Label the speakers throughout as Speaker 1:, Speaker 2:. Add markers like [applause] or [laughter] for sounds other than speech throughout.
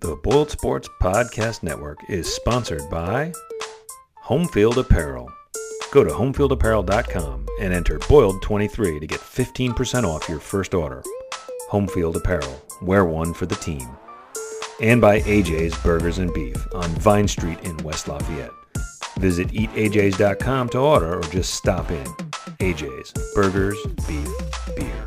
Speaker 1: The Boiled Sports Podcast Network is sponsored by Homefield Apparel. Go to homefieldapparel.com and enter Boiled23 to get 15% off your first order. Homefield Apparel, wear one for the team. And by AJ's Burgers and Beef on Vine Street in West Lafayette. Visit E eataj's.com to order or just stop in. AJ's Burgers, Beef, Beer.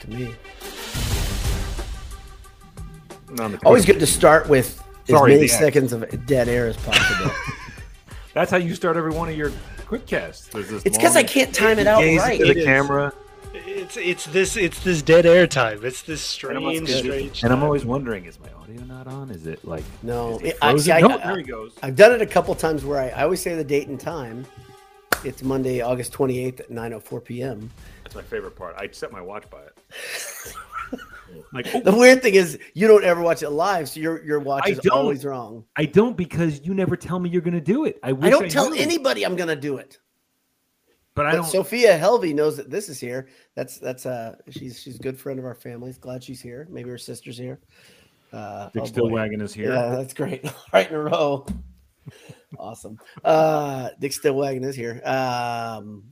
Speaker 2: to me.
Speaker 3: on the
Speaker 2: Always
Speaker 3: coach.
Speaker 2: good to start with as
Speaker 3: Sorry,
Speaker 2: many
Speaker 3: the ad.
Speaker 2: seconds of dead air
Speaker 3: [laughs]
Speaker 2: as possible.
Speaker 3: That's how you start every one of your quick casts. There's this
Speaker 2: it's because I
Speaker 3: long
Speaker 2: can't time it out
Speaker 3: gaze
Speaker 2: right.
Speaker 3: into
Speaker 4: It
Speaker 3: the
Speaker 4: is.
Speaker 3: camera,
Speaker 4: It's it's this it's this dead air time. It's this
Speaker 3: and I'm,
Speaker 4: strange,
Speaker 3: always-
Speaker 4: strange.
Speaker 3: and I'm
Speaker 4: time.
Speaker 3: always wondering: Is my audio not on? Is it like
Speaker 2: No,
Speaker 3: Is he
Speaker 2: it- I- see,
Speaker 3: frozen? no,
Speaker 2: I- I-
Speaker 4: uh,
Speaker 3: there he goes.
Speaker 2: I've done it a couple times where I, I always say the date and time. It's Monday, August 28th at 9.04 p.m.
Speaker 3: That's my favorite part. I set my watch by
Speaker 4: [laughs]
Speaker 3: it. like oh,
Speaker 2: The weird thing is you don't ever watch it live, so your, your watch
Speaker 3: I
Speaker 2: is
Speaker 3: don't.
Speaker 2: always wrong.
Speaker 3: I don't because you never tell me you're going to do it. I, wish
Speaker 2: I don't tell
Speaker 3: knew,
Speaker 2: anybody I'm going to do it.
Speaker 3: But I
Speaker 2: But
Speaker 3: don't.
Speaker 2: Sophia Helvey knows that this is here. That's that's uh she's she's a good friend of our family's. Glad she's here. Maybe her sister's here. Uh,
Speaker 3: Dick
Speaker 2: oh,
Speaker 3: still
Speaker 2: boy.
Speaker 3: wagging his here.
Speaker 2: Yeah, that's great. [laughs] right in a row. awesome. Uh, Dick Stillwagon is here. Um,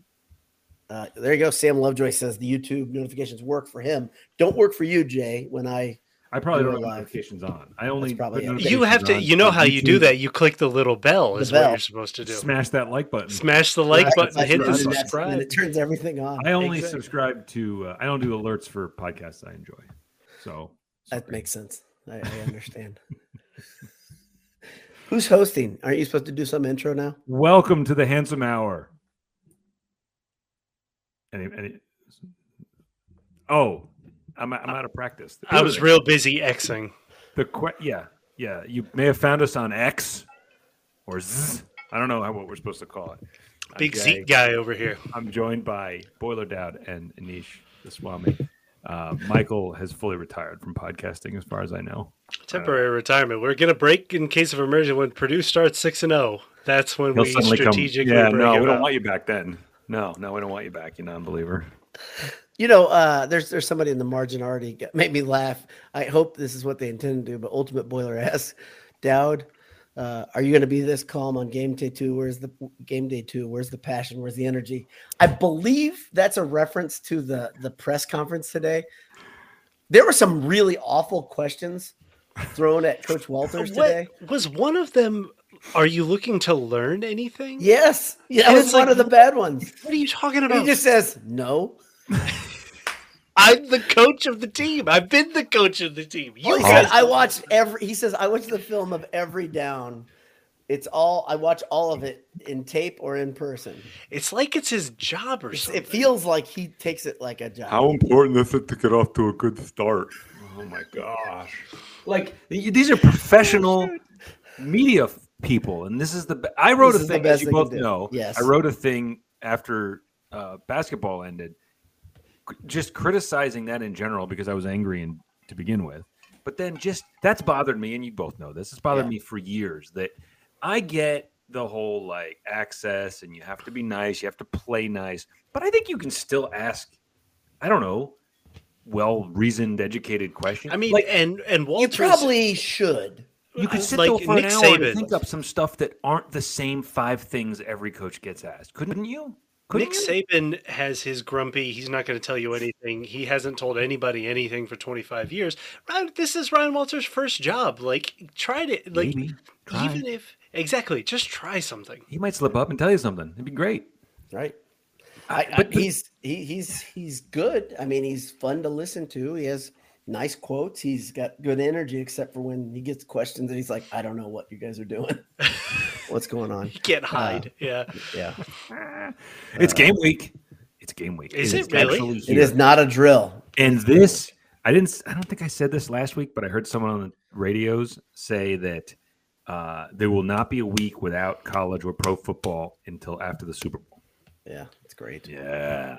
Speaker 2: uh, there you go. Sam Lovejoy says the YouTube notifications work for him. Don't work for you, Jay. When I
Speaker 3: I probably
Speaker 2: You
Speaker 3: don't have
Speaker 2: were live.
Speaker 3: notifications on. I only
Speaker 2: That's probably
Speaker 3: put
Speaker 2: it.
Speaker 3: notifications
Speaker 4: you have to
Speaker 3: on
Speaker 4: you know
Speaker 3: on
Speaker 4: how you do
Speaker 3: YouTube.
Speaker 4: that. You click the little bell
Speaker 2: The
Speaker 4: is
Speaker 2: bell.
Speaker 4: what you're supposed to do. Smash,
Speaker 3: Smash that like button.
Speaker 4: the like button,
Speaker 2: I-
Speaker 4: hit
Speaker 2: I-
Speaker 4: the
Speaker 3: that's
Speaker 2: and that's- and then
Speaker 4: subscribe.
Speaker 2: it turns everything on.
Speaker 3: I only
Speaker 4: Exactly.
Speaker 3: subscribe to. Uh, I don't do alerts for podcasts I enjoy. So
Speaker 2: That makes sense. I, I understand. [laughs] Who's hosting? Aren't you supposed to do some intro now?
Speaker 3: Welcome to the Handsome Hour. Any, any, oh, I'm, I'm out of practice.
Speaker 4: I was real busy Xing.
Speaker 3: The que- yeah, yeah. You may have found us on X or Z. I don't know how, what we're supposed to call it. I'm
Speaker 4: Big
Speaker 3: Jay.
Speaker 4: Zeke guy over here.
Speaker 3: I'm joined by Boiler Dowd and Anish the Swami. Uh, Michael has fully retired from podcasting, as far as I know.
Speaker 4: Temporary retirement. We're gonna break in case of emergency when Purdue starts six and zero. That's when we strategically
Speaker 3: Yeah,
Speaker 4: break
Speaker 3: no,
Speaker 4: it
Speaker 3: we don't
Speaker 4: up.
Speaker 3: want you back then. No, no, we don't want you back, you non-believer.
Speaker 2: You know, uh, there's there's somebody in the margin already got- made me laugh. I hope this is what they intend to do. But Ultimate Boiler [laughs] asks Dowd, uh, "Are you going to be this calm on game day two? Where's the game day two? Where's the passion? Where's the energy?" I believe that's a reference to the the press conference today. There were some really awful questions thrown at Coach Walters today.
Speaker 4: [laughs] What was one of them? Are you looking to learn anything?
Speaker 2: Yes, yeah, that
Speaker 4: And
Speaker 2: was
Speaker 4: it's
Speaker 2: one
Speaker 4: like-
Speaker 2: of the bad ones.
Speaker 4: What are you talking
Speaker 2: And he
Speaker 4: about?
Speaker 2: just says no.
Speaker 4: I'm the coach of the team. I've been the coach of the team. You
Speaker 2: Well, he said,
Speaker 4: guys
Speaker 2: I watched every. He says I watched the film of every down. It's all I watch all of it in tape or in person.
Speaker 4: It's like it's his job or
Speaker 2: It's-
Speaker 4: something.
Speaker 2: it feels like he takes it like a job.
Speaker 3: important is it to get off to a good start? Oh my gosh! Like y- these are professional media f- people, and this is the. Be- I wrote
Speaker 2: This
Speaker 3: a
Speaker 2: is the
Speaker 3: thing,
Speaker 2: best
Speaker 3: as you
Speaker 2: they can
Speaker 3: both
Speaker 2: do.
Speaker 3: know.
Speaker 2: Yes.
Speaker 3: I wrote a thing after uh, basketball ended, c- just criticizing that in general because I was angry and to begin with. But then just that's bothered me, and you both know this. It's bothered
Speaker 2: Yeah.
Speaker 3: me for years that I get the whole like access and you have to be nice, you have to play nice, but I think you can still ask, I don't know, well reasoned, educated questions.
Speaker 4: I mean,
Speaker 3: like,
Speaker 4: and and
Speaker 2: you
Speaker 4: Walters uh,
Speaker 2: probably should.
Speaker 3: you could sit
Speaker 4: like
Speaker 3: there for
Speaker 4: Nick
Speaker 3: an hour
Speaker 4: Saban.
Speaker 3: and think up some stuff that aren't the same five things every coach gets asked. Couldn't you? Couldn't
Speaker 4: Nick
Speaker 3: you?
Speaker 4: Saban has his grumpy. He's not going to tell you anything. He hasn't told anybody anything for 25 years. Ryan, this is Ryan Walters' first job. Like, try to like
Speaker 3: Maybe. Try.
Speaker 4: even if exactly just try something.
Speaker 3: He might slip up and tell you something. It'd be great.
Speaker 2: Right. I, I, he's he, he's he's good. I mean, he's fun to listen to. He has nice quotes. He's got good energy, except for when he gets questions and he's like, "I don't know what you guys are doing. [laughs] What's going on?"
Speaker 4: You
Speaker 3: Uh,
Speaker 4: can't hide. yeah.
Speaker 2: Yeah,
Speaker 3: It's game week. It's game week.
Speaker 4: Uh, Is it really?
Speaker 3: actually
Speaker 2: it
Speaker 3: here.
Speaker 2: is not a drill.
Speaker 3: And this, I didn't. s- I don't think I said this last week, but I heard someone on the radios say that uh, there will not be a week without college or pro football until after the Super Bowl.
Speaker 2: Yeah, it's That's great.
Speaker 3: Yeah.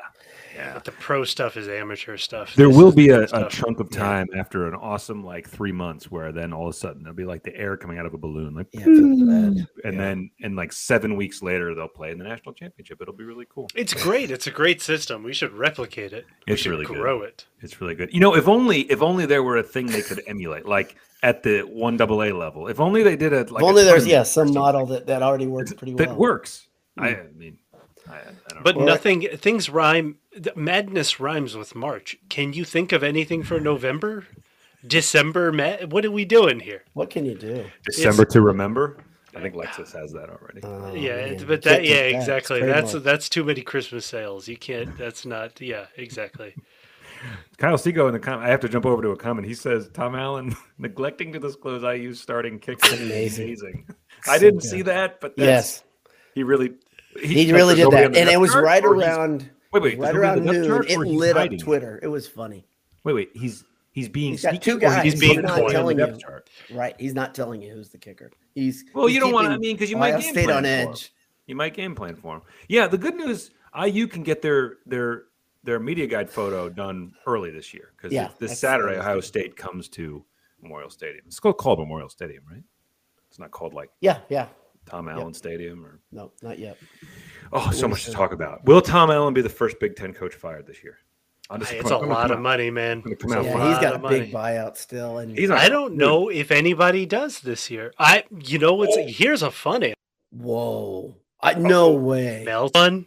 Speaker 3: Yeah.
Speaker 4: The pro stuff is amateur stuff.
Speaker 3: There
Speaker 4: This
Speaker 3: will
Speaker 4: is
Speaker 3: be
Speaker 4: the
Speaker 3: a,
Speaker 4: good
Speaker 3: a
Speaker 4: stuff.
Speaker 3: chunk of
Speaker 4: Yeah.
Speaker 3: time after an awesome like three months where then all of a sudden there'll be like the air coming out of a balloon, like
Speaker 2: Yeah, I feel bad.
Speaker 3: and then and like seven weeks later they'll play in the national championship. It'll be really cool.
Speaker 4: It's great. It's a great system. We should replicate it. We
Speaker 3: It's
Speaker 4: should
Speaker 3: really good.
Speaker 4: grow it.
Speaker 3: It's really good. You know, if only if only there were a thing they could emulate, like at the one double A level. If only they did a like
Speaker 2: if
Speaker 3: a
Speaker 2: only there's
Speaker 3: tournament
Speaker 2: yeah
Speaker 3: or
Speaker 2: some
Speaker 3: something
Speaker 2: model that that already works pretty well. Hmm.
Speaker 3: that works. I mean, I, I don't
Speaker 4: But
Speaker 3: know.
Speaker 2: Or-
Speaker 4: nothing. Things rhyme. th- Madness rhymes with March. Can you think of anything for November, December? Ma- what are we doing here?
Speaker 2: What can you do?
Speaker 3: December to remember. I think Lexus has that already.
Speaker 2: Oh,
Speaker 4: yeah,
Speaker 2: man,
Speaker 4: it's
Speaker 2: you can't
Speaker 4: but that.
Speaker 2: take
Speaker 4: Yeah,
Speaker 2: It's
Speaker 4: exactly.
Speaker 2: trademark.
Speaker 4: That's that's too many Christmas sales. You can't. That's not. Yeah, exactly.
Speaker 3: Kyle Seago in the comment. I have to jump over to a comment. He says Tom Allen [laughs] neglecting to disclose I use starting kicks is
Speaker 2: Amazing.
Speaker 3: amazing. I
Speaker 2: So
Speaker 3: didn't
Speaker 2: good.
Speaker 3: see that, but that's,
Speaker 2: yes,
Speaker 3: he really
Speaker 2: he
Speaker 3: there's
Speaker 2: really did
Speaker 3: nobody on
Speaker 2: that,
Speaker 3: the
Speaker 2: and
Speaker 3: depth
Speaker 2: it was
Speaker 3: chart,
Speaker 2: right
Speaker 3: or he's-
Speaker 2: around
Speaker 3: Wait, wait,
Speaker 2: right
Speaker 3: there's nobody on
Speaker 2: around
Speaker 3: the depth
Speaker 2: noon.
Speaker 3: chart,
Speaker 2: It
Speaker 3: or he's
Speaker 2: lit up
Speaker 3: hiding it?
Speaker 2: Twitter. It was funny.
Speaker 3: Wait, wait, he's he's being
Speaker 2: He's got
Speaker 3: sneaky
Speaker 2: two
Speaker 3: or
Speaker 2: guys,
Speaker 3: He's being
Speaker 4: he's not
Speaker 3: coy on the
Speaker 2: telling
Speaker 3: depth
Speaker 2: you.
Speaker 3: chart.
Speaker 2: Right, he's not telling you who's the kicker. He's
Speaker 3: Well,
Speaker 2: he's
Speaker 3: you don't want. I
Speaker 2: keeping
Speaker 3: mean, because you
Speaker 2: Ohio
Speaker 3: might game
Speaker 2: State
Speaker 3: plan
Speaker 2: on
Speaker 3: for him.
Speaker 2: edge.
Speaker 3: You might game plan for him. Yeah, the good news, IU can get their their their media guide photo done early this year because
Speaker 2: Yeah,
Speaker 3: this
Speaker 2: that's-
Speaker 3: Saturday
Speaker 2: that's
Speaker 3: Ohio
Speaker 2: good.
Speaker 3: State comes to Memorial Stadium. It's called, called Memorial Stadium, right? It's not called like
Speaker 2: Yeah, yeah.
Speaker 3: Tom Allen Stadium or
Speaker 2: No, not yet.
Speaker 3: oh, so much to talk about. Will Tom Allen be the first Big Ten coach fired this year? I'm
Speaker 4: Hey,
Speaker 3: just-
Speaker 4: it's
Speaker 3: come
Speaker 4: a
Speaker 3: on, come on,
Speaker 4: lot
Speaker 3: come
Speaker 4: of
Speaker 3: on.
Speaker 4: money, man.
Speaker 3: Come on, come
Speaker 4: It's a
Speaker 3: on.
Speaker 2: Yeah,
Speaker 4: lot
Speaker 2: he's got a
Speaker 4: of
Speaker 2: big
Speaker 4: money.
Speaker 2: buyout still, and
Speaker 3: He's not-
Speaker 4: I don't
Speaker 3: dude,
Speaker 4: know if anybody does this year. I, you know, what's here's a funny
Speaker 2: whoa, I,
Speaker 3: Oh,
Speaker 2: no way.
Speaker 4: Mel fun.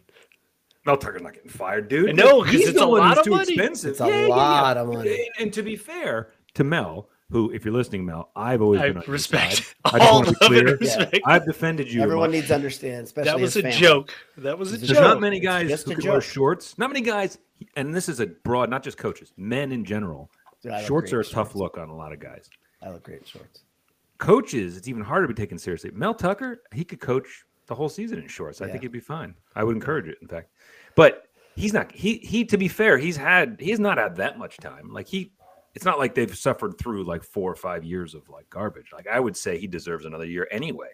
Speaker 3: Mel Tucker's not getting fired, dude.
Speaker 4: No, 'cause
Speaker 3: He's
Speaker 4: it's
Speaker 3: the
Speaker 4: a
Speaker 3: one
Speaker 4: lot
Speaker 3: who's
Speaker 4: of
Speaker 3: too
Speaker 4: money.
Speaker 3: Expensive.
Speaker 2: It's a lot of money.
Speaker 3: And, and to be fair to Mel, who, if you're listening, Mel, I've always
Speaker 4: I
Speaker 3: been on your side.
Speaker 4: respect
Speaker 3: I just
Speaker 4: all
Speaker 3: want to
Speaker 4: love
Speaker 3: be clear.
Speaker 4: and respect.
Speaker 3: I've defended you.
Speaker 2: Everyone
Speaker 3: Mike.
Speaker 2: needs to understand, especially
Speaker 4: That was a
Speaker 2: his family.
Speaker 4: joke. That was a
Speaker 2: It's a
Speaker 3: There's
Speaker 4: joke.
Speaker 3: not many guys
Speaker 2: just
Speaker 3: who
Speaker 2: a
Speaker 3: can wear
Speaker 2: joke.
Speaker 3: shorts. Not many guys, and this is a broad, not just coaches, men in general.
Speaker 2: Dude, I look
Speaker 3: Shorts
Speaker 2: great
Speaker 3: are a
Speaker 2: in
Speaker 3: tough
Speaker 2: shorts.
Speaker 3: look on a lot of guys.
Speaker 2: I look great in shorts.
Speaker 3: Coaches, it's even harder to be taken seriously. Mel Tucker, he could coach the whole season in shorts. I
Speaker 2: Yeah.
Speaker 3: think he'd be fine. I would encourage it, in fact. But he's not. He he. To be fair, he's had. He's not had that much time. Like he. It's not like they've suffered through like four or five years of like garbage. Like I would say, he deserves another year anyway.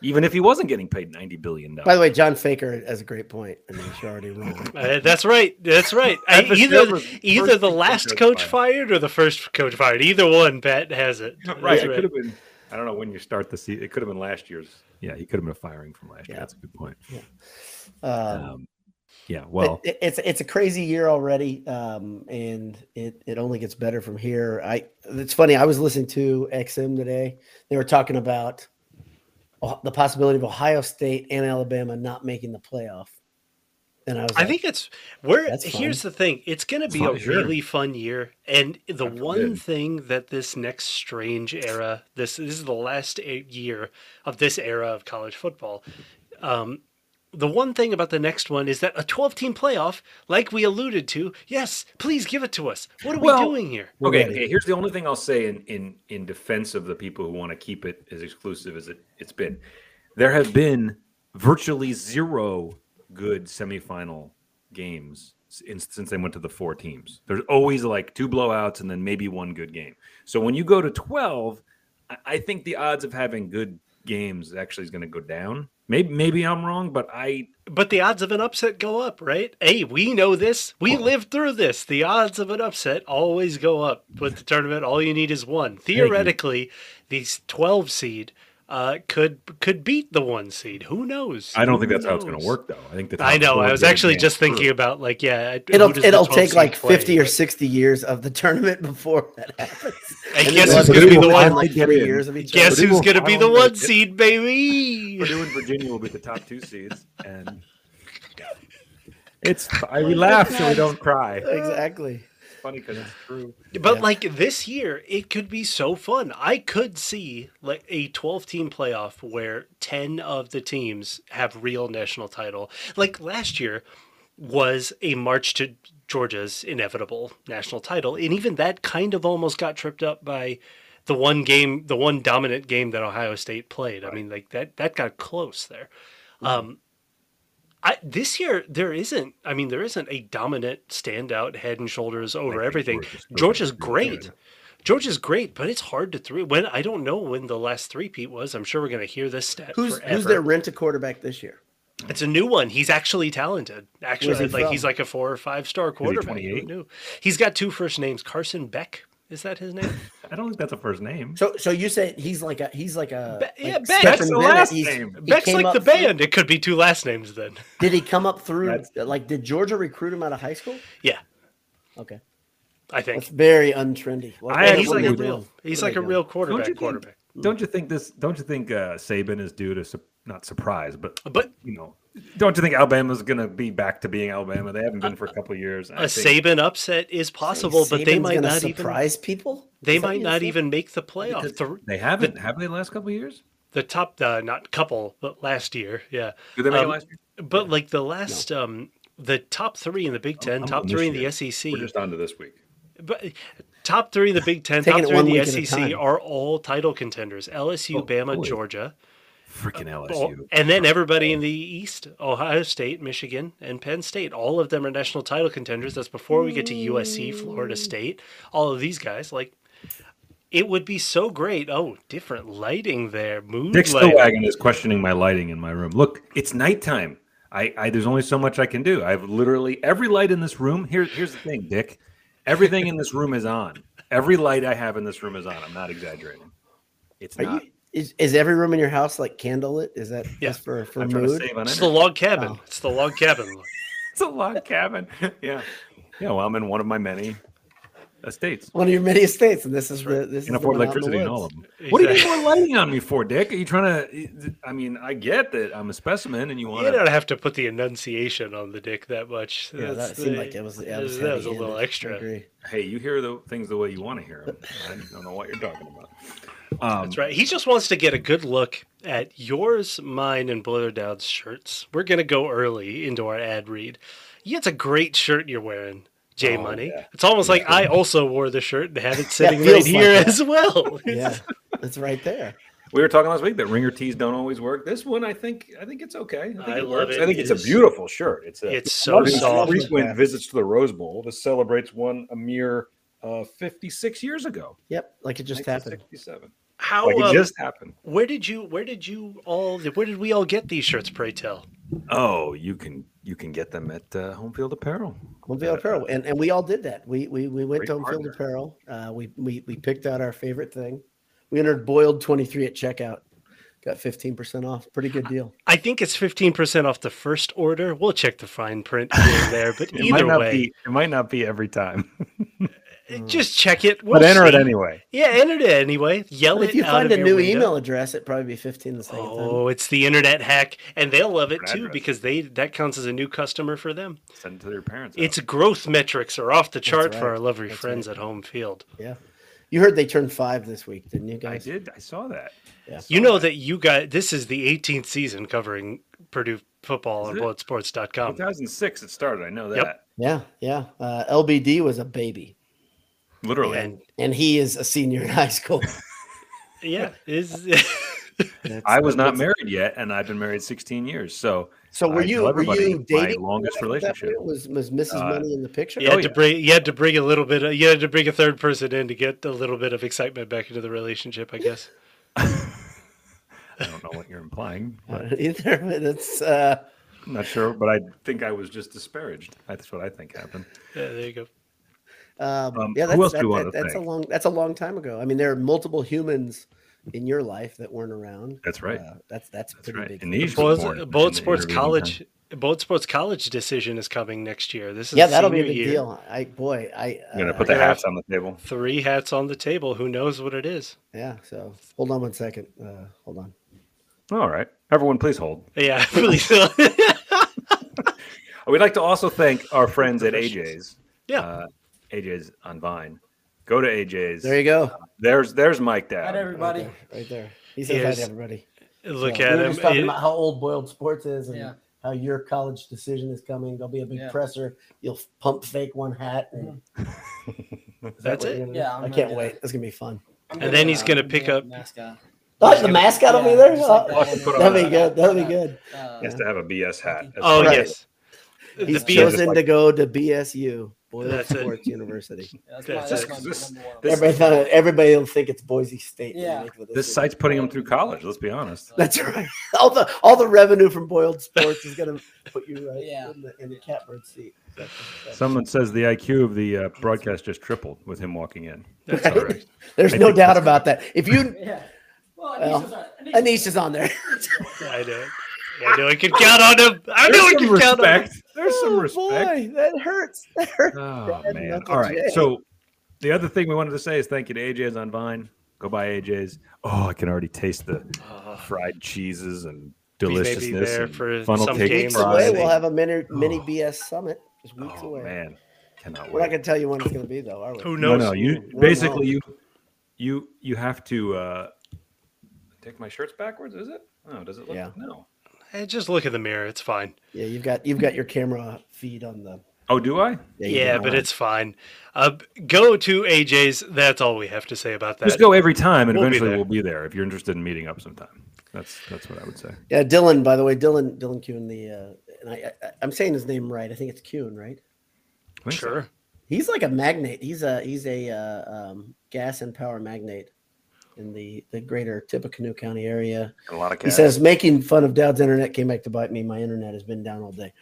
Speaker 3: Even if he wasn't getting paid ninety billion dollars.
Speaker 2: By the way, John Faker has a great point. I mean, you're already
Speaker 4: [laughs]
Speaker 2: wrong.
Speaker 4: Uh, that's right.
Speaker 3: [laughs]
Speaker 4: That's right. I,
Speaker 3: Pat
Speaker 4: either
Speaker 3: Fitzgerald's
Speaker 4: either
Speaker 3: first
Speaker 4: the
Speaker 3: coach
Speaker 4: last
Speaker 3: coach
Speaker 4: coach
Speaker 3: fired.
Speaker 4: fired or the first coach fired. Either one, Pat
Speaker 3: [laughs]
Speaker 4: has it.
Speaker 3: [laughs]
Speaker 4: That's
Speaker 3: right. It could have been. I don't know when you start the season. It could have been last year's. Yeah, he could have been firing from last year.
Speaker 2: Yeah.
Speaker 3: That's a good point.
Speaker 2: Um,
Speaker 3: Um, yeah.
Speaker 2: but
Speaker 4: Oh.
Speaker 3: Well,
Speaker 2: it- it's it's a crazy year already, um, and it it only gets better from here. I it's funny. I was listening to XM today. They were talking about oh, the possibility of Ohio State and Alabama not making the playoff, and I was
Speaker 4: I
Speaker 2: like,
Speaker 4: think it's we're
Speaker 2: That's fine.
Speaker 4: here's the thing. It's going to be
Speaker 3: fine,
Speaker 4: a
Speaker 3: sure.
Speaker 4: really fun year, and the
Speaker 3: God
Speaker 4: one
Speaker 3: forbid.
Speaker 4: thing that this next strange era this this is the last eight year of this era of college football. Um, the one thing about the next one is that a 12 team playoff, like we alluded to, yes, please give it to us. What are
Speaker 3: Well-
Speaker 4: we doing here?
Speaker 2: We're
Speaker 3: okay,
Speaker 2: ready.
Speaker 3: okay. Here's the only thing I'll say in in in defense of the people who want to keep it as exclusive as it it's been. There have been virtually zero good semifinal games since, since they went to the four teams. There's always like two blowouts and then maybe one good game. So when you go to 12, I, I think the odds of having good games actually is going to go down. Maybe maybe I'm wrong, but I
Speaker 4: But the odds of an upset go up, right? Hey, we know this. We
Speaker 3: Oh.
Speaker 4: lived through this. The odds of an upset always go up with the tournament. All you need is one. Theoretically, these twelve seed uh, could could beat the one seed. Who knows?
Speaker 3: I don't think
Speaker 4: Who
Speaker 3: that's how it's going to
Speaker 4: knows?
Speaker 3: work though. I think that's
Speaker 4: I know. I was actually just thinking
Speaker 3: about.
Speaker 4: about like, yeah, I- who
Speaker 2: It'll
Speaker 4: does the
Speaker 2: it'll
Speaker 4: 12
Speaker 2: take
Speaker 4: seed
Speaker 2: like
Speaker 4: play?
Speaker 2: fifty or sixty years of the [laughs] tournament before that happens.
Speaker 4: [laughs] I
Speaker 2: And
Speaker 4: guess
Speaker 2: then
Speaker 4: who's
Speaker 2: we'll
Speaker 4: going to
Speaker 2: have
Speaker 4: be
Speaker 2: to
Speaker 4: the
Speaker 2: have,
Speaker 4: one?
Speaker 2: like
Speaker 3: Get
Speaker 2: three
Speaker 3: in.
Speaker 2: years of each
Speaker 4: Guess
Speaker 2: other.
Speaker 4: who's
Speaker 3: will
Speaker 4: going to be the
Speaker 3: finally
Speaker 4: one
Speaker 3: get-
Speaker 4: seed, baby?
Speaker 3: Purdue and Virginia will be the top two seeds, and
Speaker 4: [laughs]
Speaker 3: it's I we laugh so we don't cry.
Speaker 2: Exactly.
Speaker 3: It's funny because it's true.
Speaker 4: But
Speaker 2: Yeah.
Speaker 4: like this year, it could be so fun. I could see like a 12 team playoff where 10 of the teams have real national title. Like last year was a march to Georgia's inevitable national title. And even that kind of almost got tripped up by the one game, the one dominant game that Ohio State played. I mean, like that that got close there.
Speaker 2: Mm-hmm.
Speaker 4: Um I, this year there isn't. I mean, there isn't a dominant standout head and shoulders over
Speaker 3: think
Speaker 4: everything.
Speaker 3: Georgia's perfect
Speaker 4: Georgia's
Speaker 3: for it.
Speaker 4: great. Georgia's great, but it's hard to three. When I don't know when the last three peat was. I'm sure we're going to hear this stat
Speaker 2: Who's
Speaker 4: forever.
Speaker 2: who's their rent a quarterback this year?
Speaker 4: It's a new one. He's actually talented. Actually,
Speaker 2: he
Speaker 4: like
Speaker 2: from?
Speaker 4: he's like a four or five star quarterback. Who
Speaker 3: 28?
Speaker 4: knew? He's got two first names. Carson Beck is that his name?
Speaker 3: I don't think that's a first name.
Speaker 2: So, so you say he's like a he's like a
Speaker 4: Be- yeah,
Speaker 2: like
Speaker 4: Beck.
Speaker 2: Stephen
Speaker 4: That's the
Speaker 2: Bennett.
Speaker 3: last
Speaker 2: He's-
Speaker 3: name.
Speaker 2: he
Speaker 4: Beck's
Speaker 2: came
Speaker 4: like
Speaker 2: up
Speaker 4: the
Speaker 2: through-
Speaker 4: band. It could be two last names then. [laughs]
Speaker 2: Did he come up through?
Speaker 3: That's-
Speaker 2: Like, did Georgia recruit him out of high school?
Speaker 4: Yeah,
Speaker 2: Okay,
Speaker 4: I think.
Speaker 2: that's very untrendy. What-
Speaker 3: I
Speaker 2: what
Speaker 4: And
Speaker 2: are
Speaker 4: he's
Speaker 2: they
Speaker 4: like a
Speaker 2: doing?
Speaker 4: real. He's
Speaker 2: What are
Speaker 4: like
Speaker 2: they
Speaker 4: a
Speaker 2: doing?
Speaker 4: real
Speaker 3: Don't you
Speaker 4: quarterback.
Speaker 3: think-
Speaker 4: Quarterback.
Speaker 3: Don't you think this? Don't you think uh, Saban is due to su- not surprise, but
Speaker 4: But
Speaker 3: you know, don't you think Alabama's going to be back to being Alabama? They haven't been for a couple of years.
Speaker 4: a Saban upset is possible, but they
Speaker 2: Saban's
Speaker 4: might
Speaker 2: gonna
Speaker 4: not even.
Speaker 2: surprise people.
Speaker 4: They
Speaker 2: Is that
Speaker 4: might
Speaker 2: you
Speaker 4: not
Speaker 2: think?
Speaker 4: even make the playoff. The,
Speaker 3: They haven't, have they? Last couple of years?
Speaker 4: the top, uh, not couple, but last year. Yeah.
Speaker 3: Did they make
Speaker 4: Um,
Speaker 3: it last year?
Speaker 4: But like the last, um, the top three in the Big 10
Speaker 3: I'm
Speaker 4: top
Speaker 3: on this
Speaker 4: three in the E
Speaker 3: year.
Speaker 4: SEC,
Speaker 3: We're just on to this week.
Speaker 4: but top three in the Big Ten,
Speaker 2: Taking
Speaker 4: top
Speaker 2: it
Speaker 4: three
Speaker 2: one
Speaker 4: in the
Speaker 2: week at a
Speaker 4: SEC
Speaker 2: time.
Speaker 4: are all title contenders: LSU,
Speaker 3: Oh,
Speaker 4: Bama,
Speaker 3: totally.
Speaker 4: Georgia,
Speaker 3: Freaking
Speaker 4: all-
Speaker 3: LSU.
Speaker 4: and then everybody in the East: Ohio State, Michigan, and Penn State. All of them are national title contenders. That's before we get to USC,
Speaker 2: Mm.
Speaker 4: Florida State, all of these guys. Like, it would be so great. Oh, different lighting there, mood
Speaker 3: Dick
Speaker 4: lighting.
Speaker 3: Stillwagon is questioning my lighting in my room. Look, it's nighttime. I, I there's only so much I can do. I've literally every light in this room. Here, here's the thing, Dick. Everything in this room is on. Every light I have in this room is on. I'm not exaggerating. It's
Speaker 2: Are
Speaker 3: not.
Speaker 2: you? Is, is every room in your house like candlelit? Is that
Speaker 4: Yeah.
Speaker 2: just for for
Speaker 3: I'm trying to
Speaker 2: mood?
Speaker 3: save on
Speaker 4: It's
Speaker 3: it.
Speaker 4: the log cabin.
Speaker 2: Oh.
Speaker 4: It's the log
Speaker 2: [laughs]
Speaker 4: cabin.
Speaker 3: It's a log cabin. [laughs] yeah. Yeah. Well, I'm in one of my many estates.
Speaker 2: One of your many estates, and this is the this
Speaker 3: Can
Speaker 2: is the
Speaker 3: afford
Speaker 2: one out in the
Speaker 3: electricity and
Speaker 2: woods.
Speaker 3: all of them. What do you need
Speaker 4: Exactly.
Speaker 3: more lighting on me for, Dick? Are you trying to? I mean, I get that I'm a specimen, and you want
Speaker 4: You
Speaker 3: to.
Speaker 4: don't have to put the enunciation on the dick that much.
Speaker 2: Yeah,
Speaker 4: That's
Speaker 2: that seemed
Speaker 4: the-
Speaker 2: like it was. Yeah, it was
Speaker 4: that was a little
Speaker 2: heavy-handed. I
Speaker 4: extra. [laughs]
Speaker 2: agree.
Speaker 3: Hey, you hear the things the way you want to hear them. I don't know what you're talking about. Um,
Speaker 4: That's right. He just wants to get a good look at yours, mine, and Boiler Down's shirts. We're gonna go early into our ad read. Yeah, it's a great shirt you're wearing, J
Speaker 3: Oh,
Speaker 4: Money.
Speaker 3: yeah.
Speaker 4: It's almost like I also wore the shirt and
Speaker 3: [laughs]
Speaker 4: had it sitting
Speaker 2: feels
Speaker 4: right
Speaker 2: like
Speaker 4: here
Speaker 2: that.
Speaker 4: as well.
Speaker 2: Yeah, it's right there.
Speaker 3: We were talking last week that ringer tees don't always work. This one, I think, I think it's okay. I think
Speaker 4: I
Speaker 3: it
Speaker 4: love
Speaker 3: works.
Speaker 4: it.
Speaker 3: I think it's,
Speaker 4: It's-
Speaker 3: a beautiful shirt. It's a
Speaker 4: It's so
Speaker 3: Martin's
Speaker 4: soft.
Speaker 3: Frequent visits to the Rose Bowl. This celebrates one a mere uh, 56 years ago.
Speaker 2: Yep, like it just happened.
Speaker 3: 1967.
Speaker 4: How?
Speaker 3: Like
Speaker 4: um,
Speaker 3: it just happened.
Speaker 4: where did you? Where did you all? Where did we all get these shirts? Pray tell.
Speaker 3: Oh, you can you can get them at uh, Home Field Apparel.
Speaker 2: Homefield Apparel, and and we all did that. We we we went
Speaker 3: Great
Speaker 2: to Homefield
Speaker 3: partner.
Speaker 2: Apparel. Uh, we we we picked out our favorite thing. We entered boiled twenty three at checkout. Got fifteen percent off. Pretty good deal.
Speaker 4: I think it's fifteen percent off the first order. We'll check the fine print here and there, but
Speaker 3: [laughs] It might
Speaker 4: either
Speaker 3: not
Speaker 4: way,
Speaker 3: be. It might not be every time,
Speaker 4: just check it. We'll
Speaker 3: but enter it
Speaker 4: see.
Speaker 3: anyway.
Speaker 4: Yeah, enter it anyway. Yell
Speaker 2: But
Speaker 4: it
Speaker 2: if you
Speaker 4: out
Speaker 2: find
Speaker 4: of
Speaker 2: a
Speaker 4: your
Speaker 2: new
Speaker 4: window.
Speaker 2: email address, it'd probably be fifteen the second time.
Speaker 4: Oh, it's the internet hack, and they'll love it
Speaker 3: Internet
Speaker 4: too
Speaker 3: address.
Speaker 4: because they that counts as a new customer for them.
Speaker 3: Send it to their parents.
Speaker 4: Its growth metrics are off the chart for
Speaker 2: right.
Speaker 4: our lovely
Speaker 2: That's
Speaker 4: friends at home field.
Speaker 2: Yeah, you heard they turned five this week, didn't you
Speaker 3: I
Speaker 2: guys?
Speaker 3: did. I saw that.
Speaker 4: You know that you got this is the 18th season covering Purdue football on
Speaker 3: it?
Speaker 4: bulletsports.com.
Speaker 3: 2006 it started. I know that.
Speaker 4: Um, Yep.
Speaker 2: Yeah, yeah. Uh, LBD was a baby, Oh,
Speaker 3: Literally.
Speaker 4: And
Speaker 2: and he is a senior [laughs] in high school. [laughs]
Speaker 4: yeah, is [laughs]
Speaker 2: That's-
Speaker 3: I was not married yet, and I've been married 16 years. So
Speaker 2: So were
Speaker 3: I
Speaker 2: you
Speaker 3: tell
Speaker 2: were
Speaker 3: everybody
Speaker 2: you dating?
Speaker 3: my longest
Speaker 2: at that
Speaker 3: relationship?
Speaker 2: point? was was Mrs.
Speaker 3: Uh,
Speaker 2: Money in the picture?
Speaker 4: you had
Speaker 3: Oh,
Speaker 4: to
Speaker 3: yeah.
Speaker 4: bring you had to bring a little bit of, you had to bring a third person in to get a little bit of excitement back into the relationship,
Speaker 2: [laughs]
Speaker 4: I guess.
Speaker 3: I don't know what you're implying.
Speaker 2: I don't [laughs] either, but it's uh,
Speaker 3: I'm not sure, but I think I was just disparaged. That's what I think happened.
Speaker 4: Yeah, there you go.
Speaker 2: um,
Speaker 3: Um,
Speaker 2: yeah.
Speaker 3: who
Speaker 2: That's,
Speaker 3: else do
Speaker 2: that-
Speaker 3: we wanna
Speaker 2: that- that's a
Speaker 3: thank?
Speaker 2: long that's a long time ago. I mean, there are multiple humans in your life that weren't around.
Speaker 3: That's right.
Speaker 2: Uh, that's
Speaker 3: That's
Speaker 2: that's pretty
Speaker 3: right.
Speaker 2: big.
Speaker 3: And these were born
Speaker 4: Both,
Speaker 3: in
Speaker 4: Bold
Speaker 3: the
Speaker 4: Sports
Speaker 3: intervening
Speaker 4: College,
Speaker 3: time.
Speaker 4: Bold Sports College decision is coming next year. This is
Speaker 2: yeah,
Speaker 4: the
Speaker 2: that'll be a
Speaker 4: senior
Speaker 2: big
Speaker 4: year.
Speaker 2: deal. I boy, I
Speaker 3: I'm gonna
Speaker 2: uh,
Speaker 3: put the
Speaker 4: gonna
Speaker 3: hats on the table.
Speaker 4: Three hats on the table. Who knows what it is?
Speaker 2: yeah. So hold on one second. Uh, hold on.
Speaker 3: All right, everyone, please hold.
Speaker 4: Yeah, [laughs] I believe so.
Speaker 3: We'd like to also thank our friends at AJ's.
Speaker 4: yeah,
Speaker 3: Uh, AJ's on Vine. Go to AJ's.
Speaker 2: There you go.
Speaker 3: There's there's Mike
Speaker 5: Not
Speaker 3: Dad.
Speaker 5: everybody.
Speaker 2: Right there. He says hi
Speaker 4: Here's-
Speaker 2: to everybody.
Speaker 4: look
Speaker 2: Yeah,
Speaker 4: at
Speaker 2: we were
Speaker 4: him.
Speaker 2: just talking
Speaker 4: It-
Speaker 2: about how old boiled sports is and
Speaker 5: Yeah.
Speaker 2: how your college decision is coming. There'll be a big
Speaker 5: Yeah. Mm-hmm.
Speaker 2: presser. You'll f- pump fake one hat. And [laughs] Is that what
Speaker 4: That's it.
Speaker 2: you're gonna do?
Speaker 5: Yeah, I'm
Speaker 2: I
Speaker 5: gonna
Speaker 2: can't
Speaker 5: do
Speaker 2: wait. It's gonna be fun.
Speaker 4: And then he's gonna pick up-
Speaker 5: uh, mascot.
Speaker 2: Oh, the mascot will be
Speaker 5: Yeah,
Speaker 2: there.
Speaker 5: just like
Speaker 2: Oh,
Speaker 5: that.
Speaker 3: Put on
Speaker 2: that'll be good. That'll be good.
Speaker 5: Uh,
Speaker 3: He has to have a BS hat. That's
Speaker 4: oh
Speaker 3: right.
Speaker 4: yes, the
Speaker 2: He's
Speaker 3: BS
Speaker 4: BS,
Speaker 2: chosen
Speaker 3: like-
Speaker 2: to go to BSU. Boiler
Speaker 4: That's it.
Speaker 2: Sports University.
Speaker 5: That's,
Speaker 4: That's
Speaker 5: that's
Speaker 4: it.
Speaker 5: my
Speaker 3: This-
Speaker 5: number one.
Speaker 3: [laughs] this-
Speaker 2: Everybody thought everybody will think it's Boise State. when they
Speaker 5: Yeah.
Speaker 2: make the
Speaker 3: This
Speaker 2: listing.
Speaker 3: site's putting them through college. Let's be honest.
Speaker 2: That's right. [laughs] All the all the revenue from boiled sports is going to put you right
Speaker 5: Yeah.
Speaker 2: in, the, in the catbird seat.
Speaker 3: Someone says the IQ of the uh, broadcast just tripled with him walking in.
Speaker 4: That's
Speaker 2: Right.
Speaker 3: correct.
Speaker 2: There's
Speaker 3: I
Speaker 2: no
Speaker 3: think
Speaker 2: doubt
Speaker 3: that's
Speaker 2: about that. If you
Speaker 5: [laughs] Yeah. Well,
Speaker 2: Well,
Speaker 5: Anisha's on- Anisha's-
Speaker 2: Anisha's on there,
Speaker 4: I know. I knew I could count on him. [laughs] I knew I
Speaker 3: There's some
Speaker 4: could count on him.
Speaker 3: respect. [laughs] There's some
Speaker 2: Oh,
Speaker 3: respect.
Speaker 2: Boy, that hurts. That hurts.
Speaker 3: Oh
Speaker 2: Dad,
Speaker 3: man!
Speaker 2: Uncle
Speaker 3: All right.
Speaker 2: Jay.
Speaker 3: So the other thing we wanted to say is thank you to AJ's on Vine. Go buy AJ's. Oh, I can already taste the
Speaker 4: Oh,
Speaker 3: fried cheeses and
Speaker 4: may be
Speaker 3: deliciousness.
Speaker 4: there
Speaker 3: and
Speaker 4: for
Speaker 3: funnel
Speaker 4: some
Speaker 3: cake
Speaker 4: games.
Speaker 2: Weeks
Speaker 3: fries.
Speaker 2: away, we'll have a mini mini
Speaker 3: Oh.
Speaker 2: BS summit. Just weeks
Speaker 3: oh
Speaker 2: away.
Speaker 3: man, cannot
Speaker 2: We're not
Speaker 3: wait.
Speaker 2: going to tell you when it's going to be, though, are we?
Speaker 4: Who
Speaker 3: No,
Speaker 4: knows?
Speaker 3: no. You
Speaker 2: We'll
Speaker 3: basically
Speaker 2: know.
Speaker 3: you you you have to uh take my shirts backwards. Is it? Oh, does it look?
Speaker 2: Yeah.
Speaker 3: No.
Speaker 4: Eh, just look in the mirror. It's fine.
Speaker 2: Yeah, you've got you've got your camera feed on the.
Speaker 3: Oh, do I?
Speaker 2: you
Speaker 4: Yeah,
Speaker 2: do.
Speaker 4: but it's fine. Uh, go to AJ's. That's all we have to say about that.
Speaker 3: Just go every time, and
Speaker 4: We'll be
Speaker 3: eventually
Speaker 4: there.
Speaker 3: we'll be there. If you're interested in meeting up sometime, that's that's what I would say.
Speaker 2: yeah. Dylan, by the way, Dylan Dylan Kuhn, the uh, and I, I I'm saying his name right. I think it's Kuhn, right?
Speaker 3: I think so.
Speaker 4: Sure.
Speaker 2: He's like a magnate. He's a he's a uh, um, gas and power magnate in the the greater Tippecanoe County area.
Speaker 3: And a lot of
Speaker 2: He says making fun of Dowd's internet came back to bite me. My internet has been down all day.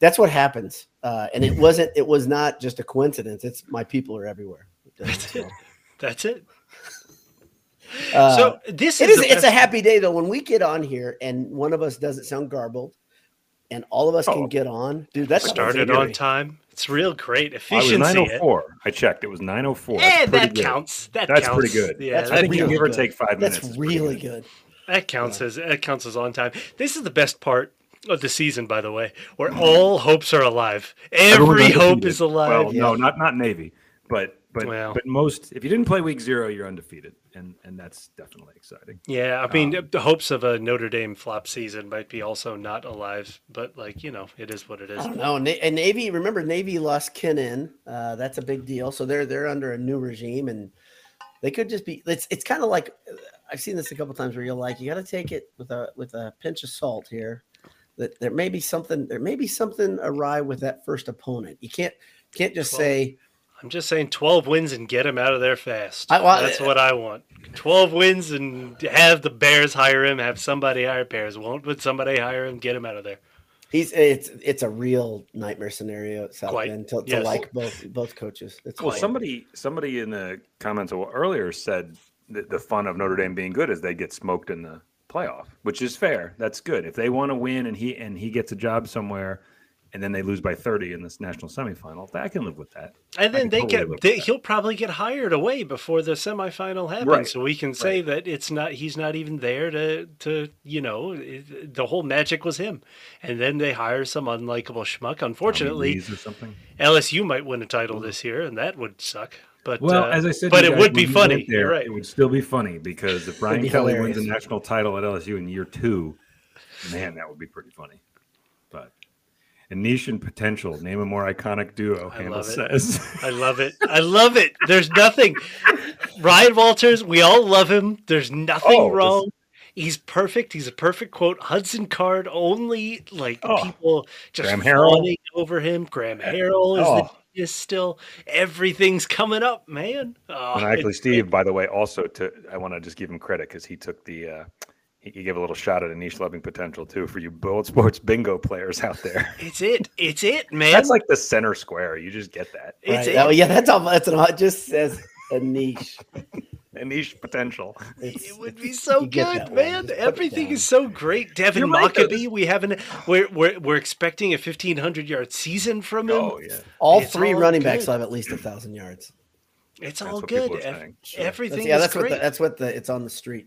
Speaker 2: That's what happens, uh, and it wasn't. It was not just a coincidence. It's my people are
Speaker 4: [laughs]
Speaker 2: everywhere.
Speaker 4: That's it. That's it.
Speaker 2: Uh,
Speaker 4: so this
Speaker 2: it
Speaker 4: is.
Speaker 2: is.
Speaker 4: the
Speaker 2: It's a
Speaker 4: best-
Speaker 2: happy day though when we get on here and one of us doesn't sound garbled, and all of us
Speaker 3: Oh.
Speaker 2: can get on. Dude, that sounds
Speaker 4: started
Speaker 2: scary.
Speaker 4: on time. It's real great
Speaker 3: I was
Speaker 4: efficiency. eh?
Speaker 3: 904. I checked. It was 904.
Speaker 4: Yeah,
Speaker 3: That's pretty
Speaker 4: Eh, that
Speaker 3: good.
Speaker 4: counts. That
Speaker 3: That's
Speaker 4: counts.
Speaker 3: pretty good.
Speaker 4: Yeah,
Speaker 2: That's
Speaker 3: I
Speaker 4: that
Speaker 3: think you
Speaker 2: really
Speaker 3: give or
Speaker 2: good.
Speaker 3: take five minutes.
Speaker 2: That's
Speaker 3: is pretty
Speaker 2: really good.
Speaker 4: That counts as that counts as on time. This is the best part of the season, by the way, where all hopes are alive.
Speaker 3: Mm. Everyone
Speaker 4: Every hope
Speaker 3: undefeated.
Speaker 4: is alive.
Speaker 3: Well,
Speaker 2: yeah.
Speaker 3: no, not not Navy, but but
Speaker 4: Well.
Speaker 3: but most. If you didn't play week zero, you're undefeated, and and that's definitely exciting.
Speaker 4: yeah, I mean,
Speaker 3: Um,
Speaker 4: the hopes of a Notre Dame flop season might be also not alive, but like you know, it is what it is.
Speaker 3: Um,
Speaker 2: I don't know. Na- And Navy, remember Navy lost Kinnan. Uh, that's a big deal. So they're they're under a new regime, and they could just be. It's it's kind of like uh, I've seen this a couple times where you're like, you got to take it with a with a pinch of salt here. That there may be something there may be something awry with that first opponent. You can't can't just
Speaker 4: Well,
Speaker 2: say
Speaker 4: I'm just saying, twelve wins and get them out of there fast.
Speaker 2: I- well,
Speaker 4: That's
Speaker 2: uh,
Speaker 4: what I want. Twelve wins and have the Bears hire him. Have somebody hire Bears. Won't, but somebody hire him. Get him out of there.
Speaker 2: he's it's it's a real nightmare scenario at South
Speaker 4: Quite,
Speaker 2: Bend to, to
Speaker 4: yes.
Speaker 2: like both both coaches. It's
Speaker 3: Well,
Speaker 2: hard.
Speaker 3: somebody somebody in the comments a little earlier said that the fun of Notre Dame being good is they get smoked in the playoff, which is fair. That's good. If they want to win and he and he gets a job somewhere, and then they lose by thirty in this national semifinal, I can live with that.
Speaker 4: And
Speaker 3: I
Speaker 4: then
Speaker 3: can totally
Speaker 4: they
Speaker 3: live
Speaker 4: get
Speaker 3: with
Speaker 4: they,
Speaker 3: that.
Speaker 4: he'll probably get hired away before the semifinal happens,
Speaker 3: Right,
Speaker 4: so we can say that it's not he's not even there to to you know it, the whole magic was him. And then they hire some unlikable schmuck. Unfortunately,
Speaker 3: Lees or something.
Speaker 4: LSU might win a title this year, and that would suck. But
Speaker 3: Mm-hmm. Well,
Speaker 4: uh,
Speaker 3: as I said,
Speaker 4: but
Speaker 3: to you
Speaker 4: it
Speaker 3: guys
Speaker 4: would
Speaker 3: when
Speaker 4: be
Speaker 3: we
Speaker 4: funny.
Speaker 3: went there,
Speaker 4: You're right.
Speaker 3: It would still be funny
Speaker 4: [laughs]
Speaker 3: because if Brian
Speaker 2: be
Speaker 3: Kelly wins
Speaker 2: hilarious.
Speaker 3: a national title at LSU in year two, man, that would be pretty funny. But and niche and potential, name a more iconic duo.
Speaker 4: I
Speaker 3: Hamill
Speaker 4: love it.
Speaker 3: says. [laughs]
Speaker 4: I love it. I love it. There's nothing. Ryan Walters, we all love him. There's nothing
Speaker 3: Oh, this-
Speaker 4: wrong. He's perfect. He's a perfect quote. Hudson Card only like
Speaker 3: Oh.
Speaker 4: people just
Speaker 3: Graham Harrell.
Speaker 4: falling over him. Graham Harrell is
Speaker 3: Oh.
Speaker 4: the is still everything's coming up, man. Oh, [laughs]
Speaker 3: And actually, Steve, by the way, also to I want to just give him credit because he took the uh, he, he gave a little shot at a niche loving potential too for you bold sports bingo players out
Speaker 4: [laughs]
Speaker 3: there.
Speaker 4: it's it. It's it, man.
Speaker 3: That's like the center square. You just get that
Speaker 2: Right.
Speaker 4: it's it.
Speaker 2: Oh, yeah, that's all. That's an, it just says a niche.
Speaker 3: a niche potential.
Speaker 2: It's-
Speaker 4: It would be
Speaker 2: it's-
Speaker 4: so
Speaker 2: you get that one.
Speaker 4: good,
Speaker 2: Just
Speaker 4: man.
Speaker 2: put it
Speaker 4: Everything
Speaker 2: down.
Speaker 4: is so great. Devin
Speaker 3: You're right, though.
Speaker 4: Mockaby, we haven't we're, we're we're expecting a fifteen hundred yard season from him.
Speaker 3: Oh yeah,
Speaker 2: All
Speaker 4: It's
Speaker 2: three
Speaker 4: all
Speaker 2: running backs
Speaker 4: good.
Speaker 2: will have at least a thousand yards.
Speaker 4: It's
Speaker 3: That's
Speaker 4: all
Speaker 3: what people
Speaker 4: good.
Speaker 3: are
Speaker 4: Ev-
Speaker 3: saying.
Speaker 2: Sure.
Speaker 4: Everything
Speaker 2: That's, yeah,
Speaker 4: is
Speaker 2: that's
Speaker 4: great.
Speaker 2: what the, that's what the it's on the street.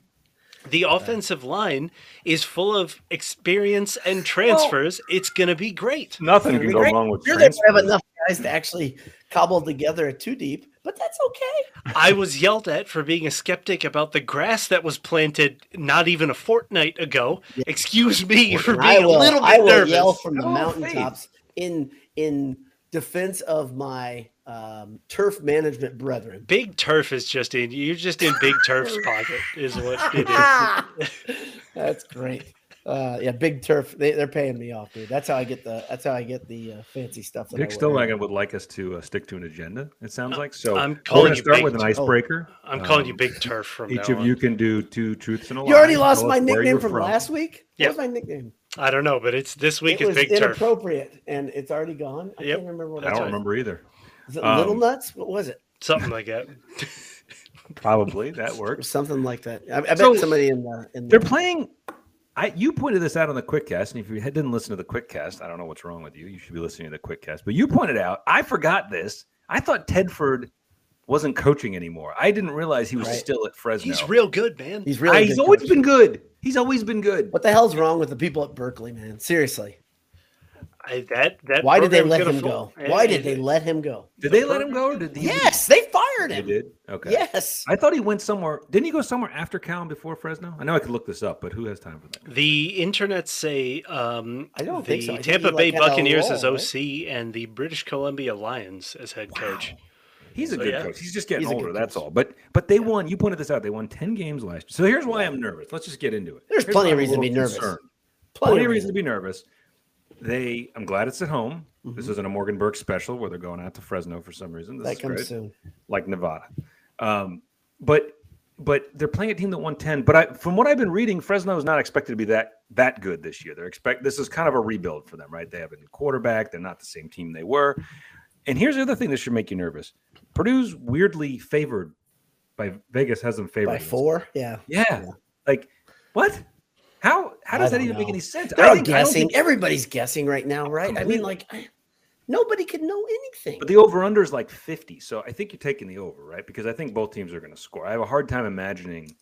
Speaker 4: the offensive line is full of experience and transfers. it's gonna be great.
Speaker 3: nothing can go
Speaker 2: Great.
Speaker 3: wrong with
Speaker 2: Sure, they have
Speaker 3: transfers.
Speaker 2: enough guys to actually cobble together a two deep, but that's okay.
Speaker 4: I was yelled at for being a skeptic about the grass that was planted not even a fortnight ago. Excuse me for being
Speaker 2: I will,
Speaker 4: a little bit
Speaker 2: I will
Speaker 4: nervous.
Speaker 2: yell from the
Speaker 3: Oh,
Speaker 2: mountaintops in in defense of my um, turf management brethren.
Speaker 4: Big turf is just
Speaker 3: [laughs]
Speaker 4: in you're just in big turf's pocket is what it is.
Speaker 2: that's great. Uh, yeah, big turf. They, they're paying me off, dude. That's how I get the. That's how I get the uh, fancy stuff. that I
Speaker 3: Dick
Speaker 2: wear.
Speaker 3: Stillwagon would like us to uh, stick to an agenda. It sounds like so.
Speaker 4: Uh, I'm
Speaker 3: we're
Speaker 4: calling
Speaker 3: gonna
Speaker 4: you
Speaker 3: start
Speaker 4: big
Speaker 3: with an
Speaker 4: turf.
Speaker 3: icebreaker.
Speaker 4: I'm calling
Speaker 3: Um,
Speaker 4: you Big Turf from
Speaker 3: Each
Speaker 4: now
Speaker 3: of
Speaker 4: on.
Speaker 3: you can do two truths and a lie.
Speaker 2: You already lost
Speaker 3: Tell
Speaker 2: my
Speaker 3: us where
Speaker 2: nickname
Speaker 3: you're
Speaker 2: from, last week.
Speaker 4: Yep.
Speaker 2: What was my nickname?
Speaker 4: I don't know, but it's this week
Speaker 2: It
Speaker 4: is
Speaker 2: was
Speaker 4: Big Turf.
Speaker 2: inappropriate, and it's already gone. I
Speaker 4: Yep.
Speaker 2: can't remember what
Speaker 3: I
Speaker 2: it
Speaker 3: don't
Speaker 2: was.
Speaker 3: remember either.
Speaker 2: Is it
Speaker 3: Um,
Speaker 2: Little Nuts? What was it?
Speaker 4: Something like
Speaker 3: [laughs]
Speaker 4: that.
Speaker 3: Probably that
Speaker 2: Or
Speaker 3: works.
Speaker 2: something like that. I, I bet
Speaker 3: So-
Speaker 2: somebody in the in
Speaker 3: They're
Speaker 2: the,
Speaker 3: playing. I you pointed this out on the quick cast, and if you didn't listen to the quick cast, I don't know what's wrong with you. You should be listening to the quick cast. But you pointed out, I forgot this. I thought Tedford wasn't coaching anymore. I didn't realize he was
Speaker 2: Right.
Speaker 3: still at Fresno.
Speaker 4: He's real good, man.
Speaker 2: he's really.
Speaker 3: I-
Speaker 2: a
Speaker 3: he's
Speaker 2: good
Speaker 3: always
Speaker 2: coach.
Speaker 3: been good. He's always been good.
Speaker 2: What the hell's wrong with the people at Berkeley, man? Seriously,
Speaker 4: I, that that.
Speaker 2: why did they
Speaker 4: program's
Speaker 2: let
Speaker 4: gonna
Speaker 2: him
Speaker 4: fall.
Speaker 2: go?
Speaker 4: And-
Speaker 2: Why did
Speaker 4: and-
Speaker 2: they let him go?
Speaker 3: Did they let him go? Or did he?
Speaker 2: Yes, they fired
Speaker 3: they
Speaker 2: him.
Speaker 3: did. Okay.
Speaker 2: Yes,
Speaker 3: I thought he went somewhere. Didn't he go somewhere after Cal and before Fresno? I know I could look this up, but who has time for that?
Speaker 4: The internet say um,
Speaker 2: I don't
Speaker 4: the
Speaker 2: think so. I think
Speaker 4: Tampa
Speaker 2: he, like,
Speaker 4: Bay
Speaker 2: had a
Speaker 4: Buccaneers
Speaker 2: lull,
Speaker 4: as
Speaker 2: right?
Speaker 4: OC and the British Columbia Lions as head coach.
Speaker 3: He's a
Speaker 4: So,
Speaker 3: good
Speaker 4: yeah.
Speaker 3: coach. He's just getting
Speaker 2: He's a good
Speaker 3: older. That's
Speaker 2: coach.
Speaker 3: all. But but they won. You pointed this out. They won ten games last year. So here's why I'm nervous. Let's just get into it.
Speaker 2: There's
Speaker 3: Here's
Speaker 2: plenty
Speaker 3: why I'm
Speaker 2: of
Speaker 3: a
Speaker 2: reason to
Speaker 3: little
Speaker 2: be nervous.
Speaker 3: Plenty, of reason to be nervous. They. I'm glad it's at home. This isn't a Morgan Burke special where they're going out to Fresno for some reason. This
Speaker 2: Mm-hmm. That
Speaker 3: is
Speaker 2: comes
Speaker 3: great.
Speaker 2: soon.
Speaker 3: like Nevada. Um, but but they're playing a team that won ten. But I, from what I've been reading, Fresno is not expected to be that that good this year. They're expect this is kind of a rebuild for them, right? They have a new quarterback. They're not the same team they were. And here's the other thing that should make you nervous: Purdue's weirdly favored by Vegas has them favored
Speaker 2: By four, yeah.
Speaker 3: Yeah. like what? How how does
Speaker 2: I
Speaker 3: that
Speaker 2: don't
Speaker 3: even make
Speaker 2: know.
Speaker 3: any sense?
Speaker 2: They're all
Speaker 3: think- don't
Speaker 2: guessing.
Speaker 3: think-
Speaker 2: Everybody's guessing right now, right? I
Speaker 3: Completely.
Speaker 2: mean, like I, nobody could know anything.
Speaker 3: But the over under is like 50. So I think you're taking the over, right? Because I think both teams are going to score. I have a hard time imagining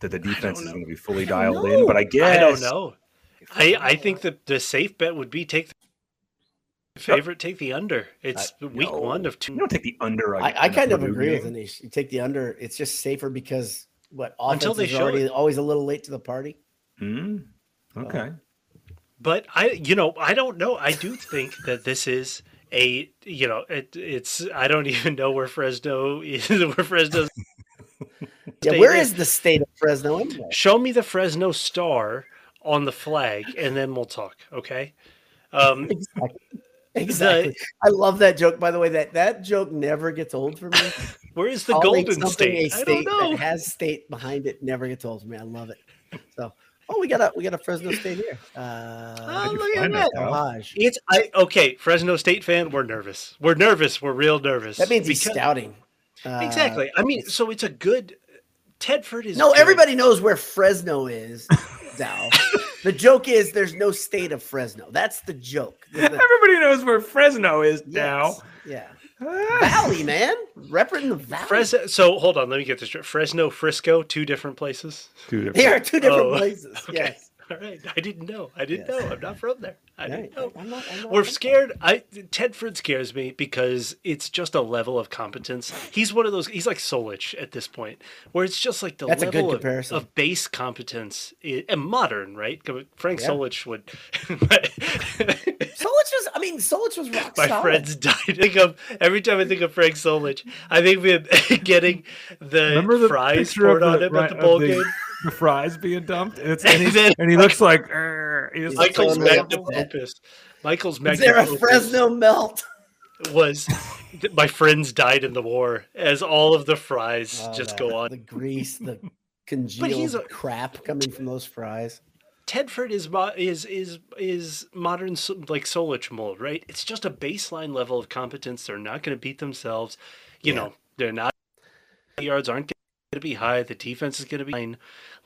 Speaker 3: that the defense is
Speaker 4: know.
Speaker 3: going to be fully
Speaker 2: don't
Speaker 3: dialed
Speaker 2: know.
Speaker 3: in, but I guess.
Speaker 4: I don't know. I, I think that the safe bet would be take the favorite, take the under. It's week
Speaker 3: No.
Speaker 4: one of
Speaker 3: You
Speaker 4: two
Speaker 3: don't take the under.
Speaker 2: I, I kind of agree
Speaker 3: with
Speaker 2: with Anish. You take the under; it's just safer because what offense
Speaker 4: Until they
Speaker 2: is
Speaker 4: show
Speaker 2: already
Speaker 4: it.
Speaker 2: always a little late to the party.
Speaker 3: Mm? Okay.
Speaker 2: Uh,
Speaker 4: but I, you know, I don't know. I do think that this is a, you know, it, it's. I don't [laughs] even know where Fresno is. [laughs] Where
Speaker 2: [laughs]
Speaker 4: Fresno's.
Speaker 2: Yeah,
Speaker 4: Stay
Speaker 2: where
Speaker 4: there.
Speaker 2: is the state of Fresno anyway?
Speaker 4: Show me the Fresno star on the flag, and then we'll talk. Okay. Um,
Speaker 2: Exactly. [laughs] Exactly. I love that joke. By the way, that that joke never gets old
Speaker 4: [laughs]
Speaker 2: for me.
Speaker 4: where is the
Speaker 2: Calling
Speaker 4: Golden
Speaker 2: something
Speaker 4: State?
Speaker 2: a
Speaker 4: I don't
Speaker 2: state
Speaker 4: know.
Speaker 2: That has state behind it never gets old for me. I love it. So, oh, we got a we got a Fresno State here. Uh,
Speaker 4: Oh,
Speaker 3: you
Speaker 4: look at
Speaker 3: find
Speaker 4: that.
Speaker 3: that, Kyle?
Speaker 2: homage.
Speaker 4: It's I okay, Fresno State fan. We're nervous. We're nervous. We're real nervous.
Speaker 2: That means he's
Speaker 4: Because-
Speaker 2: scouting. Uh,
Speaker 4: exactly. I mean, so it's a good. Tedford is
Speaker 2: No,
Speaker 4: good.
Speaker 2: everybody knows where Fresno is.
Speaker 4: [laughs]
Speaker 2: Dow. the joke is there's no state of Fresno. That's the joke. The-
Speaker 4: [laughs]
Speaker 2: the-
Speaker 3: [laughs] Everybody knows where Fresno is now.
Speaker 2: yes, Yeah.
Speaker 3: Ah.
Speaker 2: Valley, man. Repping the valley.
Speaker 4: Fresno. So hold on, let me get this straight. Fresno, Frisco, two different places. [laughs]
Speaker 2: They are two different
Speaker 4: Oh,
Speaker 2: places.
Speaker 4: [laughs]
Speaker 2: Yes.
Speaker 4: All right, I didn't know. I didn't
Speaker 2: Yes.
Speaker 4: know. I'm not from there. I
Speaker 2: Right.
Speaker 4: didn't know.
Speaker 2: I'm not- I'm not-
Speaker 4: We're scared. I Tedford scares me because it's just a level of competence. He's one of those. He's like Solich at this point, where it's just like the
Speaker 2: That's a good
Speaker 4: level of-
Speaker 2: comparison.
Speaker 4: Of, base competence i- and modern, right? 'Cause Frank
Speaker 2: Yeah.
Speaker 4: Solich would. [laughs]
Speaker 2: Solich was, I mean, Solich was rock
Speaker 4: My
Speaker 2: solid.
Speaker 4: friends died. I think of every time I think of Frank Solich, I think we're [laughs] getting the,
Speaker 3: Remember the
Speaker 4: fries
Speaker 3: picture of
Speaker 4: poured
Speaker 3: the,
Speaker 4: on him
Speaker 3: right,
Speaker 4: at the
Speaker 3: of
Speaker 4: bowl
Speaker 3: the- [laughs]
Speaker 4: game.
Speaker 3: The fries being dumped, and, it's,
Speaker 4: And
Speaker 3: and,
Speaker 2: [laughs]
Speaker 3: he's-
Speaker 4: then-
Speaker 3: and he looks like "Arr," he just
Speaker 2: He's
Speaker 3: looks
Speaker 4: Michael's
Speaker 2: totally
Speaker 4: magnum
Speaker 2: upset.
Speaker 4: opus. Michael's
Speaker 2: Is
Speaker 4: magnum
Speaker 2: there a
Speaker 4: opus
Speaker 2: Fresno melt?
Speaker 4: was that my friends died in the war as all of the fries just
Speaker 2: Oh,
Speaker 4: go on.
Speaker 2: The grease,
Speaker 4: [laughs]
Speaker 2: the congealed
Speaker 4: he's a-
Speaker 2: crap coming from those fries.
Speaker 4: Tedford is mo- is is is modern so- like Solich mold, right? It's just a baseline level of competence. They're not going to beat themselves. You
Speaker 2: Yeah.
Speaker 4: know, they're not the yards aren't going to be high. The defense is going to be fine.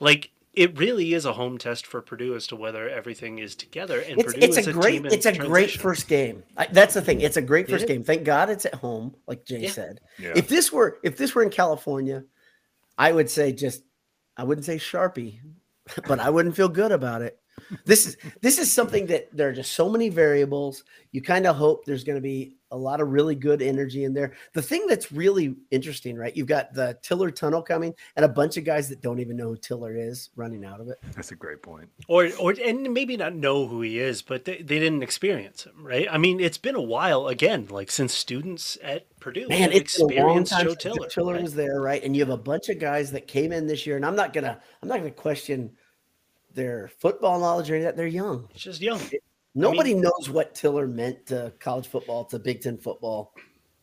Speaker 4: Like it really is a home test for Purdue as to whether everything is together. And
Speaker 2: it's,
Speaker 4: Purdue
Speaker 2: it's
Speaker 4: is
Speaker 2: a great
Speaker 4: team in
Speaker 2: it's a great
Speaker 4: transition.
Speaker 2: first game. I, that's the thing. It's a great first
Speaker 4: Yeah.
Speaker 2: game. Thank God it's at home, like Jay
Speaker 4: Yeah.
Speaker 2: said.
Speaker 3: Yeah.
Speaker 2: If this were if this were in California, I would say just I wouldn't say Sharpie, [laughs] but I wouldn't feel good about it. This is this is something that there are just so many variables. You kind of hope there's going to be a lot of really good energy in there. The thing that's really interesting, right? You've got the Tiller tunnel coming and a bunch of guys that don't even know who Tiller is running out of it.
Speaker 3: That's a great point.
Speaker 4: or or and maybe not know who he is, but they, they didn't experience him, right? I mean, it's been a while again, like since students at Purdue
Speaker 2: Man,
Speaker 4: have
Speaker 2: it's been a long
Speaker 4: experienced
Speaker 2: time
Speaker 4: Joe
Speaker 2: since Tiller,
Speaker 4: Tiller. right?
Speaker 2: was there, right? And you have a bunch of guys that came in this year, and I'm not gonna, I'm not gonna question their football knowledge or any of that. They're young.
Speaker 4: It's just young.
Speaker 2: Nobody knows what Tiller meant to college football, to Big Ten football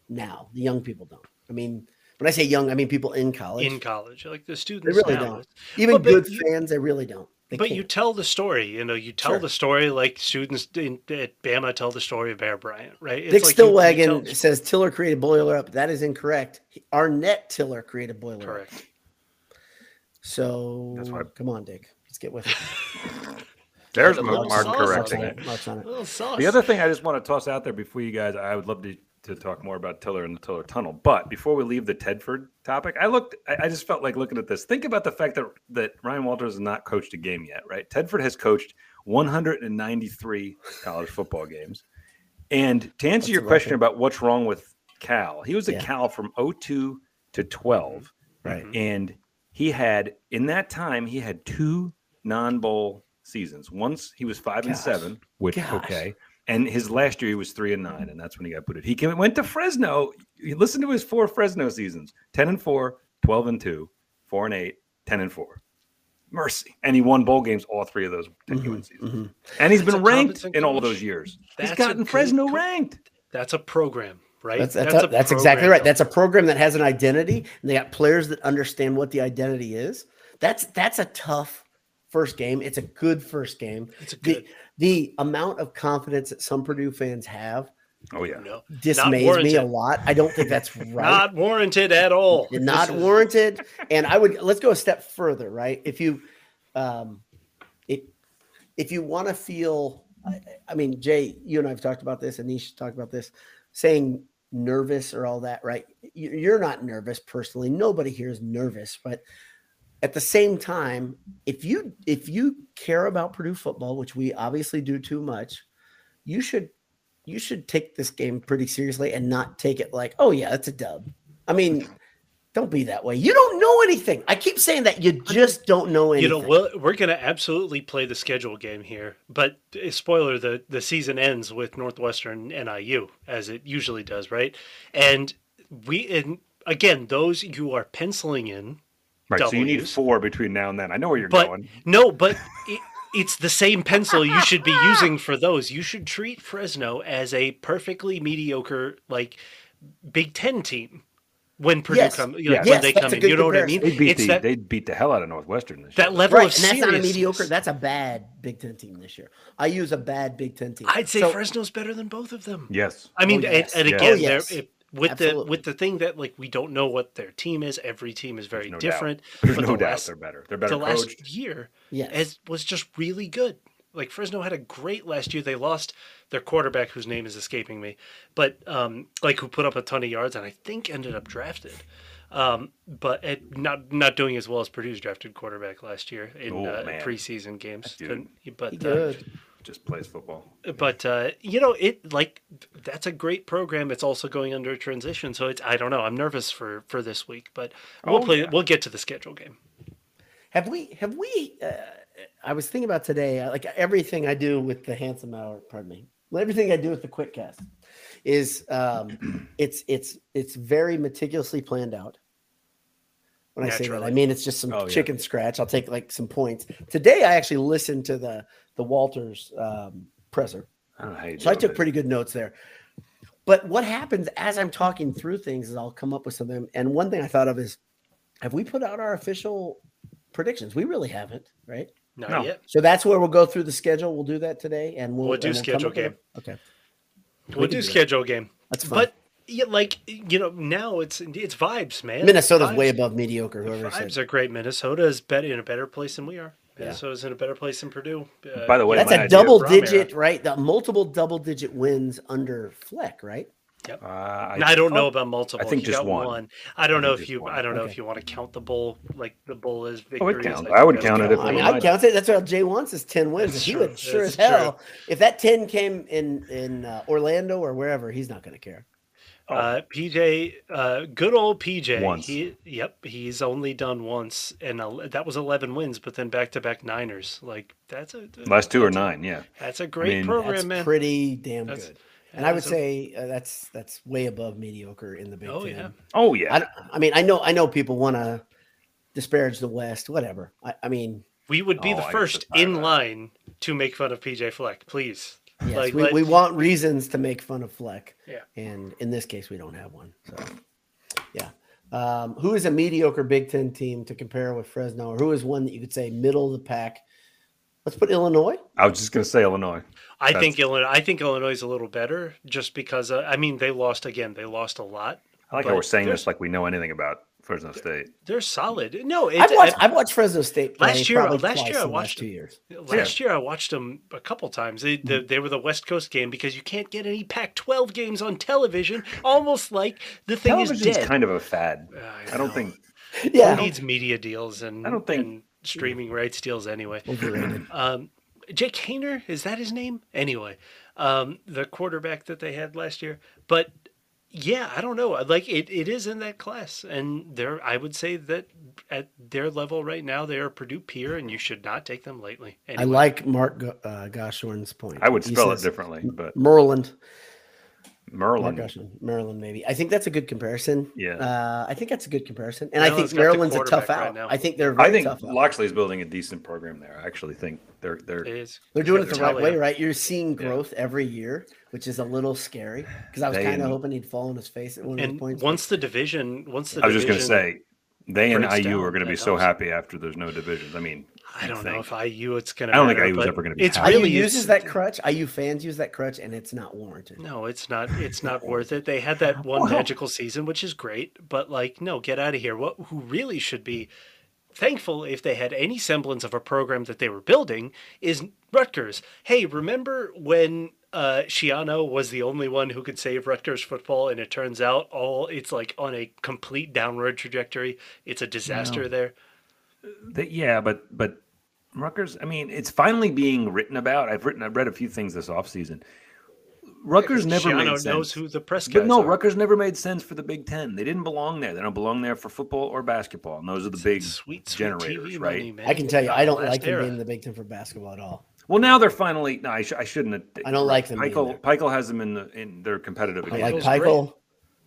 Speaker 2: now. The young people don't. I mean, when I say young, I mean people in college.
Speaker 4: in college. Like the
Speaker 2: they
Speaker 4: students
Speaker 2: really
Speaker 4: now.
Speaker 2: don't. Even
Speaker 4: But- but
Speaker 2: good
Speaker 4: you-
Speaker 2: fans, they really don't. They
Speaker 4: but
Speaker 2: can't.
Speaker 4: you tell the story, you know, you tell
Speaker 2: Sure.
Speaker 4: the story like students in, at Bama tell the story of Bear Bryant, right? It's
Speaker 2: Dick
Speaker 4: like you- you tell
Speaker 2: Stillwagon
Speaker 4: the-
Speaker 2: says Tiller created Boiler Up. That is incorrect. He- Arnett Tiller created Boiler Up.
Speaker 4: correct.
Speaker 2: So
Speaker 3: That's why-
Speaker 2: come on, Dick. Let's get with it.
Speaker 6: There's
Speaker 4: But
Speaker 6: Mark
Speaker 4: Mark's
Speaker 6: Mark
Speaker 4: awesome.
Speaker 6: correcting it.
Speaker 2: Mark's on it.
Speaker 4: Little sauce.
Speaker 3: The other thing I just want to toss out there before you guys, I would love to, to talk more about Tiller and the Tiller Tunnel. But before we leave the Tedford topic, I looked, I, I just felt like looking at this. Think about the fact that that Ryan Walters has not coached a game yet, right? Tedford has coached 193 college football games. And to answer
Speaker 2: That's
Speaker 3: your
Speaker 2: a
Speaker 3: question
Speaker 2: record.
Speaker 3: about what's wrong with Cal, he was a
Speaker 2: Yeah.
Speaker 3: Cal from 02 to 12
Speaker 2: Right.
Speaker 3: and he had in that time he had two non-bowl seasons. Once he was five and
Speaker 2: Gosh.
Speaker 3: seven, which
Speaker 2: Gosh.
Speaker 3: okay, and his last year he was three and nine, and that's when he got put in. He came, went to Fresno. You listen to his four Fresno seasons: ten and four, 12 and two, four and eight, 10 and four. Mercy, and he won bowl games all three of those 10
Speaker 2: Mhm,
Speaker 3: seasons,
Speaker 2: mhm.
Speaker 3: and he's
Speaker 4: That's
Speaker 3: been
Speaker 4: a
Speaker 3: ranked
Speaker 4: competent
Speaker 3: in all of
Speaker 4: coach.
Speaker 3: those years.
Speaker 4: That's a
Speaker 3: he's gotten
Speaker 4: good
Speaker 3: Fresno
Speaker 4: coach.
Speaker 3: ranked.
Speaker 4: That's a program, right?
Speaker 2: That's that's, that's,
Speaker 4: a
Speaker 2: exactly
Speaker 4: program.
Speaker 2: right. That's a program that has an identity, and they got players that understand what the identity is. That's that's a tough first game. It's a good first game.
Speaker 4: It's a
Speaker 2: The
Speaker 4: good.
Speaker 2: the amount of confidence that some Purdue fans have
Speaker 3: Oh yeah,
Speaker 4: no,
Speaker 2: dismays me
Speaker 4: warranted.
Speaker 2: a lot. I don't think
Speaker 4: [laughs]
Speaker 2: that's right.
Speaker 4: not warranted at all.
Speaker 2: You're [laughs] not
Speaker 4: This is-
Speaker 2: warranted. And I would let's go a step further, right? If you, um, it, if you want to feel, I, I mean, Jay, you and I have talked about this, and Nisha talked about this, saying nervous or all that, right? You- You're not nervous personally. Nobody here is nervous, but at the same time, if you if you care about Purdue football, which we obviously do too much, you should you should take this game pretty seriously and not take it like, oh yeah, that's a dub. I mean, don't be that way. You don't know anything. I keep saying that you just don't know
Speaker 4: You
Speaker 2: anything.
Speaker 4: know, we'll, we're going to absolutely play the schedule game here, but eh, spoiler: the the season ends with Northwestern NIU, as it usually does, right? And we, and again, those you are penciling in
Speaker 3: right. So you need
Speaker 4: W's.
Speaker 3: four between now and then. I know where you're
Speaker 4: But
Speaker 3: going.
Speaker 4: no, but it, it's the same pencil you should be using for those. You should treat Fresno as a perfectly mediocre, like Big Ten team when Purdue
Speaker 2: Yes.
Speaker 4: come, you know,
Speaker 3: Yes.
Speaker 4: when
Speaker 2: Yes,
Speaker 4: they
Speaker 2: that's
Speaker 4: come
Speaker 2: a
Speaker 4: in.
Speaker 2: good
Speaker 4: You know what I mean?
Speaker 2: comparison.
Speaker 3: They beat
Speaker 4: it's
Speaker 3: the
Speaker 4: that,
Speaker 3: they beat the hell out of Northwestern this year.
Speaker 4: that level
Speaker 2: right,
Speaker 4: of
Speaker 2: and that's not a
Speaker 4: seriousness.
Speaker 2: mediocre. That's a bad Big Ten team this year. I use a bad Big Ten team.
Speaker 4: I'd say
Speaker 2: So-
Speaker 4: Fresno's better than both of them.
Speaker 3: Yes.
Speaker 4: I mean,
Speaker 2: Oh,
Speaker 4: and-
Speaker 2: yes.
Speaker 4: and,
Speaker 3: Yeah.
Speaker 4: again,
Speaker 2: Oh, yes.
Speaker 4: there- it- with the
Speaker 2: Absolutely.
Speaker 4: with the thing that like we don't know what their team is. Every team is very
Speaker 3: no doubt.
Speaker 4: different.
Speaker 3: [laughs] There's
Speaker 4: but
Speaker 3: no
Speaker 4: the
Speaker 3: doubt
Speaker 4: last-
Speaker 3: they're better. They're better
Speaker 4: the
Speaker 3: coached.
Speaker 4: last year
Speaker 2: Yes.
Speaker 4: as, was just really good. Like Fresno had a great last year. They lost their quarterback, whose name is escaping me, but um, like who put up a ton of yards and I think ended up drafted. Um, but it, not not doing as well as Purdue's drafted quarterback last year in
Speaker 3: Oh,
Speaker 4: uh,
Speaker 3: man.
Speaker 4: preseason games.
Speaker 3: Dude.
Speaker 4: Couldn't- But
Speaker 2: He
Speaker 4: uh,
Speaker 2: good.
Speaker 3: Just plays football.
Speaker 4: but uh, you know it like that's a great program it's also going under a transition so it's i don't know i'm nervous for for this week but we'll
Speaker 3: Oh,
Speaker 4: play
Speaker 3: yeah.
Speaker 4: we'll get to the schedule game
Speaker 2: Have we? Have we? Uh, I was thinking about today. uh, Like everything I do with the handsome hour. Pardon me. well, Everything I do with the quick cast is
Speaker 3: [clears throat]
Speaker 2: um, it's it's it's very meticulously planned out. When I say that, I
Speaker 4: Naturally.
Speaker 2: mean it's just some
Speaker 3: Oh, yeah.
Speaker 2: chicken scratch. I'll take like some points. Today, I actually listened to the the Walters um, presser.
Speaker 3: I don't know how you
Speaker 2: So I
Speaker 3: do
Speaker 2: took
Speaker 3: it.
Speaker 2: pretty good notes there. But what happens as I'm talking through things is I'll come up with something. And one thing I thought of is, have we put out our official predictions? We really haven't, right?
Speaker 4: not
Speaker 3: No.
Speaker 4: yet
Speaker 2: So that's where we'll go through the schedule. We'll do that today, and we'll,
Speaker 4: We'll do
Speaker 2: and come
Speaker 4: schedule
Speaker 2: up with a-
Speaker 4: game.
Speaker 2: Okay,
Speaker 4: we'll
Speaker 2: can
Speaker 4: do
Speaker 2: do that.
Speaker 4: schedule game
Speaker 2: that's fine.
Speaker 4: but yeah, like you know now it's it's vibes man
Speaker 2: Minnesota's way
Speaker 4: Vibes-
Speaker 2: above mediocre. Whoever
Speaker 4: vibes
Speaker 2: said
Speaker 4: are great minnesota is better in a better place than we are
Speaker 2: Yeah.
Speaker 4: minnesota's in a better place than purdue uh,
Speaker 3: By the way,
Speaker 2: that's
Speaker 3: my
Speaker 2: a
Speaker 3: idea-
Speaker 2: double
Speaker 4: Brown era.
Speaker 2: digit, right? The multiple double digit wins under Fleck, right?
Speaker 3: Uh, I,
Speaker 4: I, don't know
Speaker 3: oh,
Speaker 4: about multiple.
Speaker 3: think
Speaker 4: He
Speaker 3: just
Speaker 4: got
Speaker 3: one.
Speaker 4: I don't
Speaker 3: I
Speaker 4: know
Speaker 3: think
Speaker 4: if
Speaker 3: just
Speaker 4: you.
Speaker 3: one.
Speaker 4: I don't know
Speaker 2: Okay.
Speaker 4: if you want to count the bowl like the bowl is
Speaker 3: Oh,
Speaker 4: victory.
Speaker 3: it counts. I would count it if
Speaker 2: I
Speaker 3: we
Speaker 2: mean,
Speaker 3: might.
Speaker 2: I count it. That's what Jay wants is ten wins.
Speaker 4: That's
Speaker 2: he
Speaker 4: true.
Speaker 2: would sure
Speaker 4: That's
Speaker 2: as hell if that ten came in in uh, Orlando or wherever. He's not going to care.
Speaker 3: Oh,
Speaker 4: Uh, PJ, uh, good old PJ.
Speaker 3: Once.
Speaker 4: He, yep, he's only done once, and el- that was eleven wins. But then back to back Niners, like that's a
Speaker 3: last two or nine. Yeah,
Speaker 4: that's a great
Speaker 3: mean,
Speaker 4: program,
Speaker 2: That's
Speaker 4: man.
Speaker 2: pretty damn
Speaker 4: That's-
Speaker 2: good. And I would
Speaker 4: that's a-
Speaker 2: say uh, that's that's way above mediocre in the Big
Speaker 4: Oh,
Speaker 2: Ten.
Speaker 4: yeah.
Speaker 3: Oh
Speaker 2: I,
Speaker 3: yeah.
Speaker 2: don't- I mean, I know, I know people want to disparage the West, whatever. I, I mean,
Speaker 4: We would be
Speaker 3: Oh,
Speaker 4: the
Speaker 3: I guess
Speaker 4: first
Speaker 3: that's
Speaker 4: in
Speaker 3: not-
Speaker 4: line to make fun of PJ Fleck, please.
Speaker 2: Yes,
Speaker 4: Like,
Speaker 2: we,
Speaker 4: let-
Speaker 2: we want reasons to make fun of Fleck.
Speaker 4: Yeah.
Speaker 2: And in this case, we don't have one. So, yeah. Um, who is a mediocre Big Ten team to compare with Fresno, or who is one that you could say middle of the pack? Let's put Illinois.
Speaker 3: I was just going to say Illinois.
Speaker 4: I
Speaker 3: That's-
Speaker 4: think Illinois. I think Illinois is a little better, just because uh, I mean they lost again. They lost a lot.
Speaker 3: I like
Speaker 4: But
Speaker 3: how we're saying
Speaker 4: there's-
Speaker 3: this like we know anything about Fresno State.
Speaker 4: They're solid. No, it,
Speaker 2: I've watched,
Speaker 4: I-
Speaker 2: I've watched Fresno State play
Speaker 4: Last year-
Speaker 2: probably
Speaker 4: last
Speaker 2: twice
Speaker 4: year
Speaker 2: in
Speaker 4: I
Speaker 2: the
Speaker 4: watched
Speaker 2: two
Speaker 4: them.
Speaker 2: years.
Speaker 4: Last year I watched them a couple times. They, they, they were the West Coast game because you can't get any Pac-12 games on television. Almost like the thing
Speaker 3: Television's
Speaker 4: is dead.
Speaker 3: kind of a fad.
Speaker 4: I
Speaker 3: I don't
Speaker 4: know.
Speaker 3: think
Speaker 4: Who
Speaker 2: Yeah,
Speaker 4: needs media deals and
Speaker 3: I don't think-
Speaker 4: and streaming rights deals anyway.
Speaker 2: Overrated.
Speaker 4: Um, Jake Hayner is that his name? Anyway, um, the quarterback that they had last year, but. Yeah, I don't know. I- Like it, it is in that class, and they're. I would say that at their level right now, they are Purdue peer, and you should not take them lightly.
Speaker 2: I
Speaker 4: Anyway,
Speaker 2: like Mark Go- uh, Goshorn's point.
Speaker 3: I would
Speaker 2: He
Speaker 3: spell
Speaker 2: says
Speaker 3: it differently, but
Speaker 2: Merland. Mark
Speaker 3: Merlin.
Speaker 2: Goshorn, Maryland, maybe. I think that's a good comparison.
Speaker 3: Yeah.
Speaker 2: uh, I think that's a good comparison, and I
Speaker 4: Maryland's
Speaker 2: think
Speaker 4: got the
Speaker 2: Maryland's a tough
Speaker 4: quarterback right
Speaker 2: out.
Speaker 4: now.
Speaker 2: I think they're. Very
Speaker 3: I think
Speaker 2: tough out.
Speaker 3: Loxley's building a decent program there. I actually think they're they're
Speaker 4: it is.
Speaker 2: They're doing it
Speaker 4: They're
Speaker 2: the right way,
Speaker 4: talented.
Speaker 2: right? You're seeing growth every year, which is a little scary because I was
Speaker 3: They
Speaker 2: kind of
Speaker 3: and-
Speaker 2: hoping he'd fall on his face at one of
Speaker 4: And
Speaker 2: the points.
Speaker 4: once the division, once the
Speaker 3: I was just going to
Speaker 4: division-
Speaker 3: say, they and
Speaker 4: breaks
Speaker 3: IU
Speaker 4: down,
Speaker 3: are going to be
Speaker 4: that
Speaker 3: so
Speaker 4: helps.
Speaker 3: happy after there's no divisions. I mean,
Speaker 4: I don't know if IU it's going to.
Speaker 3: I don't think IU was ever gonna be
Speaker 4: It's
Speaker 3: happy.
Speaker 4: really
Speaker 2: IU uses
Speaker 4: it's-
Speaker 2: that crutch. IU fans use that crutch, and it's not warranted.
Speaker 4: [laughs] No, it's not. It's not worth it. They had that one magical season, which is great, but like, no, get out of here. What who really should be thankful if they had any semblance of a program that they were building is Rutgers. Hey, remember when? Uh, Shiano was the only one who could save Rutgers football, and it turns out all it's like on a complete downward trajectory. It's a disaster there.
Speaker 3: That, yeah, but but Rutgers. I mean, it's finally being written about. I've written. I've read a few things this offseason. Rutgers never
Speaker 4: Shiano
Speaker 3: made
Speaker 4: knows
Speaker 3: sense.
Speaker 4: who the press guys
Speaker 3: But no,
Speaker 4: are.
Speaker 3: Rutgers never made sense for the Big Ten. They didn't belong there. They don't belong there for football or basketball. And those are the big
Speaker 4: sweet, sweet
Speaker 3: generators,
Speaker 4: TV
Speaker 3: right?
Speaker 4: money, man.
Speaker 2: I can tell you, I don't
Speaker 4: Last
Speaker 2: like them
Speaker 4: era.
Speaker 2: being in the Big Ten for basketball at all.
Speaker 3: Well, now they're finally. No, I, sh- I shouldn't. Have,
Speaker 2: I don't like them being
Speaker 3: Peichel, Peichel has them in the in. They're competitive.
Speaker 2: I
Speaker 3: Again.
Speaker 2: like
Speaker 4: Feels
Speaker 2: Pikel.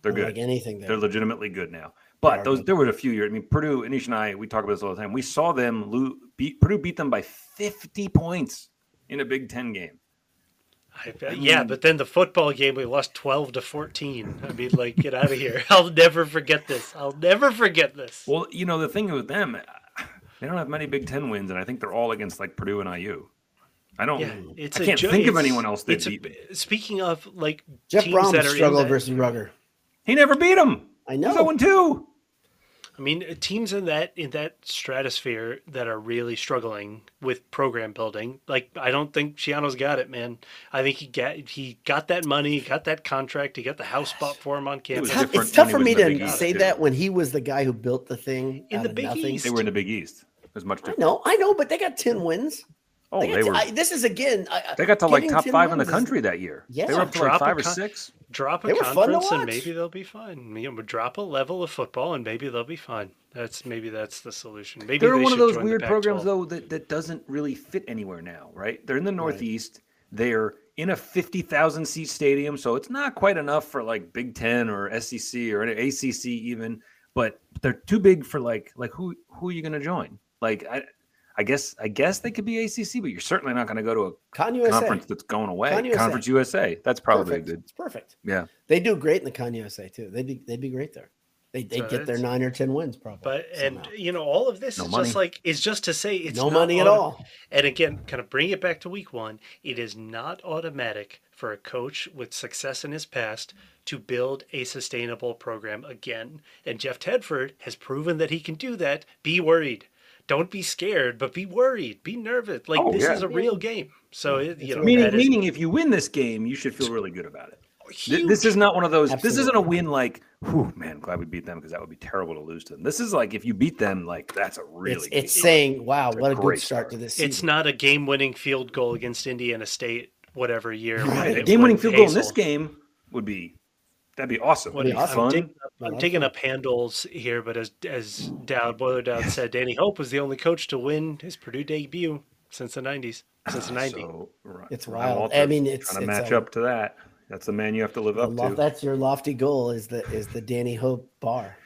Speaker 3: they're
Speaker 2: I
Speaker 3: good.
Speaker 2: like anything there.
Speaker 3: They're legitimately good now. But
Speaker 2: are
Speaker 3: those
Speaker 2: good.
Speaker 3: there were a few years. I mean, Purdue, Anish and I, we talk about this all the time. We saw them lo- beat Purdue beat them by 50 points in a Big Ten game.
Speaker 4: I bet- yeah, but then the football game we lost twelve to fourteen. I mean, like, get out of here! [laughs] I'll never forget this. I'll never forget this.
Speaker 3: Well, you know, the thing with them, uh, they don't have many Big Ten wins, and I think they're all against like Purdue and IU. I don't
Speaker 4: Yeah, it's
Speaker 3: I
Speaker 4: a
Speaker 3: can't
Speaker 4: jo-
Speaker 3: think of
Speaker 4: it's-
Speaker 3: anyone else they
Speaker 4: it's a-
Speaker 3: beat.
Speaker 4: speaking of like
Speaker 2: Jeff
Speaker 4: teams
Speaker 2: Brom
Speaker 4: that are in
Speaker 2: struggled
Speaker 4: that-
Speaker 2: versus Rugger.
Speaker 3: he never beat them.
Speaker 2: I know.
Speaker 3: He's 0 2.
Speaker 4: I mean, uh, teams in that in that stratosphere that are really struggling with program building. Like, I don't think Shiano's got it, man. I think he got he got that money, he got that contract, he got the house bought for him on
Speaker 3: was
Speaker 4: campus.
Speaker 2: Tough-
Speaker 3: different
Speaker 2: It's tough
Speaker 3: when he
Speaker 2: for
Speaker 3: was
Speaker 2: me
Speaker 3: in the Big
Speaker 2: to
Speaker 3: East,
Speaker 2: say
Speaker 3: too.
Speaker 2: that when he was the guy who built the thing
Speaker 4: In
Speaker 2: out
Speaker 4: the
Speaker 2: of
Speaker 4: Big
Speaker 2: nothing.
Speaker 4: East.
Speaker 3: They were in the Big East. It was much
Speaker 2: I
Speaker 3: different.
Speaker 2: know, I know, but they got ten wins.
Speaker 3: Oh,
Speaker 2: They got
Speaker 3: they
Speaker 2: t-
Speaker 3: were.
Speaker 2: I- this is again. I- I-
Speaker 3: they got to like
Speaker 2: getting
Speaker 3: top
Speaker 2: 10
Speaker 3: five in the
Speaker 2: wins is-
Speaker 3: country that year.
Speaker 2: Yeah.
Speaker 3: they were up to like
Speaker 4: Drop a
Speaker 3: five or
Speaker 4: con-
Speaker 3: six.
Speaker 4: drop a
Speaker 2: They were fun to
Speaker 4: conference and
Speaker 2: watch.
Speaker 4: maybe they'll be fine. You know, drop a level of football and maybe they'll be fine. That's maybe that's the solution. Maybe
Speaker 3: They're
Speaker 4: they
Speaker 3: one of
Speaker 4: should
Speaker 3: those
Speaker 4: join the
Speaker 3: weird
Speaker 4: Pac-12.
Speaker 3: programs though that, that doesn't really fit anywhere now, right? They're in the Northeast. They're in a fifty thousand seat stadium, so it's not quite enough for like Big Ten or SEC or any ACC even. But they're too big for like like who who are you going to join? Like I, I guess I guess they could be ACC, but you're certainly not going to go to a
Speaker 2: Con USA.
Speaker 3: conference that's going away.
Speaker 2: Con USA.
Speaker 3: Conference USA. That's probably
Speaker 2: perfect.
Speaker 3: good.
Speaker 2: It's perfect.
Speaker 3: Yeah.
Speaker 2: They do great in the Con USA too. They'd be they'd be great there. They they
Speaker 4: So
Speaker 2: get their
Speaker 4: it's-
Speaker 2: nine or ten wins probably.
Speaker 4: But and
Speaker 2: somehow.
Speaker 4: you know, all of this
Speaker 3: No
Speaker 4: is
Speaker 3: money.
Speaker 4: just like it's just to say it's
Speaker 2: no
Speaker 4: not
Speaker 2: money at
Speaker 4: auto-
Speaker 2: all.
Speaker 4: And again, kind of bring it back to week one. It is not automatic for a coach with success in his past to build a sustainable program again. And Jeff Tedford has proven that he can do that. Be worried. Don't be scared, but be worried. Be nervous. Like
Speaker 3: Oh,
Speaker 4: this
Speaker 3: yeah.
Speaker 4: is a real game. So it, you know,
Speaker 3: Meaning,
Speaker 4: that is-
Speaker 3: meaning, if you win this game, you should feel really good about it. Th-
Speaker 4: Huge.
Speaker 3: This is not one of those. This isn't a
Speaker 2: Absolutely.
Speaker 3: win like, whew, man, glad we beat them because that would be terrible to lose to them. This is like if you beat them, like that's a really. good
Speaker 2: it's it's
Speaker 3: game.
Speaker 2: saying, wow, what a good
Speaker 3: great
Speaker 2: start
Speaker 3: start.
Speaker 2: to this season.
Speaker 4: It's not a game-winning field goal against Indiana State, whatever year.
Speaker 3: Right,
Speaker 4: when
Speaker 3: a
Speaker 4: it
Speaker 3: game-winning
Speaker 4: was
Speaker 3: field goal in this
Speaker 4: Hazel.
Speaker 3: game would be that'd be awesome.
Speaker 4: What
Speaker 3: Would be
Speaker 2: an awesome
Speaker 3: fun.
Speaker 4: dig-
Speaker 2: Well,
Speaker 4: I'm
Speaker 2: that's
Speaker 4: taking
Speaker 2: fine.
Speaker 4: up handles here, but as as Dowd
Speaker 7: [laughs]
Speaker 4: Boiler Dowd said, Danny Hope was the only coach to win his Purdue debut since the '90s.
Speaker 3: [sighs]
Speaker 4: Since
Speaker 7: Ah,
Speaker 4: '90,
Speaker 3: So, Ron-
Speaker 2: It's
Speaker 3: Ron
Speaker 2: wild.
Speaker 3: Walters
Speaker 2: I mean, it's-
Speaker 3: trying to
Speaker 2: it's
Speaker 3: match
Speaker 2: a-
Speaker 3: up to that. That's the man you have to live
Speaker 2: The
Speaker 3: up
Speaker 2: lof-
Speaker 3: to.
Speaker 2: that's your lofty goal is the is the Danny Hope bar.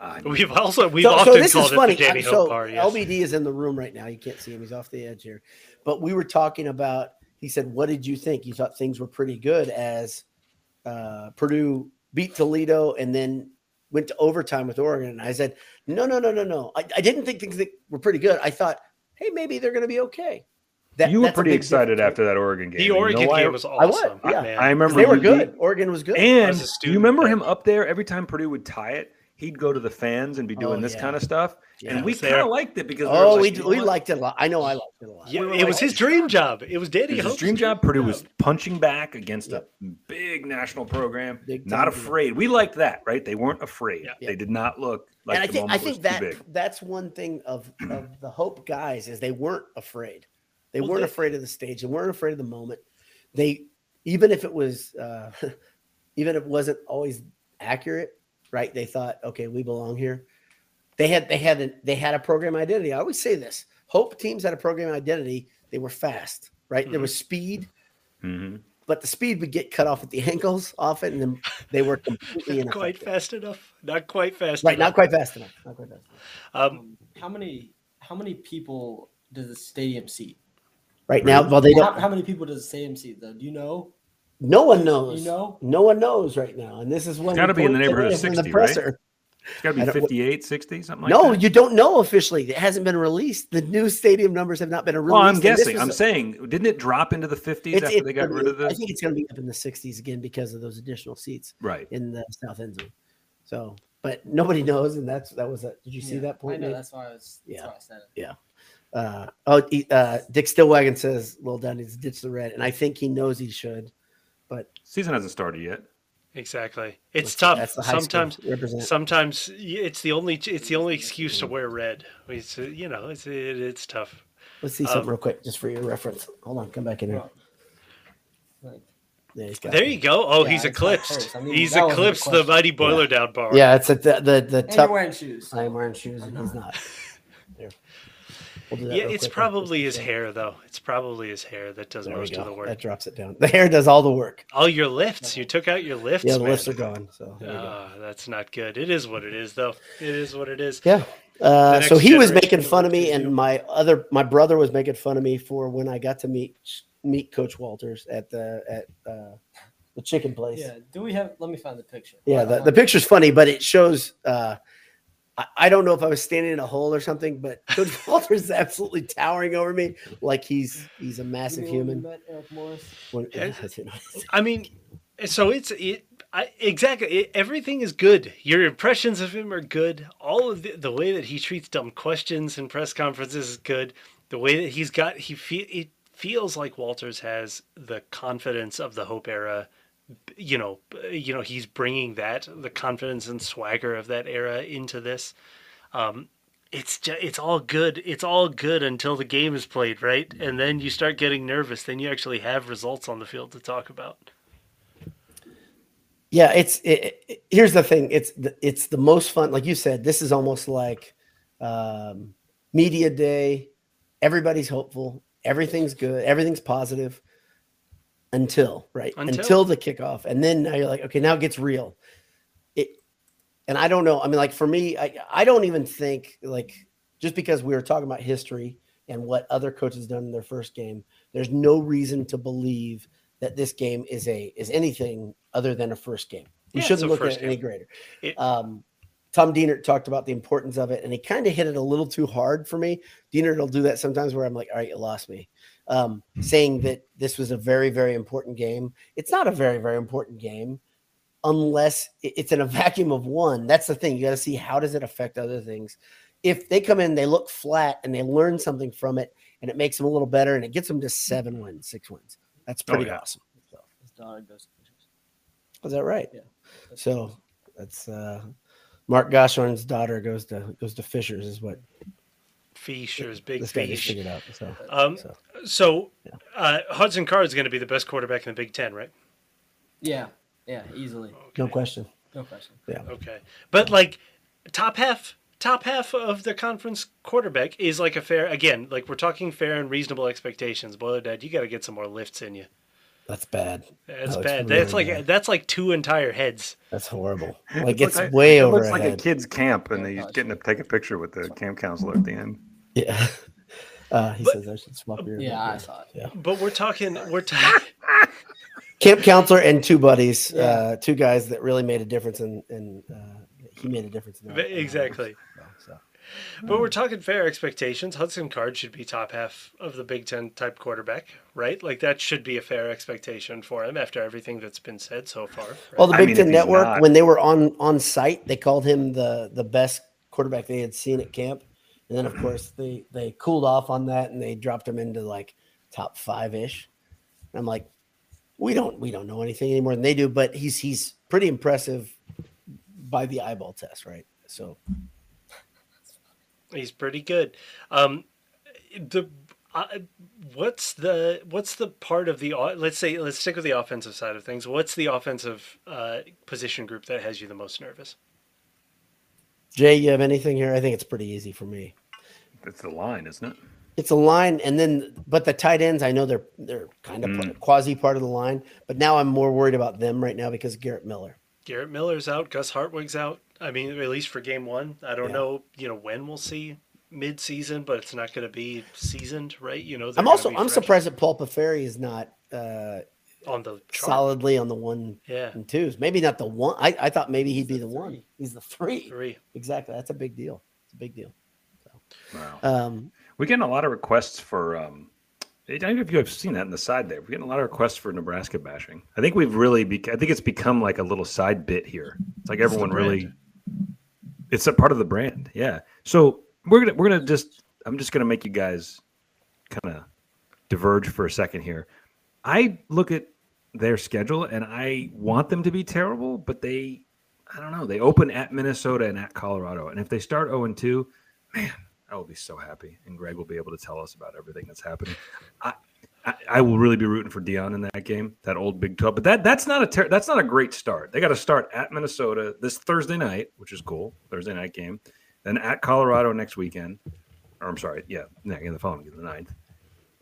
Speaker 7: I mean,
Speaker 4: [laughs] We've also we've
Speaker 2: so,
Speaker 4: often
Speaker 2: so this
Speaker 4: called
Speaker 2: is
Speaker 4: it
Speaker 2: funny.
Speaker 4: the Danny
Speaker 2: Uh,
Speaker 4: Hope
Speaker 2: so
Speaker 4: bar. Yes.
Speaker 2: LBD is in the room right now. You can't see him. He's off the edge here. But we were talking about. He said, "What did you think? You thought things were pretty good as uh, Purdue beat Toledo and then went to overtime with Oregon." And I said, "No, no, no, no, no. I, I didn't think things that were pretty good. I thought, hey, maybe they're going to be okay." That,
Speaker 7: you were
Speaker 2: that's a
Speaker 7: pretty
Speaker 2: big
Speaker 7: excited
Speaker 2: difference.
Speaker 7: after that Oregon game.
Speaker 4: the
Speaker 7: You know
Speaker 4: Oregon
Speaker 7: why-
Speaker 4: game was
Speaker 2: I was,
Speaker 4: awesome.
Speaker 2: yeah.
Speaker 4: man.
Speaker 7: I remember
Speaker 2: 'Cause they were
Speaker 7: you beat-
Speaker 2: good. Oregon was good.
Speaker 7: And
Speaker 4: As a
Speaker 7: do you
Speaker 4: student,
Speaker 7: remember
Speaker 4: yeah.
Speaker 7: him up there every time Purdue would tie it? He'd go to the fans and be doing
Speaker 2: Oh,
Speaker 7: this
Speaker 2: yeah.
Speaker 7: kind of stuff,
Speaker 2: Yeah,
Speaker 4: I
Speaker 7: and we
Speaker 4: was there.
Speaker 7: kind of liked it because
Speaker 2: oh,
Speaker 7: we,
Speaker 2: we,
Speaker 7: were just like, you know
Speaker 2: we
Speaker 7: what?
Speaker 2: liked it a lot. I know I liked it a lot.
Speaker 4: Yeah,
Speaker 7: we were
Speaker 4: it
Speaker 7: like-
Speaker 4: was his dream job. It was
Speaker 7: It
Speaker 4: Danny
Speaker 7: was his
Speaker 4: Hope's
Speaker 7: dream job. Purdue was punching back against a big national program,
Speaker 2: Big
Speaker 7: not
Speaker 2: time.
Speaker 7: afraid. We liked that, right? They weren't afraid.
Speaker 4: Yeah.
Speaker 7: They did not look like
Speaker 2: and I
Speaker 7: the
Speaker 2: think I
Speaker 7: moment
Speaker 2: think
Speaker 7: was
Speaker 2: that
Speaker 7: too big.
Speaker 2: that's one thing of
Speaker 7: [clears throat]
Speaker 2: of the Hope guys is they weren't afraid. They
Speaker 4: Well,
Speaker 2: weren't
Speaker 4: they-
Speaker 2: afraid of the stage. They weren't afraid of the moment. They even if it was uh, [laughs] even if it wasn't always accurate, right? They thought, okay, we belong here. They had they had an, they had a program identity. I always say this: Hope teams had a program identity. They were fast, right?
Speaker 7: Mm-hmm.
Speaker 2: There was speed, Mm-hmm.
Speaker 7: Mhm.
Speaker 2: but the speed would get cut off at the [laughs] ankles often, and then they
Speaker 7: [laughs]
Speaker 2: were completely
Speaker 4: Not quite
Speaker 2: ineffective.
Speaker 4: fast enough. Not quite fast
Speaker 2: Right, not
Speaker 4: enough.
Speaker 2: quite fast enough. Not quite fast. Enough.
Speaker 4: Um,
Speaker 5: how many how many people does the stadium seat?
Speaker 2: Right now, well, they
Speaker 5: How,
Speaker 2: don't.
Speaker 5: how many people does the stadium seat though? Do you know?
Speaker 2: No one knows.
Speaker 5: You know?
Speaker 2: No one knows right now. And this is when
Speaker 7: gotta
Speaker 2: you
Speaker 7: be in
Speaker 2: pull
Speaker 7: the
Speaker 2: it
Speaker 7: neighborhood
Speaker 2: away
Speaker 7: of
Speaker 2: from
Speaker 7: 60, right? It's got to
Speaker 2: I
Speaker 7: be
Speaker 2: don't-
Speaker 7: 58, 60, something like
Speaker 2: no,
Speaker 7: that.
Speaker 2: you don't know officially. It hasn't been released. The new stadium numbers have not been released.
Speaker 7: Well, I'm
Speaker 2: and this
Speaker 7: guessing.
Speaker 2: was
Speaker 7: I'm
Speaker 2: a-
Speaker 7: saying, didn't it drop into the 50s
Speaker 2: it's-
Speaker 7: after
Speaker 2: it's
Speaker 7: they got
Speaker 2: gonna
Speaker 7: rid
Speaker 2: be-
Speaker 7: of the
Speaker 2: I think it's going to be up in the 60s again because of those additional seats
Speaker 7: right?
Speaker 2: in the south end zone. So, but nobody knows, and that's that was a. Did you see
Speaker 5: Yeah,
Speaker 2: that point?
Speaker 5: I know
Speaker 2: Nate?
Speaker 5: that's why I was. That's
Speaker 2: Yeah.
Speaker 5: why I said it.
Speaker 2: Uh, oh, he, uh, Dick Stillwagon says Lil Dunn needs to ditch the red, and I think he knows he should.
Speaker 7: Season hasn't started yet.
Speaker 4: exactly. It's tough.
Speaker 2: That's the high school
Speaker 4: Sometimes
Speaker 2: represent.
Speaker 4: sometimes y- it's the only it's the only excuse to wear red. It's uh, you know it's it, it's tough.
Speaker 2: Let's see something
Speaker 4: Um,
Speaker 2: real quick, just for your reference. Hold on, come back in here.
Speaker 5: Well, like,
Speaker 2: Yeah, he's got
Speaker 4: There
Speaker 2: it.
Speaker 4: you go. Oh,
Speaker 5: Yeah,
Speaker 4: he's
Speaker 5: I saw it
Speaker 4: eclipsed.
Speaker 5: first. I mean,
Speaker 4: he's
Speaker 5: that wasn't a
Speaker 4: eclipsed the
Speaker 5: question.
Speaker 4: mighty boiler down bar.
Speaker 2: Yeah, it's at the the, the
Speaker 5: and you're
Speaker 2: top.
Speaker 5: wearing shoes.
Speaker 2: I'm wearing shoes and he's
Speaker 4: [laughs]
Speaker 2: not. There. We'll do that
Speaker 4: Yeah,
Speaker 2: real
Speaker 4: it's
Speaker 2: quick.
Speaker 4: probably his hair though. It's probably his hair that does
Speaker 2: There we
Speaker 4: most of
Speaker 2: go.
Speaker 4: the work.
Speaker 2: That drops it down. The hair does all the work.
Speaker 4: All your lifts. You took out your lifts.
Speaker 2: Yeah, the
Speaker 4: man.
Speaker 2: lifts are gone. So there we go.
Speaker 4: Ah, that's not good. It is what it is, though. It is what it is.
Speaker 2: Yeah. Uh,
Speaker 4: next
Speaker 2: so he was
Speaker 4: generation
Speaker 2: making
Speaker 4: will
Speaker 2: fun of
Speaker 4: look
Speaker 2: me,
Speaker 4: to
Speaker 2: and
Speaker 4: you.
Speaker 2: my other my brother was making fun of me for when I got to meet meet Coach Walters at the at uh, the chicken place.
Speaker 5: Yeah. Do we have? Let me find the picture.
Speaker 2: Yeah, the, the picture's funny, but it shows. Uh, I, I don't know if I was standing in a hole or something, but [laughs] Coach Walters is absolutely towering over me like he's he's a massive human.
Speaker 5: Met Eric Morris.
Speaker 2: When- [laughs] "Oh,
Speaker 4: Yeah, I mean, so it's it. I, exactly, it, everything is good. Your impressions of him are good. All of the, the way that he treats dumb questions in press conferences is good. The way that he's got, he fe- it feels like Walters has the confidence of the Hope era. B- You know, b- you know, he's bringing that the confidence and swagger of that era into this. Um, it's just, it's all good. It's all good until the game is played, right? And then you start getting nervous. Then you actually have results on the field to talk about.
Speaker 2: Yeah, it's it, it- here's the thing. It's the, it's the most fun. Like you said, this is almost like um, media day. Everybody's hopeful. Everything's good. Everything's positive until right
Speaker 4: Until.
Speaker 2: until, the kickoff, and then now you're like, okay, now it gets real. It, and I don't know. I mean, like for me, I I don't even think like just because we were talking about history and what other coaches done in their first game, there's no reason to believe that this game is a is anything other than a first game. You
Speaker 4: Yeah, it's a
Speaker 2: shouldn't look at
Speaker 4: first
Speaker 2: it any
Speaker 4: game.
Speaker 2: greater.
Speaker 4: It-
Speaker 2: um, Tom Diener talked about the importance of it, and he kind of hit it a little too hard for me. Diener will do that sometimes where I'm like, all right, you lost me. Um, saying that this was a very, very important game. It's not a very, very important game unless it- it's in a [laughs] vacuum of one. That's the thing. You got to see how does it affect other things. If they come in, they look flat and they learn something from it and it makes them a little better and it gets them to seven wins, six wins. That's
Speaker 7: Oh,
Speaker 2: pretty
Speaker 7: yeah.
Speaker 2: awesome.
Speaker 5: His daughter goes. to pictures.
Speaker 2: Is that right?
Speaker 5: Yeah.
Speaker 2: So that's uh Mark Goshorn's daughter goes to goes to Fishers is what
Speaker 4: Fishers, big
Speaker 2: this guy just
Speaker 4: fish.
Speaker 2: figured out.
Speaker 3: [laughs]
Speaker 2: So
Speaker 4: Um,
Speaker 2: So-
Speaker 4: so uh, Hudson Card is going to be the best quarterback in the Big Ten, right?
Speaker 5: Yeah. Yeah. Easily.
Speaker 2: no question.
Speaker 5: No question.
Speaker 4: Okay, but like top half, top half of the conference quarterback is like oh, a fair. Again, like we're talking fair and reasonable expectations. Boiler Dad, you got to get some more lifts in you.
Speaker 2: That's bad. That's
Speaker 4: That's bad.
Speaker 2: Oh, really
Speaker 4: that's like
Speaker 2: bad.
Speaker 4: that's like two entire heads.
Speaker 3: [laughs]
Speaker 2: That's horrible. Like
Speaker 3: looks
Speaker 2: it's
Speaker 3: like-
Speaker 2: way
Speaker 3: it
Speaker 2: over
Speaker 3: looks like a
Speaker 2: ahead.
Speaker 3: kid's camp, and he's getting to take a picture with the camp counselor at the end.
Speaker 2: yeah. [laughs] Uh, he
Speaker 4: But-
Speaker 2: says I should
Speaker 3: Oh,
Speaker 2: swap your
Speaker 5: Yeah, I saw it.
Speaker 4: But we're talking
Speaker 2: [laughs]
Speaker 4: we're talking
Speaker 2: camp counselor and two buddies,
Speaker 5: Yeah.
Speaker 2: uh, two guys that really made a difference in, in uh, he made a difference in their- in their lives.
Speaker 4: [laughs] exactly.
Speaker 2: So,
Speaker 4: But we're talking fair expectations. Hudson Card should be top half of the Big Ten type quarterback, right? Like that should be a fair expectation for him after everything that's been said so far. right?
Speaker 2: Well, the
Speaker 3: I
Speaker 2: Big
Speaker 3: mean, if
Speaker 2: Ten
Speaker 3: he's
Speaker 2: Network,
Speaker 3: not-
Speaker 2: when they were on on site, they called him the the best quarterback they had seen at camp, and then of
Speaker 3: Mm-hmm.
Speaker 2: course they they cooled off on that and they dropped him into like top five ish. I'm like, we don't we don't know anything any more than they do, but he's he's pretty impressive by the eyeball test, right? So
Speaker 4: He's pretty good. Um, the I what's the what's the part of the o- let's say let's stick with the offensive side of things. What's the offensive uh, position group that has you the most nervous?
Speaker 2: Jay, you have anything here? I think it's pretty easy for me.
Speaker 3: It's the line, isn't it?
Speaker 2: It's a line, and then but the tight ends, I know they're they're kind of quasi part of the line, but now I'm more worried about them right now because of Garrett Miller.
Speaker 4: Garrett Miller's out. Gus Hartwig's out. I mean, at least for game one. I don't
Speaker 2: Yeah.
Speaker 4: know. You know when we'll see mid season, but it's not going to be seasoned, right? You know. they're
Speaker 2: I'm
Speaker 4: gonna
Speaker 2: also
Speaker 4: be
Speaker 2: I'm
Speaker 4: fresh
Speaker 2: surprised that Paul Paferi is not uh,
Speaker 4: on the chart.
Speaker 2: solidly on the one
Speaker 4: Yeah,
Speaker 2: and twos. Maybe not the one. I, I thought maybe he'd be the one.
Speaker 5: three.
Speaker 2: He's the three.
Speaker 4: three.
Speaker 2: Exactly. That's a big deal. It's a big deal.
Speaker 3: Wow.
Speaker 2: Um,
Speaker 3: We're getting a lot of requests for. Um, I don't know if you've seen that in the side there. We're getting a lot of requests for Nebraska bashing. I think we've really. Bec- I think it's become like a little side bit here. It's like everyone really. It's a part of the brand, yeah. So we're gonna we're gonna just. I'm just gonna make you guys kind of diverge for a second here. I look at their schedule and I want them to be terrible, but they. I don't know. They open at Minnesota and at Colorado, and if they start 0 and 2, I will be so happy, and Greg will be able to tell us about everything that's happening. I, I, I will really be rooting for Dion in that game, that old Big Twelve. But that that's not a ter- that's not a great start. They got to start at Minnesota this Thursday night, which is cool. Thursday night game, then at Colorado next weekend, or I'm sorry, yeah, next, the following the 9th.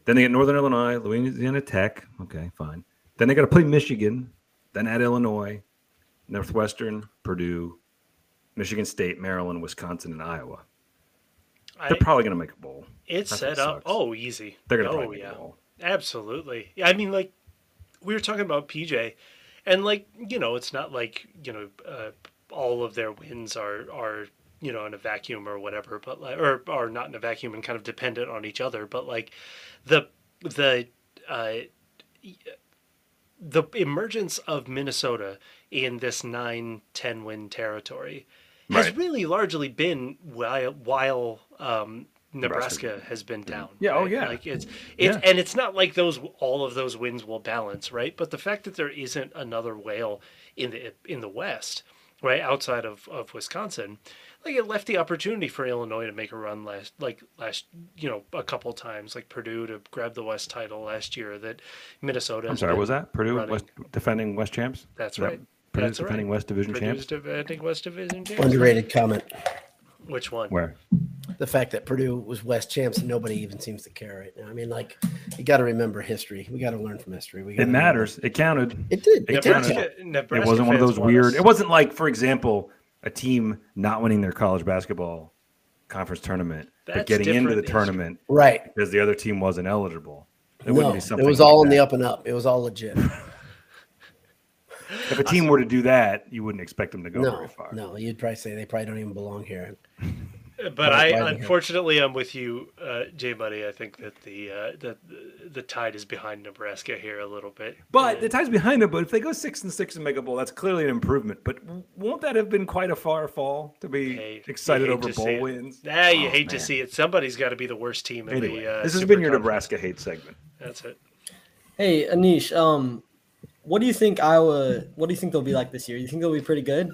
Speaker 3: Then they get Northern Illinois, Louisiana Tech. Okay, fine. Then they got to play Michigan, then at Illinois, Northwestern, Purdue, Michigan State, Maryland, Wisconsin, and Iowa.
Speaker 4: I,
Speaker 3: They're probably going to make a bowl.
Speaker 4: it's
Speaker 3: That's
Speaker 4: set
Speaker 3: what
Speaker 4: up.
Speaker 3: sucks.
Speaker 4: Oh, easy.
Speaker 3: They're gonna
Speaker 4: oh,
Speaker 3: probably make
Speaker 4: yeah.
Speaker 3: it all.
Speaker 4: Absolutely. Yeah, I mean, like we were talking about PJ, and like you know, it's not like you know uh, all of their wins are are you know in a vacuum or whatever, but like or are not in a vacuum and kind of dependent on each other. But like the the uh, the emergence of Minnesota in this 9 10 win territory has
Speaker 3: Right.
Speaker 4: really largely been while, while um, Nebraska, has been down.
Speaker 3: Yeah, oh, yeah.
Speaker 4: Like it's it's and it's not like those all of those wins will balance, right? But the fact that there isn't another whale in the in the West, right, outside of, of Wisconsin, like it left the opportunity for Illinois to make a run last like last you know, a couple times, like Purdue to grab the West title last year that Minnesota
Speaker 3: I'm
Speaker 4: has
Speaker 3: sorry,
Speaker 4: been-
Speaker 3: was that Purdue
Speaker 4: running.
Speaker 3: West, defending West champs?
Speaker 4: That's
Speaker 3: Is that
Speaker 4: right.
Speaker 3: Purdue
Speaker 4: That's
Speaker 3: defending
Speaker 4: right.
Speaker 3: West Division champs.
Speaker 4: Purdue's defending West Division champs.
Speaker 2: underrated comment.
Speaker 4: Which one?
Speaker 3: Where?
Speaker 2: The fact that Purdue was West champs and nobody even seems to care right now. I mean, like you got to remember history. We got to learn from history. We
Speaker 3: It
Speaker 2: gotta-
Speaker 3: matters. It counted.
Speaker 2: It did. It did.
Speaker 3: Nebraska-
Speaker 2: count.
Speaker 3: It
Speaker 4: Nebraska
Speaker 3: wasn't one of
Speaker 4: fans
Speaker 3: those
Speaker 4: want
Speaker 3: weird.
Speaker 4: us.
Speaker 3: It wasn't like, for example, a team not winning their college basketball conference tournament, but
Speaker 4: That's
Speaker 3: getting into
Speaker 4: different
Speaker 3: the
Speaker 4: history.
Speaker 3: tournament
Speaker 2: Right.
Speaker 3: because the other team wasn't eligible. It
Speaker 2: no,
Speaker 3: wouldn't be
Speaker 2: it
Speaker 3: something.
Speaker 2: was
Speaker 3: like
Speaker 2: all in
Speaker 3: that.
Speaker 2: the up and up. It was all legit.
Speaker 3: If a team were to do that, you wouldn't expect them to go
Speaker 2: no,
Speaker 3: very far.
Speaker 2: no, you'd probably say they probably don't even belong here.
Speaker 4: But
Speaker 2: Right,
Speaker 4: I,
Speaker 2: right.
Speaker 4: unfortunately, I'm with you, uh, Jay Buddy. I think that the uh, that the- the tide is behind Nebraska here a little bit.
Speaker 3: But the time's behind them. But if they go six and six and make a bowl, that's clearly an improvement. But w- won't that have been quite a far fall to be
Speaker 4: Hey,
Speaker 3: excited
Speaker 4: you hate
Speaker 3: over
Speaker 4: to see
Speaker 3: bowl
Speaker 4: it.
Speaker 3: wins?
Speaker 4: Nah, you
Speaker 3: Oh,
Speaker 4: hate to
Speaker 3: man.
Speaker 4: see it. Somebody's got to be the worst team in
Speaker 3: Anyway,
Speaker 4: the. Uh,
Speaker 3: this has been your
Speaker 4: Superconference.
Speaker 3: Nebraska hate segment.
Speaker 4: That's it.
Speaker 5: Hey, Anish, um, what do you think Iowa? What do you think they'll be like this year? You think they'll be pretty good?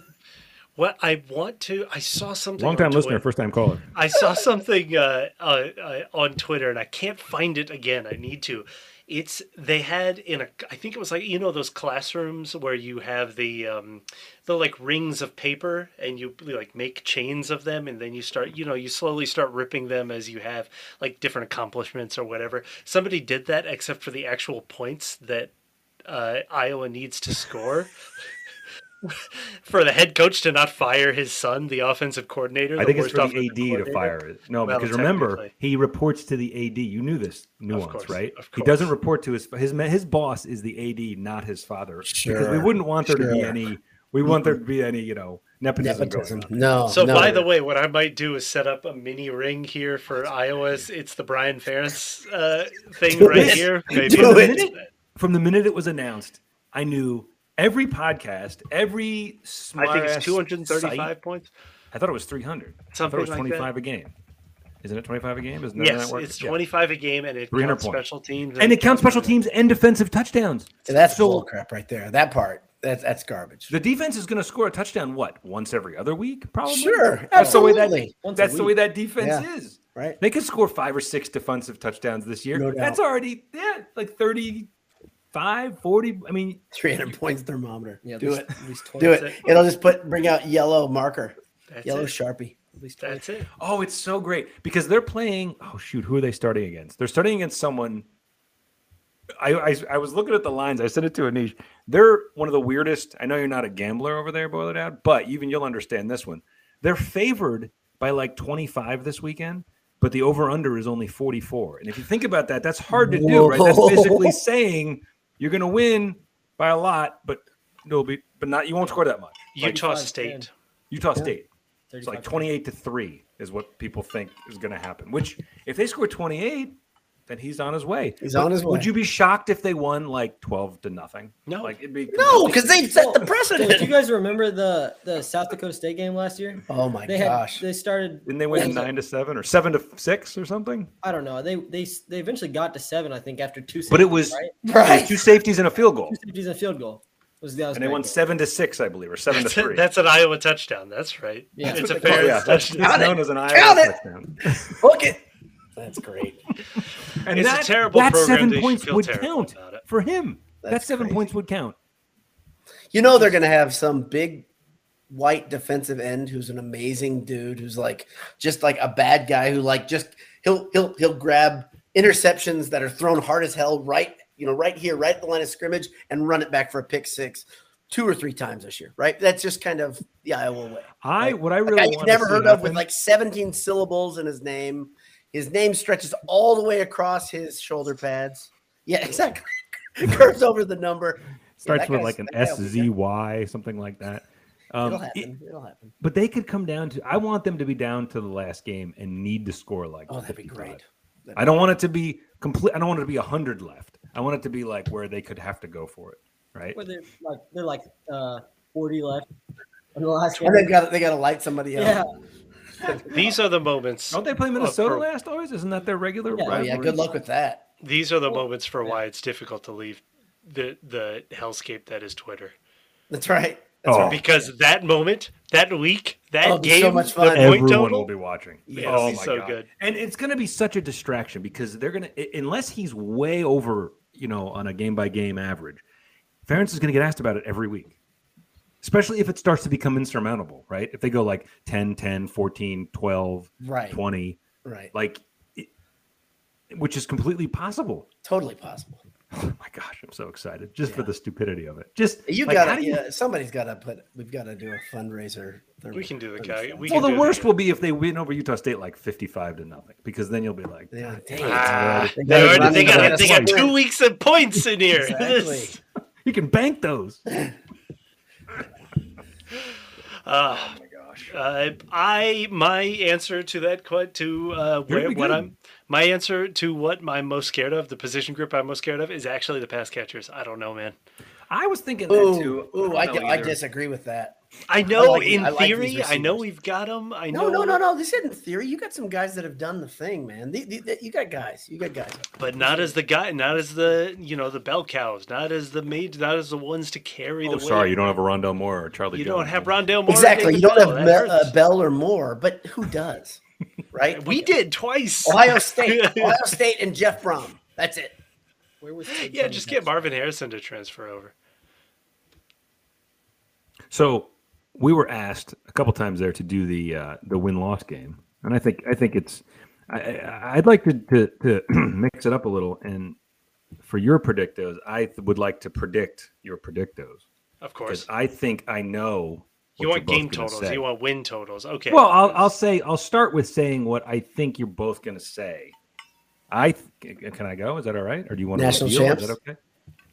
Speaker 4: What I want to, I saw something. on Twitter.
Speaker 3: first time caller.
Speaker 4: I saw something uh, uh, uh, on Twitter, and I can't find it again. I need to. It's they had in a. I think it was like you know those classrooms where you have the um, the like rings of paper, and you like make chains of them, and then you start you know you slowly start ripping them as you have like different accomplishments or whatever. Somebody did that, except for the actual points that uh, Iowa needs to score [laughs] for the head coach to not fire his son, the offensive coordinator.
Speaker 3: I think it's
Speaker 4: worst
Speaker 3: for
Speaker 4: offensive
Speaker 3: the AD to
Speaker 4: coordinator.
Speaker 3: fire it. No,
Speaker 4: Well,
Speaker 3: because remember,
Speaker 4: technically.
Speaker 3: he reports to the AD. You knew this nuance,
Speaker 4: course,
Speaker 3: right?
Speaker 4: of
Speaker 3: He doesn't
Speaker 4: course.
Speaker 3: report to his his ma- his boss is the AD, not his father, because we
Speaker 2: Sure,
Speaker 3: wouldn't want there to be
Speaker 2: sure.
Speaker 3: any. We want there to be any, you know, Mm-hmm. nepotism.
Speaker 2: Nepotism.
Speaker 3: Going on.
Speaker 2: No.
Speaker 4: So,
Speaker 2: no.
Speaker 4: by the way, what I might do is set up a mini ring here for Iowa. It's the Brian Ferentz
Speaker 3: [laughs]
Speaker 4: uh, thing
Speaker 3: Do
Speaker 4: right
Speaker 3: it.
Speaker 4: here.
Speaker 3: From,
Speaker 2: Do
Speaker 3: the
Speaker 2: it.
Speaker 3: minute, from the minute it was announced, I knew every podcast, every smart
Speaker 4: I think it's 235 points.
Speaker 3: I thought it was 300.
Speaker 4: Something
Speaker 3: I thought it was
Speaker 4: like
Speaker 3: 25
Speaker 4: that.
Speaker 3: a game. Isn't it 25 a game? Isn't that
Speaker 4: Yes,
Speaker 3: network?
Speaker 4: it's
Speaker 3: Yeah.
Speaker 4: 25 a game, and it
Speaker 3: 300
Speaker 4: counts
Speaker 3: points.
Speaker 4: special teams.
Speaker 3: And it counts special teams and defensive touchdowns.
Speaker 2: Yeah, that's
Speaker 3: so
Speaker 2: bull crap right there. That part. That's that's garbage.
Speaker 3: the defense is going to score a touchdown what once every other week,
Speaker 2: Oh
Speaker 3: probably.
Speaker 2: Sure,
Speaker 3: that's the way that
Speaker 2: absolutely.
Speaker 5: Once a
Speaker 3: that's the
Speaker 5: week.
Speaker 3: way that defense
Speaker 2: Yeah.
Speaker 3: is.
Speaker 2: Right.
Speaker 3: They could score five or six defensive touchdowns this year.
Speaker 2: No doubt.
Speaker 3: that's already yeah, like 35, 40. I mean,
Speaker 2: 300 points thermometer.
Speaker 5: Yeah, at
Speaker 2: do
Speaker 5: least, [laughs]
Speaker 2: it.
Speaker 5: At least 20,
Speaker 2: Do it.
Speaker 4: it.
Speaker 2: It'll just put bring out yellow marker,
Speaker 4: That's
Speaker 2: yellow
Speaker 4: it.
Speaker 2: sharpie.
Speaker 5: At least 20.
Speaker 4: That's it.
Speaker 3: oh, it's so great because they're playing. Oh shoot, who are they starting against? They're starting against someone. I, I I was looking at the lines. I sent it to Anish. They're one of the weirdest. I know you're not a gambler over there, Boiler Dad, but even you'll understand this one. They're favored by like 25 this weekend, but the over under is only 44. And if you think about that, that's hard to do, right? That's
Speaker 2: Whoa.
Speaker 3: basically saying you're going to win by a lot, but it'll be but not you won't score that much.
Speaker 4: Utah
Speaker 5: 25,
Speaker 4: State.
Speaker 5: 10,
Speaker 3: Utah State. It's
Speaker 5: 35.
Speaker 3: like 28 to 3 is what people think is going to happen, which if they score 28, then he's on his way.
Speaker 2: He's on his way.
Speaker 3: Would you be shocked if they won like 12 to nothing?
Speaker 4: No.
Speaker 3: Like it'd be
Speaker 2: No, because they set the
Speaker 5: Dude, do you
Speaker 2: precedent.
Speaker 5: guys remember the the South Dakota State game last year?
Speaker 2: Oh my
Speaker 5: they
Speaker 2: gosh.
Speaker 5: had they started.
Speaker 3: Didn't they win 9 to 7 or 7 to 6 or something?
Speaker 5: I don't know. They they they eventually got to seven, I think, after two.
Speaker 3: But it
Speaker 5: safeties,
Speaker 3: was,
Speaker 5: right?
Speaker 3: it was
Speaker 2: Right.
Speaker 3: two safeties and a field goal.
Speaker 5: two safeties and a field goal. Was that was
Speaker 3: And they
Speaker 5: great
Speaker 3: won
Speaker 5: game.
Speaker 3: 7 to 6, I believe, or 7
Speaker 4: [laughs] That's,
Speaker 3: to
Speaker 4: it.
Speaker 3: 3.
Speaker 4: That's an Iowa touchdown. That's right.
Speaker 5: Yeah.
Speaker 4: it's a
Speaker 3: Oh,
Speaker 4: fair
Speaker 3: yeah, that's it's [laughs]
Speaker 4: touchdown.
Speaker 2: Count it.
Speaker 3: known as an
Speaker 2: Count
Speaker 3: Iowa
Speaker 2: it.
Speaker 3: touchdown.
Speaker 2: Book it. That's great.
Speaker 3: And
Speaker 4: It's a
Speaker 3: that,
Speaker 4: terrible
Speaker 3: that
Speaker 4: program. They
Speaker 3: seven
Speaker 4: should
Speaker 3: points
Speaker 4: feel
Speaker 3: would
Speaker 4: terrible
Speaker 3: count
Speaker 4: about it.
Speaker 3: for him. that
Speaker 2: That's
Speaker 3: seven
Speaker 2: crazy.
Speaker 3: points would count.
Speaker 2: You know they're gonna have some big white defensive end who's an amazing dude who's like just like a bad guy who like just he'll he'll he'll grab interceptions that are thrown hard as hell right you know right here right at the line of scrimmage and run it back for a pick six two or three times this year right that's just kind of the Iowa way
Speaker 3: I what I
Speaker 2: a
Speaker 3: really
Speaker 2: guy
Speaker 3: want
Speaker 2: you've
Speaker 3: to
Speaker 2: never
Speaker 3: see
Speaker 2: heard of with
Speaker 3: happen-
Speaker 2: like 17 syllables in his name. His name stretches all the way across his shoulder pads. Yeah, [laughs] exactly. Curves over the number. Yeah,
Speaker 3: starts
Speaker 2: that
Speaker 3: with
Speaker 2: guy's-
Speaker 3: like an
Speaker 2: that guy
Speaker 3: S
Speaker 2: will be
Speaker 3: Z Y something like that.
Speaker 2: good.
Speaker 3: Um,
Speaker 2: It'll
Speaker 3: it-
Speaker 2: happen. It'll happen.
Speaker 3: but they could come down to. I want them to be down to the last game and need to score like.
Speaker 2: Oh, that'd be
Speaker 3: 55.
Speaker 2: great. That'd
Speaker 3: I don't want it to be complete. I don't want it to be hundred left. I want it to be like where they could have to go for it, right?
Speaker 5: Where they're like they're like uh, forty left in the last
Speaker 2: And
Speaker 5: one.
Speaker 2: they've got they got to light somebody
Speaker 5: Yeah,
Speaker 2: up.
Speaker 4: These are the moments.
Speaker 3: Don't they play Minnesota
Speaker 4: pro-
Speaker 3: last always? Isn't that their regular?
Speaker 5: Yeah.
Speaker 2: Oh yeah,
Speaker 3: rivalry?
Speaker 2: good luck with that.
Speaker 4: These are the moments for why it's difficult to leave the the hellscape that is Twitter.
Speaker 2: That's right. That's
Speaker 3: Oh,
Speaker 2: right.
Speaker 4: Because that moment, that week, that
Speaker 2: It'll be Oh, so
Speaker 4: game,
Speaker 2: much fun.
Speaker 4: the point
Speaker 3: everyone will
Speaker 4: total,
Speaker 3: be watching.
Speaker 2: Yeah,
Speaker 3: oh
Speaker 4: it'll be
Speaker 3: my
Speaker 4: so
Speaker 3: god!
Speaker 4: good.
Speaker 3: And it's going to be such a distraction because they're going to unless he's way over, you know, on a game by game average. Ference is going to get asked about it every week. Especially if it starts to become insurmountable, right? If they go like 10, 10, 14, 12,
Speaker 2: Right.
Speaker 3: 20,
Speaker 2: Right.
Speaker 3: like it, which is completely possible.
Speaker 2: Totally possible.
Speaker 3: Oh my gosh, I'm so excited just for the stupidity of it. Just
Speaker 2: You
Speaker 3: like, how
Speaker 2: got
Speaker 3: do
Speaker 2: to
Speaker 3: you-
Speaker 2: yeah, somebody's got to put we've got to do a fundraiser.
Speaker 4: we can do the
Speaker 2: guy.
Speaker 4: guy. We
Speaker 3: well,
Speaker 4: can
Speaker 3: the
Speaker 4: do
Speaker 3: worst
Speaker 4: the-
Speaker 3: will be if they win over Utah State like 55 to nothing, because then you'll be like,
Speaker 2: They are
Speaker 4: Ah,
Speaker 2: They
Speaker 4: they,
Speaker 2: gotta
Speaker 4: already,
Speaker 2: run
Speaker 4: they,
Speaker 2: into
Speaker 4: got,
Speaker 2: that
Speaker 4: they got
Speaker 2: point.
Speaker 4: two weeks of points in here.
Speaker 2: Exactly.
Speaker 3: you can bank those.
Speaker 2: Oh
Speaker 4: Uh, uh, I my answer to that que- to uh, where,
Speaker 3: be
Speaker 4: what
Speaker 3: good.
Speaker 4: I'm my answer to what I'm most scared of the position group I'm most scared of is actually the pass catchers. I don't know, man.
Speaker 3: I was thinking that too.
Speaker 2: Ooh, ooh,
Speaker 3: don't
Speaker 2: I,
Speaker 3: know
Speaker 2: di- I
Speaker 3: either.
Speaker 2: disagree with that.
Speaker 4: I know
Speaker 2: like-
Speaker 4: in
Speaker 2: I like these
Speaker 4: theory. I know
Speaker 2: receivers.
Speaker 4: we've got them. I
Speaker 2: No,
Speaker 4: know
Speaker 2: no, no, no. This isn't theory. You got some guys that have done the thing, man. The, the, the- you got guys. You got guys.
Speaker 4: but not as the guy, not as the you know the bell cows, not as the maid, not as the ones to carry
Speaker 3: Oh,
Speaker 4: the.
Speaker 3: sorry, you
Speaker 4: weight.
Speaker 3: don't have a Rondell Moore or Charlie.
Speaker 4: You
Speaker 3: Jones.
Speaker 4: don't have Rondell Moore.
Speaker 2: exactly.
Speaker 4: David
Speaker 2: You don't
Speaker 4: Bell.
Speaker 2: have
Speaker 4: That
Speaker 2: Bell, uh,
Speaker 4: hurts.
Speaker 2: Bell or Moore, but who does? Right?
Speaker 4: [laughs] We did twice. [laughs]
Speaker 2: Ohio State, Ohio State, and Jeff Brom. That's it.
Speaker 5: where was Ted
Speaker 4: yeah, [laughs]
Speaker 5: Thomas
Speaker 4: just
Speaker 5: next?
Speaker 4: get Marvin Harrison to transfer over.
Speaker 3: So we were asked a couple times there to do the uh, the win loss game, and I [clears throat] think I think it's I, I- I'd like to to, to mix it up a little and for your predictos, I th- would like to predict your predictos because
Speaker 4: Of course.
Speaker 3: I think I know.
Speaker 4: You
Speaker 3: what you're
Speaker 4: want
Speaker 3: both
Speaker 4: game
Speaker 3: gonna
Speaker 4: totals.
Speaker 3: say.
Speaker 4: You want win totals. Okay.
Speaker 3: Well, I'll, I'll say I'll start with saying what I think you're both going to say. I th- can I go? Is that all right? Or do you want
Speaker 2: National
Speaker 3: to reveal?
Speaker 2: champs?
Speaker 3: Is that okay?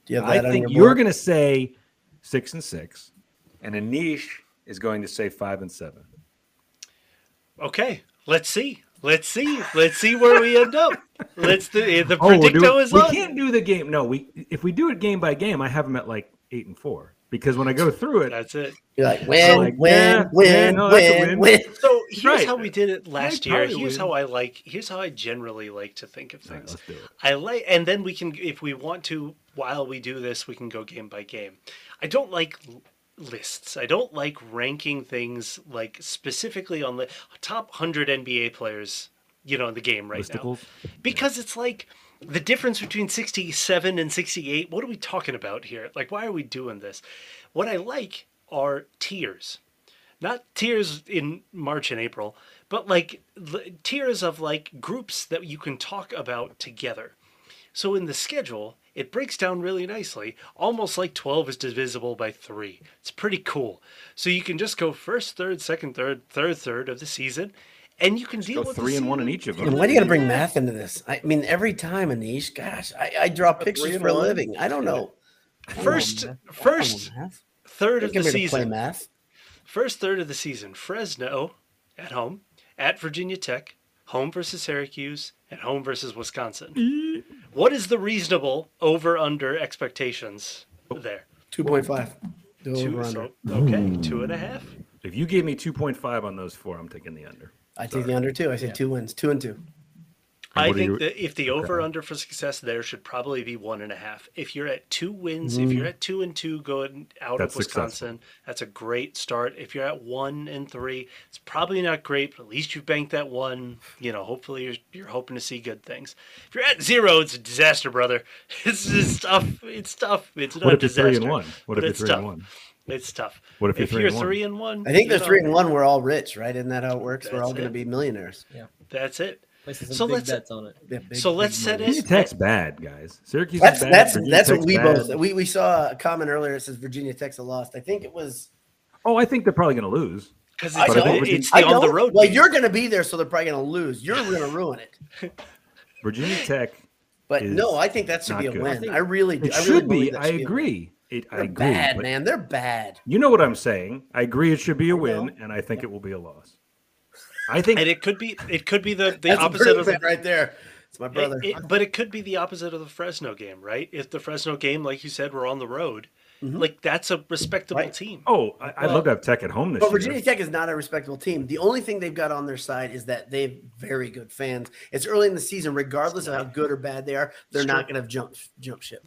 Speaker 2: Do you have that
Speaker 3: I think
Speaker 2: on your
Speaker 3: you're
Speaker 2: board?
Speaker 3: going to say six and six, and Anish is going to say five and seven.
Speaker 4: okay. Let's see. Let's see. Let's see where we end up. Let's Oh,
Speaker 3: [laughs]
Speaker 4: do the
Speaker 3: we're
Speaker 4: predicto
Speaker 3: doing-
Speaker 4: is
Speaker 3: we
Speaker 4: on.
Speaker 3: can't Oh, do the game. No, we if we do it game by game, I have them at like eight and four because when I go through it,
Speaker 4: That's it.
Speaker 2: You're like win,
Speaker 3: like, yeah,
Speaker 2: win,
Speaker 3: yeah,
Speaker 2: win,
Speaker 3: no, that's a
Speaker 2: win,
Speaker 3: win.
Speaker 2: win.
Speaker 4: So here's
Speaker 3: Right.
Speaker 4: how we did it last year.
Speaker 3: probably
Speaker 4: Here's
Speaker 3: win.
Speaker 4: how I like. Here's how I generally like to think of
Speaker 3: All right,
Speaker 4: things.
Speaker 3: let's do it.
Speaker 4: I like, and then we can, if we want to, while we do this, we can go game by game. I don't like l- lists. I don't like ranking things like specifically on the top hundred NBA players, you know, in the game right now,
Speaker 3: Listicles.
Speaker 4: because it's like the difference between sixty-seven and sixty-eight. What are we talking about here? Like, why are we doing this? What I like are tiers not tiers in March and April, but like l- tiers of like groups that you can talk about together. So in the schedule, it breaks down really nicely, almost like 12 is divisible by 3. It's pretty cool. So you can just go first, third, second, third, third, third of the season, and you can deal
Speaker 3: Go
Speaker 4: with
Speaker 3: three and one in each of
Speaker 2: And
Speaker 3: them.
Speaker 2: [laughs] why do you got to bring math into this? I mean, every time, Anish, gosh, I, I draw pictures
Speaker 3: and
Speaker 2: for a
Speaker 3: one?
Speaker 2: living. I don't know.
Speaker 4: [laughs] First, first
Speaker 2: math.
Speaker 4: third
Speaker 2: They
Speaker 4: of
Speaker 2: Come
Speaker 4: the
Speaker 2: here to play
Speaker 4: season.
Speaker 2: math.
Speaker 4: First third of the season, Fresno at home, at Virginia Tech, home versus Syracuse, and home versus Wisconsin. What is the reasonable over under expectations there?
Speaker 2: Two point five.
Speaker 4: Two, so, okay, two and a half.
Speaker 3: If you gave me two point five on those four, I'm taking the under.
Speaker 2: I take the under two. I say two wins, two and two.
Speaker 4: I
Speaker 3: what are
Speaker 4: think
Speaker 3: you-
Speaker 4: that if the over under for success there should probably be one and a half. If you're at two wins, if you're at two and two going out
Speaker 3: Mm. That's
Speaker 4: of
Speaker 3: successful.
Speaker 4: Wisconsin, that's a great start. If you're at one and three, it's probably not great, but at least you banked that one. You know, hopefully you're, you're hoping to see good things. If you're at zero, it's a disaster, brother. [laughs] It's just tough. It's tough. It's not
Speaker 3: What
Speaker 4: a
Speaker 3: if you're
Speaker 4: disaster.
Speaker 3: three and one? What if
Speaker 4: but
Speaker 3: you're
Speaker 4: it's
Speaker 3: three
Speaker 4: tough.
Speaker 3: and one?
Speaker 4: It's tough.
Speaker 3: What if you're three and one?
Speaker 4: three and one?
Speaker 2: I think
Speaker 4: you
Speaker 2: the three
Speaker 4: know,
Speaker 2: and one. We're all rich, right? Isn't that how it works? we're
Speaker 4: That's
Speaker 2: all going to
Speaker 4: it.
Speaker 2: be millionaires.
Speaker 4: That's it.
Speaker 5: Places some
Speaker 4: So
Speaker 5: big
Speaker 4: let's-
Speaker 5: bets on it.
Speaker 2: They have big-
Speaker 4: so
Speaker 2: big
Speaker 4: let's
Speaker 2: money.
Speaker 4: set
Speaker 3: Virginia
Speaker 4: it.
Speaker 3: Tech's bad, guys. Syracuse
Speaker 2: That's
Speaker 3: is bad.
Speaker 2: that's
Speaker 3: Virginia
Speaker 2: that's what
Speaker 3: Tech's
Speaker 2: we
Speaker 3: bad.
Speaker 2: both we, we saw a comment earlier that says Virginia Tech's a lost. I think it was
Speaker 3: Oh, I think they're probably going to lose.
Speaker 4: Because
Speaker 2: I
Speaker 4: it's,
Speaker 2: don't-
Speaker 4: the- it's
Speaker 2: I
Speaker 4: the on the
Speaker 2: don't-
Speaker 4: road.
Speaker 2: Well,
Speaker 4: game.
Speaker 2: you're going to be there, so they're probably going to lose. You're going to ruin it.
Speaker 3: Virginia Tech.
Speaker 2: But
Speaker 3: Is
Speaker 2: no, I think that should
Speaker 3: not
Speaker 2: be a
Speaker 3: good. I
Speaker 2: win.
Speaker 3: think
Speaker 2: I really do.
Speaker 3: It
Speaker 2: I really
Speaker 3: should
Speaker 2: believe
Speaker 3: be.
Speaker 2: that
Speaker 3: I
Speaker 2: should be a win.
Speaker 3: agree. It, I
Speaker 2: They're
Speaker 3: agree.
Speaker 2: bad,
Speaker 3: but
Speaker 2: man. They're bad.
Speaker 3: You know what I'm saying. I agree. It should be a
Speaker 2: know.
Speaker 3: win, and I think it will be a loss. I think
Speaker 4: and it could be it could be the the
Speaker 2: That's
Speaker 4: opposite
Speaker 2: opposite
Speaker 4: of the,
Speaker 2: right there. It's my brother.
Speaker 4: it- it- but it could be the opposite of the Fresno game, right? If the Fresno game, like you said, were on the road,
Speaker 3: Mm-hmm.
Speaker 4: like that's a respectable
Speaker 2: Right.
Speaker 4: team.
Speaker 3: Oh, I, I'd love to have Tech at home this
Speaker 2: but
Speaker 3: year.
Speaker 2: Virginia Tech is not a respectable team. The only thing they've got on their side is that they have very good fans. It's early in the season, regardless of how good or bad they are, they're not going to jump jump ship.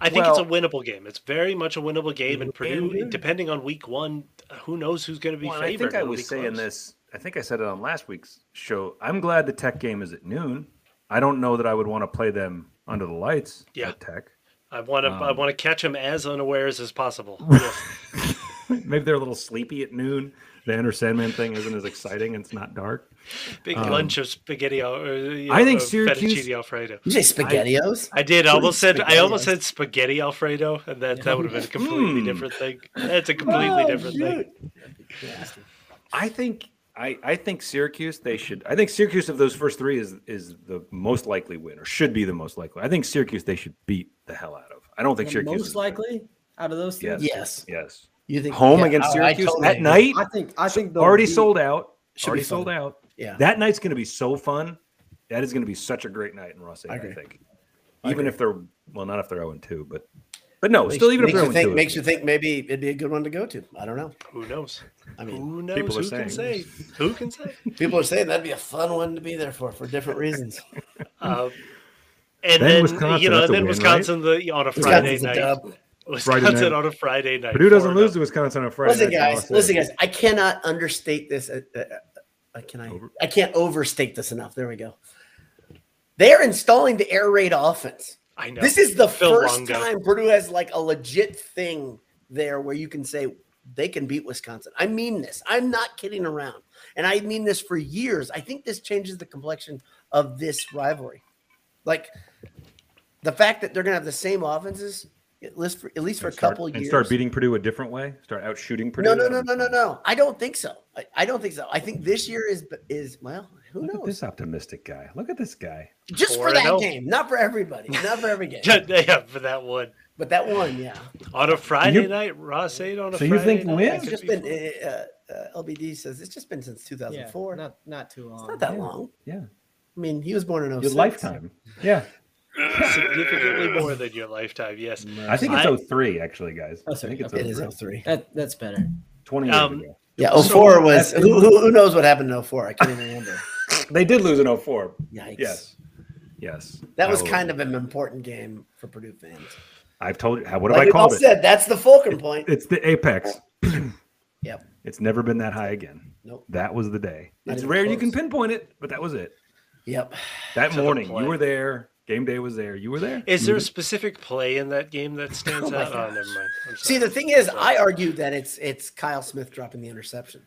Speaker 4: I think it's
Speaker 3: Well-
Speaker 4: a winnable game. It's very much a winnable game, and Purdue, depending on week one, who knows who's going to be
Speaker 3: Well, and I
Speaker 4: favored?
Speaker 3: think I
Speaker 4: It'll
Speaker 3: was
Speaker 4: be
Speaker 3: saying
Speaker 4: close.
Speaker 3: this. I think I said it on last week's show. I'm glad the Tech game is at noon. I don't know that I would want to play them under the lights
Speaker 4: Yeah.
Speaker 3: at Tech.
Speaker 4: I want to
Speaker 3: um,
Speaker 4: I want to catch them as unawares
Speaker 3: [laughs]
Speaker 4: as possible. Yes.
Speaker 3: Maybe they're a little sleepy at noon. The Enter Sandman thing isn't as exciting. and It's not dark.
Speaker 4: Big lunch of spaghetti. al- Or, you
Speaker 3: Um, I think
Speaker 4: of
Speaker 3: Syracuse-
Speaker 4: fettucchine alfredo.
Speaker 2: You say SpaghettiOs?
Speaker 4: I did. I almost said I almost
Speaker 2: spaghettios.
Speaker 4: said spaghetti alfredo, and that that
Speaker 3: [laughs]
Speaker 4: would have been a
Speaker 3: Hmm.
Speaker 4: completely different thing. That's a
Speaker 3: Oh,
Speaker 4: completely different thing.
Speaker 3: I think I, I think Syracuse they should I think Syracuse of those first three is is the most likely win or should be the most likely. I think Syracuse they should beat the hell out of. I don't think
Speaker 5: The
Speaker 3: Syracuse is
Speaker 5: most likely out of those three,
Speaker 3: Yes.
Speaker 2: yes.
Speaker 3: Yes.
Speaker 2: You think
Speaker 3: Home
Speaker 2: yeah,
Speaker 3: against
Speaker 2: oh, I
Speaker 3: Syracuse
Speaker 2: totally
Speaker 3: at
Speaker 2: agree.
Speaker 3: night.
Speaker 5: I think I think they'll
Speaker 3: already
Speaker 5: beat-
Speaker 3: sold out.
Speaker 2: Should be
Speaker 3: already
Speaker 2: fun.
Speaker 3: sold out.
Speaker 2: Yeah.
Speaker 3: That night's going to be so fun. That is going to be such a great night in Ross City,
Speaker 2: I
Speaker 3: I,
Speaker 2: agree.
Speaker 3: think. Even if they're well, not if they're 0 2, but but no, still even
Speaker 2: Makes-
Speaker 3: if
Speaker 2: makes
Speaker 3: they're 0 2.
Speaker 2: you think, makes you think maybe it'd be a good one to go to. I don't know.
Speaker 4: Who knows?
Speaker 2: I mean,
Speaker 4: Who knows?
Speaker 3: people are
Speaker 4: Who can
Speaker 3: saying.
Speaker 4: say?
Speaker 2: [laughs]
Speaker 4: Who can say?
Speaker 2: people are saying that'd be a fun one to be there for for different reasons.
Speaker 4: Um,
Speaker 3: Then
Speaker 4: and then,
Speaker 3: Wisconsin,
Speaker 4: you know,
Speaker 3: that's a
Speaker 4: and then
Speaker 3: win,
Speaker 4: Wisconsin the, on a Friday
Speaker 2: Wisconsin's a
Speaker 4: night.
Speaker 2: dub.
Speaker 4: Wisconsin
Speaker 3: Friday night.
Speaker 4: on a Friday night.
Speaker 3: Purdue doesn't
Speaker 4: Florida.
Speaker 3: lose to Wisconsin on Friday.
Speaker 2: listen,
Speaker 3: night in
Speaker 2: guys.
Speaker 3: Ross
Speaker 2: Listen,
Speaker 3: City.
Speaker 2: guys. I cannot understate this. Uh, uh, uh, can I? I can't overstate this enough. There we go. They're installing the air raid offense.
Speaker 4: I know.
Speaker 2: This is the
Speaker 4: Phil
Speaker 2: first
Speaker 4: Longo.
Speaker 2: time Purdue has like a legit thing there where you can say they can beat Wisconsin. I mean this. I'm not kidding around. And I mean this for years. I think this changes the complexion of this rivalry. Like the fact that they're going to have the same offenses at least for, at least for a
Speaker 3: And start-
Speaker 2: couple years.
Speaker 3: and start beating Purdue a different way. Start out shooting Purdue.
Speaker 2: no, no, no, no, no, no. I don't think so. I, I don't think so. I think this year is is well. Who
Speaker 3: Look at
Speaker 2: knows?
Speaker 3: this optimistic guy. Look at this guy.
Speaker 2: Just for
Speaker 4: 4-0.
Speaker 2: that game, not for everybody, not for
Speaker 3: [laughs]
Speaker 2: every game,
Speaker 4: [laughs] yeah, for that one
Speaker 2: but that one, yeah.
Speaker 4: on a Friday
Speaker 3: You-
Speaker 4: night, Ross eight on a
Speaker 3: So
Speaker 4: Friday.
Speaker 3: you think
Speaker 4: night?
Speaker 3: Lynn-
Speaker 2: It's just been uh, uh, LBD says it's just been since
Speaker 5: Yeah,
Speaker 2: 2004.
Speaker 5: not not too long.
Speaker 2: it's not that long.
Speaker 3: Yeah.
Speaker 2: I mean, he was born in 06.
Speaker 3: Your lifetime. Yeah.
Speaker 4: significantly more than your lifetime?
Speaker 3: [laughs]
Speaker 4: Yes.
Speaker 3: I think it's
Speaker 4: I-
Speaker 3: 03, actually, guys.
Speaker 5: Oh,
Speaker 3: I
Speaker 5: sorry.
Speaker 3: think it's
Speaker 5: Okay.
Speaker 2: It is
Speaker 3: 03.
Speaker 2: 03.
Speaker 5: That that's better.
Speaker 3: 20 years
Speaker 4: Um,
Speaker 3: ago.
Speaker 2: Yeah,
Speaker 4: So-
Speaker 2: 04 was who, who, who knows what happened in 04? I can't even
Speaker 3: [laughs]
Speaker 2: remember.
Speaker 3: They did lose in 04.
Speaker 2: Yikes.
Speaker 3: Yes. Yes.
Speaker 2: That was
Speaker 3: Oh,
Speaker 2: kind of an important game for Purdue fans.
Speaker 3: I've told you. What have
Speaker 2: Like
Speaker 3: I
Speaker 2: we all
Speaker 3: called it?
Speaker 2: said, that's
Speaker 3: [laughs]
Speaker 2: the fulcrum point.
Speaker 3: It's the apex.
Speaker 2: [clears throat] Yep.
Speaker 3: It's never been that high again.
Speaker 2: Nope.
Speaker 3: That was the day.
Speaker 2: Not
Speaker 3: it's
Speaker 2: even
Speaker 3: rare you can
Speaker 2: close.
Speaker 3: pinpoint it, but that was it.
Speaker 2: Yep.
Speaker 3: That
Speaker 4: To the
Speaker 3: morning,
Speaker 4: play.
Speaker 3: you were there. Game day was there. You were there.
Speaker 4: Is there a specific play in that game that stands out? Oh, never mind. I'm
Speaker 2: See,
Speaker 4: sorry.
Speaker 2: the thing is, I argue that it's it's Kyle Smith dropping the interception,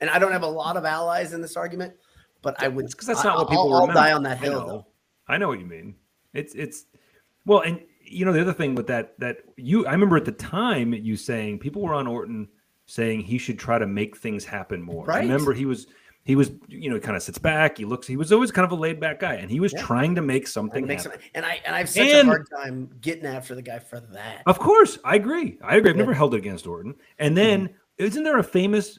Speaker 2: and I don't have a lot of allies in this argument, but I would
Speaker 3: because that's not
Speaker 2: I-
Speaker 3: what people
Speaker 2: I'll, I'll
Speaker 3: remember.
Speaker 2: die on that hill.
Speaker 3: I know.
Speaker 2: though.
Speaker 3: I know what you mean. It's it's well, and you know the other thing with that that you I remember at the time you saying people were on Orton saying he should try to make things happen more. I
Speaker 2: Right.
Speaker 3: remember he was he was you know he kind of sits back. He looks. He was always kind of a laid back guy, and he was
Speaker 2: Yeah.
Speaker 3: trying to make something
Speaker 2: That makes
Speaker 3: happen.
Speaker 2: it- and I and I've such
Speaker 3: And-
Speaker 2: a hard time getting after the guy for that.
Speaker 3: Of course, I agree. I agree. I've
Speaker 2: Yeah. Mm-hmm.
Speaker 3: never held it against Orton. And then, isn't there a famous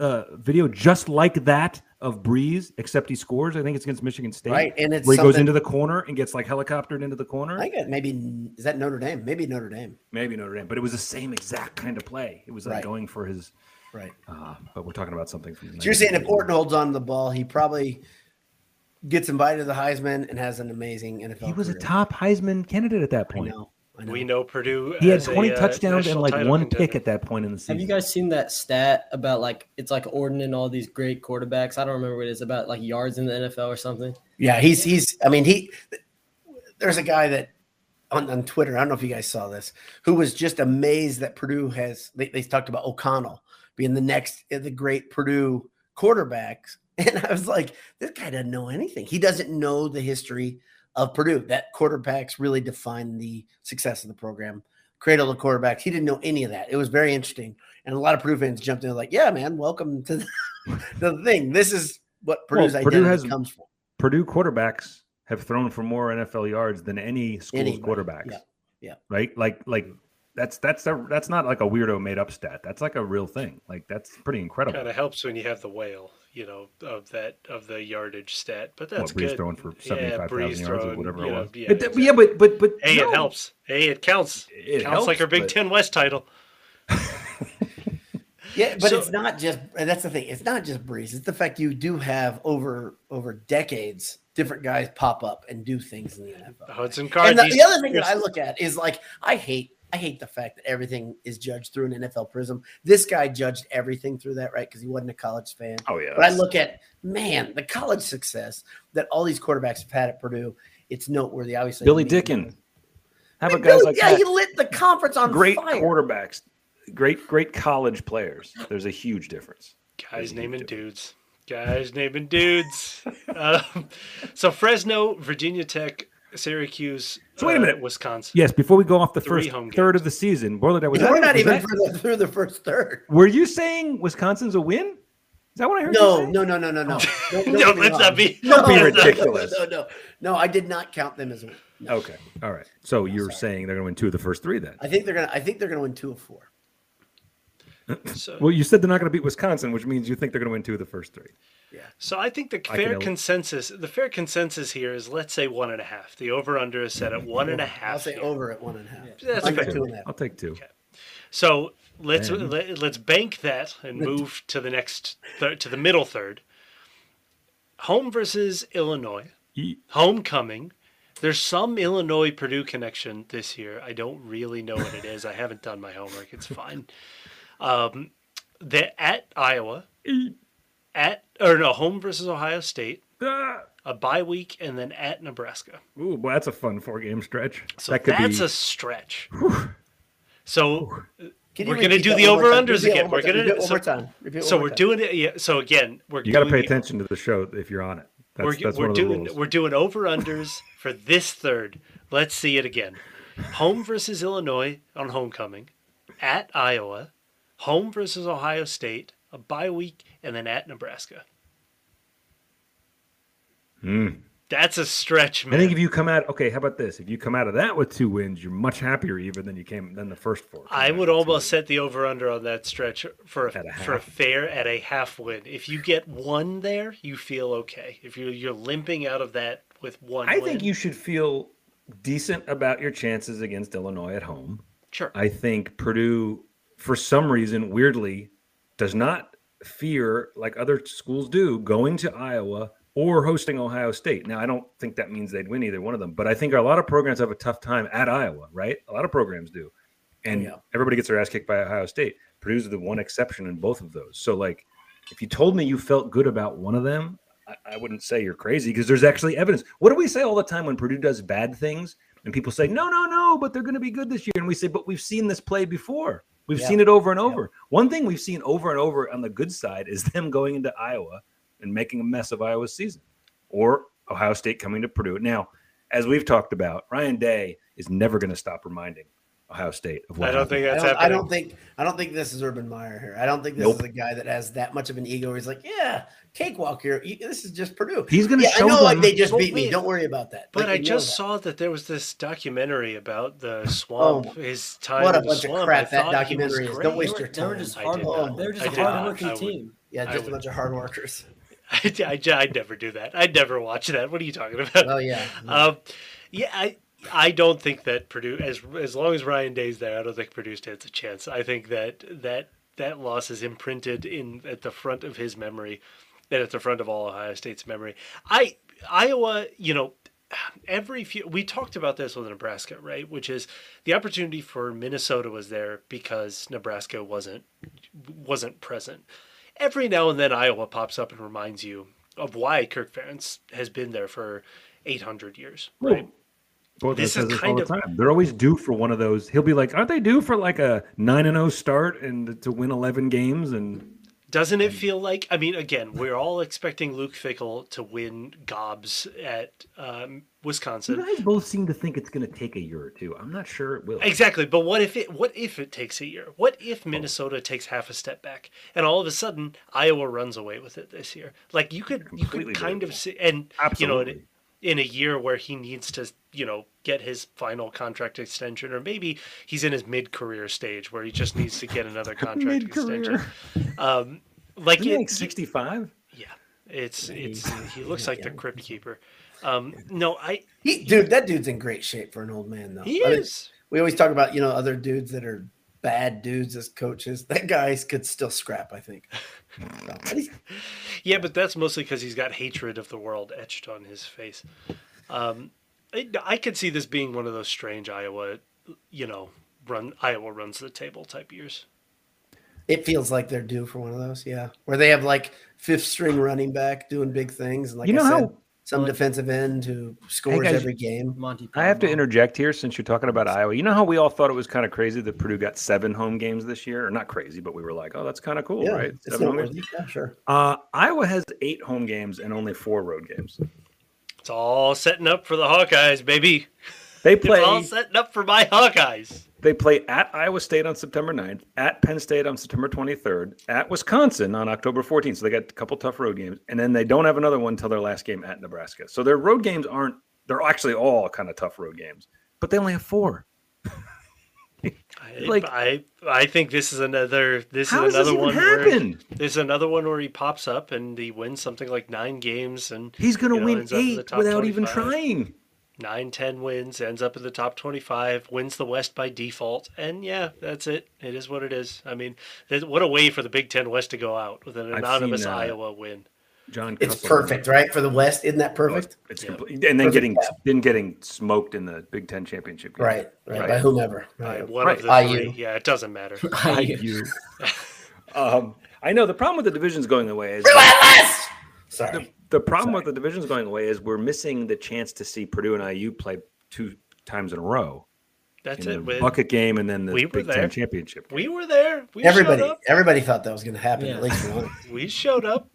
Speaker 3: uh, video just like that of Breeze, except he scores? I think it's against Michigan State,
Speaker 2: Right, and it's
Speaker 3: where he goes
Speaker 2: something-
Speaker 3: into the corner and gets like helicoptered into the corner.
Speaker 2: I think it maybe is that Notre Dame, maybe Notre Dame,
Speaker 3: Maybe Notre Dame, but it was the same exact kind of play. It was like
Speaker 2: Right.
Speaker 3: going for his.
Speaker 2: right?
Speaker 3: Uh, but we're talking about something from.
Speaker 2: So you're saying if Orton holds on to the ball, he probably gets invited to the Heisman and has an amazing NFL.
Speaker 3: He was a
Speaker 2: career.
Speaker 3: top Heisman candidate at that
Speaker 2: I
Speaker 3: point.
Speaker 2: know. I know.
Speaker 4: we know Purdue.
Speaker 3: He had
Speaker 4: as a,
Speaker 3: 20
Speaker 4: uh,
Speaker 3: touchdowns and
Speaker 4: national
Speaker 3: like
Speaker 4: title
Speaker 3: one
Speaker 4: contender.
Speaker 3: pick at that point in the season.
Speaker 5: Have you guys seen that stat about like it's like Orton and all these great quarterbacks? I don't remember what it is about like yards in the NFL or something.
Speaker 2: Yeah, he's he's. I mean, he. There's a guy that on, on Twitter. I don't know if you guys saw this. Who was just amazed that Purdue has. They, they talked about O'Connell being the next uh, the great Purdue quarterback, [laughs] and I was like, this guy doesn't know anything. He doesn't know the history of Purdue. That quarterbacks really define the success of the program. Cradle of quarterbacks. He didn't know any of that. It was very interesting, and a lot of Purdue fans jumped in like, "Yeah, man, welcome to the, [laughs] the thing. This is what
Speaker 3: Well,
Speaker 2: Purdue's
Speaker 3: Purdue
Speaker 2: identity
Speaker 3: has-
Speaker 2: comes from."
Speaker 3: Purdue quarterbacks have thrown for more NFL yards than any school's
Speaker 2: Anybody,
Speaker 3: quarterbacks.
Speaker 2: yeah, yeah.
Speaker 3: Right? Like like that's that's a, that's not like a weirdo made up stat. That's like a real thing. Like that's pretty incredible.
Speaker 4: Kind of helps when you have the whale, you know, of that of the yardage stat. But that's
Speaker 3: what Breeze
Speaker 4: good.
Speaker 3: throwing for
Speaker 4: Yeah,
Speaker 3: seventy five thousand
Speaker 4: Breeze
Speaker 3: yards or
Speaker 4: throwing,
Speaker 3: whatever
Speaker 4: you
Speaker 3: it
Speaker 4: know,
Speaker 3: was.
Speaker 4: yeah,
Speaker 3: but th- yeah, but but but
Speaker 4: Hey,
Speaker 3: no.
Speaker 4: it helps. Hey, it counts.
Speaker 3: It
Speaker 4: counts like
Speaker 3: helps,
Speaker 4: our Big
Speaker 3: but-
Speaker 4: Ten West title.
Speaker 2: Yeah, but
Speaker 4: So-
Speaker 2: it's not just and that's the thing. It's not just Breeze. It's the fact you do have over over decades different guys pop up and do things in the NFL.
Speaker 4: Hudson Card.
Speaker 2: And the, the other thing that I look at is like I hate I hate the fact that everything is judged through an NFL prism. This guy judged everything through that, right? Because he wasn't a college fan.
Speaker 3: Oh yeah.
Speaker 2: But I look at man, the college success that all these quarterbacks have had at Purdue. It's noteworthy, obviously.
Speaker 3: Billy
Speaker 2: Me-
Speaker 3: Dickin. How
Speaker 2: I
Speaker 3: about
Speaker 2: mean,
Speaker 3: guys
Speaker 2: Billy-
Speaker 3: like
Speaker 2: yeah,
Speaker 3: that?
Speaker 2: he lit the conference on
Speaker 3: great
Speaker 2: fire.
Speaker 3: quarterbacks, great great college players. There's a huge difference.
Speaker 4: Guys naming dudes. Guys naming
Speaker 3: [laughs]
Speaker 4: dudes. um, so Fresno, Virginia Tech, Syracuse.
Speaker 3: So wait a
Speaker 4: uh,
Speaker 3: minute.
Speaker 4: Wisconsin.
Speaker 3: Yes, before we go off the
Speaker 4: Three
Speaker 3: first
Speaker 4: home
Speaker 3: third
Speaker 4: games.
Speaker 3: of the season, Boiler was that-
Speaker 2: We're not
Speaker 3: was
Speaker 2: even
Speaker 3: that-
Speaker 2: through the, through the first third.
Speaker 3: Were you saying Wisconsin's a win? Is that what I heard?
Speaker 2: No,
Speaker 3: you say?
Speaker 2: no, no, no, no,
Speaker 4: [laughs]
Speaker 2: no. Don't- don't
Speaker 4: No,
Speaker 2: get me
Speaker 4: let's
Speaker 2: wrong.
Speaker 4: not be-
Speaker 2: No,
Speaker 3: Don't be
Speaker 2: no, no,
Speaker 3: ridiculous.
Speaker 2: No, no, no, no. I did not count them as. A, no.
Speaker 3: Okay. All right. So you're saying they're going to win two of the first three then?
Speaker 2: I think they're gonna. I think they're gonna win two of four.
Speaker 4: So,
Speaker 3: Well, you said they're not going to beat Wisconsin, which means you think they're going to win two of the first three.
Speaker 4: so I think the
Speaker 3: I
Speaker 4: fair
Speaker 3: can-
Speaker 4: consensus, the fair consensus here is let's say one and a half. The over under is set at one and a half.
Speaker 2: I'll say
Speaker 4: here.
Speaker 2: over at one and a half.
Speaker 4: That's
Speaker 2: Under
Speaker 4: fair.
Speaker 2: two and a half.
Speaker 3: I'll take two.
Speaker 4: So let's let, let's bank that and move to the next thir- to the middle third. Home versus Illinois,
Speaker 3: Ye-
Speaker 4: homecoming. There's some Illinois Purdue connection this year. I don't really know what it is. I haven't done my homework. It's fine. Um, they're at Iowa, at or no home versus Ohio State,
Speaker 3: Ah!
Speaker 4: a bye week, and then at Nebraska.
Speaker 3: Ooh, well, that's a fun four game stretch.
Speaker 4: So
Speaker 3: that could
Speaker 4: that's
Speaker 3: be.
Speaker 4: a stretch. So
Speaker 2: Can
Speaker 4: We're
Speaker 2: repeat
Speaker 4: gonna do
Speaker 2: that
Speaker 4: the
Speaker 2: one more time?
Speaker 4: over-unders
Speaker 2: Repeat it one
Speaker 4: again.
Speaker 2: more
Speaker 4: We're
Speaker 2: time.
Speaker 4: gonna-
Speaker 2: Repeat it one
Speaker 4: so-
Speaker 2: more time. Repeat it
Speaker 4: so
Speaker 2: one more
Speaker 4: we're
Speaker 2: time.
Speaker 4: doing it. Yeah. So again, we're
Speaker 3: Oh you got to
Speaker 4: doing
Speaker 3: pay
Speaker 4: the-
Speaker 3: attention to the show if you're on it. That's,
Speaker 4: we're
Speaker 3: that's
Speaker 4: we're
Speaker 3: one of the
Speaker 4: doing
Speaker 3: rules.
Speaker 4: we're doing over unders for this third. Let's see it again. Home versus Illinois on homecoming, at Iowa, home versus Ohio State, a bye week, and then at Nebraska.
Speaker 3: Mm.
Speaker 4: That's a stretch,
Speaker 3: I
Speaker 4: man.
Speaker 3: think if you come out, okay, how about this? If you come out of that with two wins, you're much happier even than you came than the first four.
Speaker 4: I would almost set the over under on that stretch for
Speaker 3: At a
Speaker 4: a, for a
Speaker 3: half.
Speaker 4: fair at a half win. If you get one there, you feel okay. If you you're limping out of that with one,
Speaker 3: I
Speaker 4: win,
Speaker 3: think you should feel decent about your chances against Illinois at home.
Speaker 4: sure.
Speaker 3: I think Purdue, for some reason, weirdly, does not fear like other schools do going to Iowa or hosting Ohio State. Now, I don't think that means they'd win either one of them, but I think a lot of programs have a tough time at Iowa, right? A lot of programs do. And
Speaker 2: Yeah.
Speaker 3: everybody gets their ass kicked by Ohio State. Purdue's the one exception in both of those. So, like, if you told me you felt good about one of them, I, I wouldn't say you're crazy because there's actually evidence. What do we say all the time when Purdue does bad things and people say, no, no, no, but they're going to be good this year? And we say, but we've seen this play before. We've
Speaker 2: Yeah.
Speaker 3: seen it over and over. One thing we've seen over and over on the good side is them going into Iowa and making a mess of Iowa's season or Ohio State coming to Purdue. Now, as we've talked about, Ryan Day is never going to stop reminding Ohio State of what
Speaker 4: I don't
Speaker 3: happened.
Speaker 4: think
Speaker 2: I
Speaker 4: that's
Speaker 2: don't, I
Speaker 4: happening.
Speaker 2: don't think I don't think this is Urban Meyer here. I don't think this
Speaker 3: Nope.
Speaker 2: is a guy that has that much of an ego. Where he's like, yeah, cakewalk here. You- This is just Purdue.
Speaker 3: he's going to
Speaker 2: Yeah, I
Speaker 3: show
Speaker 2: know. Like
Speaker 3: them-
Speaker 2: they just
Speaker 4: Well,
Speaker 2: beat me.
Speaker 4: wait.
Speaker 2: Don't worry about that.
Speaker 4: But
Speaker 2: Like,
Speaker 4: I
Speaker 2: you know
Speaker 4: just
Speaker 2: that. Oh,
Speaker 4: saw that there was this documentary about the swamp. his time
Speaker 2: what a
Speaker 4: in the
Speaker 2: bunch of
Speaker 4: swamp.
Speaker 2: crap
Speaker 4: I
Speaker 2: that
Speaker 4: thought he was
Speaker 2: documentary is. Don't
Speaker 4: great.
Speaker 2: waste
Speaker 5: They were-
Speaker 2: your
Speaker 5: They were
Speaker 2: time.
Speaker 5: just
Speaker 4: I
Speaker 5: hard.
Speaker 4: did not.
Speaker 5: They were just
Speaker 2: I did
Speaker 5: hard working
Speaker 4: not. I would-
Speaker 5: team.
Speaker 2: Yeah,
Speaker 4: I
Speaker 2: just a
Speaker 4: would-
Speaker 2: bunch of hard workers.
Speaker 4: [laughs] I, I, I'd never do that. I'd never watch that. What are you talking about?
Speaker 2: Oh yeah.
Speaker 4: [laughs] Um, yeah, I I don't think that Purdue as as long as Ryan Day's there, I don't think Purdue stands a chance. I think that that that loss is imprinted in at the front of his memory, and at the front of all Ohio State's memory. I Iowa, you know. Every few we talked about this with Nebraska, right? Which is the opportunity for Minnesota was there because Nebraska wasn't wasn't present. Every now and then Iowa pops up and reminds you of why Kirk Ferentz has been there for 800 years,
Speaker 3: Well,
Speaker 4: right?
Speaker 3: Both
Speaker 4: This
Speaker 3: this says
Speaker 4: is
Speaker 3: this all
Speaker 4: kind
Speaker 3: the
Speaker 4: of-
Speaker 3: time. They're always due for one of those. He'll be like, "Aren't they due for like a nine and zero start and to win eleven games?" And
Speaker 4: Doesn't it feel like? I mean, again, we're all expecting Luke Fickle to win gobs at um,
Speaker 3: you
Speaker 4: Wisconsin.
Speaker 3: guys both seem to think it's going to take a year or two. I'm not sure it will.
Speaker 4: Exactly, but what if it? What if it takes a year? What if
Speaker 3: Oh.
Speaker 4: Minnesota takes half a step back, and all of a sudden Iowa runs away with it this year? Like you could, you
Speaker 3: Completely
Speaker 4: could kind
Speaker 3: doable.
Speaker 4: of see, and you know, in-
Speaker 3: Absolutely.
Speaker 4: in a year where he needs to, you know, get his final contract extension, or maybe he's in his mid-career stage where he just needs to get
Speaker 3: [laughs]
Speaker 4: another contract extension. Um, like
Speaker 3: Isn't he
Speaker 4: it,
Speaker 3: like sixty five?
Speaker 4: Yeah, it's it's
Speaker 3: [laughs]
Speaker 4: he looks like the crypt keeper. Um, no, I
Speaker 2: He, dude, that dude's in great shape for an old man, though.
Speaker 4: he
Speaker 2: I mean,
Speaker 4: is.
Speaker 2: we always talk about you know other dudes that are bad dudes as coaches. That guy could still scrap, I think. So, but he's-
Speaker 4: Yeah, but that's mostly because he's got hatred of the world etched on his face. Um, I, I could see this being one of those strange Iowa, you know, run Iowa runs the table type years.
Speaker 2: it feels like they're due for one of those, yeah, where they have like fifth string running back doing big things, and like
Speaker 3: You know
Speaker 2: I
Speaker 3: how-
Speaker 2: said, some defensive end who scores
Speaker 3: guys,
Speaker 2: every game.
Speaker 5: Monty.
Speaker 3: I have to
Speaker 5: Python.
Speaker 3: interject here since you're talking about Iowa. You know how we all thought it was kind of crazy that Purdue got seven home games this year, or not crazy, but we were like, "Oh, that's kind of cool,
Speaker 2: Yeah,
Speaker 3: right?"
Speaker 2: it's
Speaker 3: Seven home games.
Speaker 2: noteworthy. Yeah, sure.
Speaker 3: Uh, Iowa has eight home games and only four road games.
Speaker 4: It's all setting up for the Hawkeyes, baby.
Speaker 3: They
Speaker 4: It's
Speaker 3: play
Speaker 4: all setting up for my Hawkeyes.
Speaker 3: They play at Iowa State on September 9th, at Penn State on September 23rd, at Wisconsin on October 14th. So they got a couple tough road games, and then they don't have another one until their last game at Nebraska. So their road games aren't, they're actually all kind of tough road games, but they only have four.
Speaker 4: I,
Speaker 3: Like-
Speaker 4: I, I think this is another this
Speaker 3: How
Speaker 4: is
Speaker 3: does this
Speaker 4: another
Speaker 3: even
Speaker 4: one where
Speaker 3: happen?
Speaker 4: There's another one where he pops up and he wins something like nine games and
Speaker 3: He's going to
Speaker 4: you know,
Speaker 3: win
Speaker 4: ends up in the
Speaker 3: eight
Speaker 4: top
Speaker 3: without even
Speaker 4: 25.
Speaker 3: trying.
Speaker 4: nine, ten wins, ends up in the top 25, wins the West by default. And yeah, that's it. It is what it is. I mean, th- what a way for the Big Ten West to go out with an
Speaker 3: I've
Speaker 4: anonymous
Speaker 3: seen, uh,
Speaker 4: Iowa win.
Speaker 3: John,
Speaker 2: It's
Speaker 3: Cussler.
Speaker 2: perfect, right? For the West, isn't that
Speaker 3: Oh,
Speaker 2: perfect?
Speaker 3: It's, it's
Speaker 4: Yeah.
Speaker 3: complete, and then
Speaker 2: Perfect
Speaker 3: getting
Speaker 2: path.
Speaker 3: then getting smoked in the Big Ten championship game.
Speaker 2: Right, right,
Speaker 3: Right.
Speaker 2: by whomever.
Speaker 4: Right,
Speaker 2: Right.
Speaker 4: one
Speaker 3: right.
Speaker 4: of the
Speaker 2: IU.
Speaker 4: three. Yeah, it doesn't
Speaker 2: [laughs]
Speaker 4: matter.
Speaker 5: [laughs]
Speaker 4: [laughs]
Speaker 3: you. um, I know the problem with the divisions going away is.
Speaker 2: Sorry.
Speaker 3: The problem with the divisions going away is we're missing the chance to see Purdue and IU play two times in a row
Speaker 4: That's
Speaker 3: in
Speaker 4: it.
Speaker 3: the
Speaker 4: We,
Speaker 3: bucket game and then the
Speaker 4: we were
Speaker 3: Big
Speaker 4: there.
Speaker 3: Ten championship. game.
Speaker 4: we were there. We
Speaker 2: everybody,
Speaker 4: showed up.
Speaker 2: everybody thought that was going to happen.
Speaker 5: Yeah.
Speaker 2: At least one.
Speaker 4: We showed up.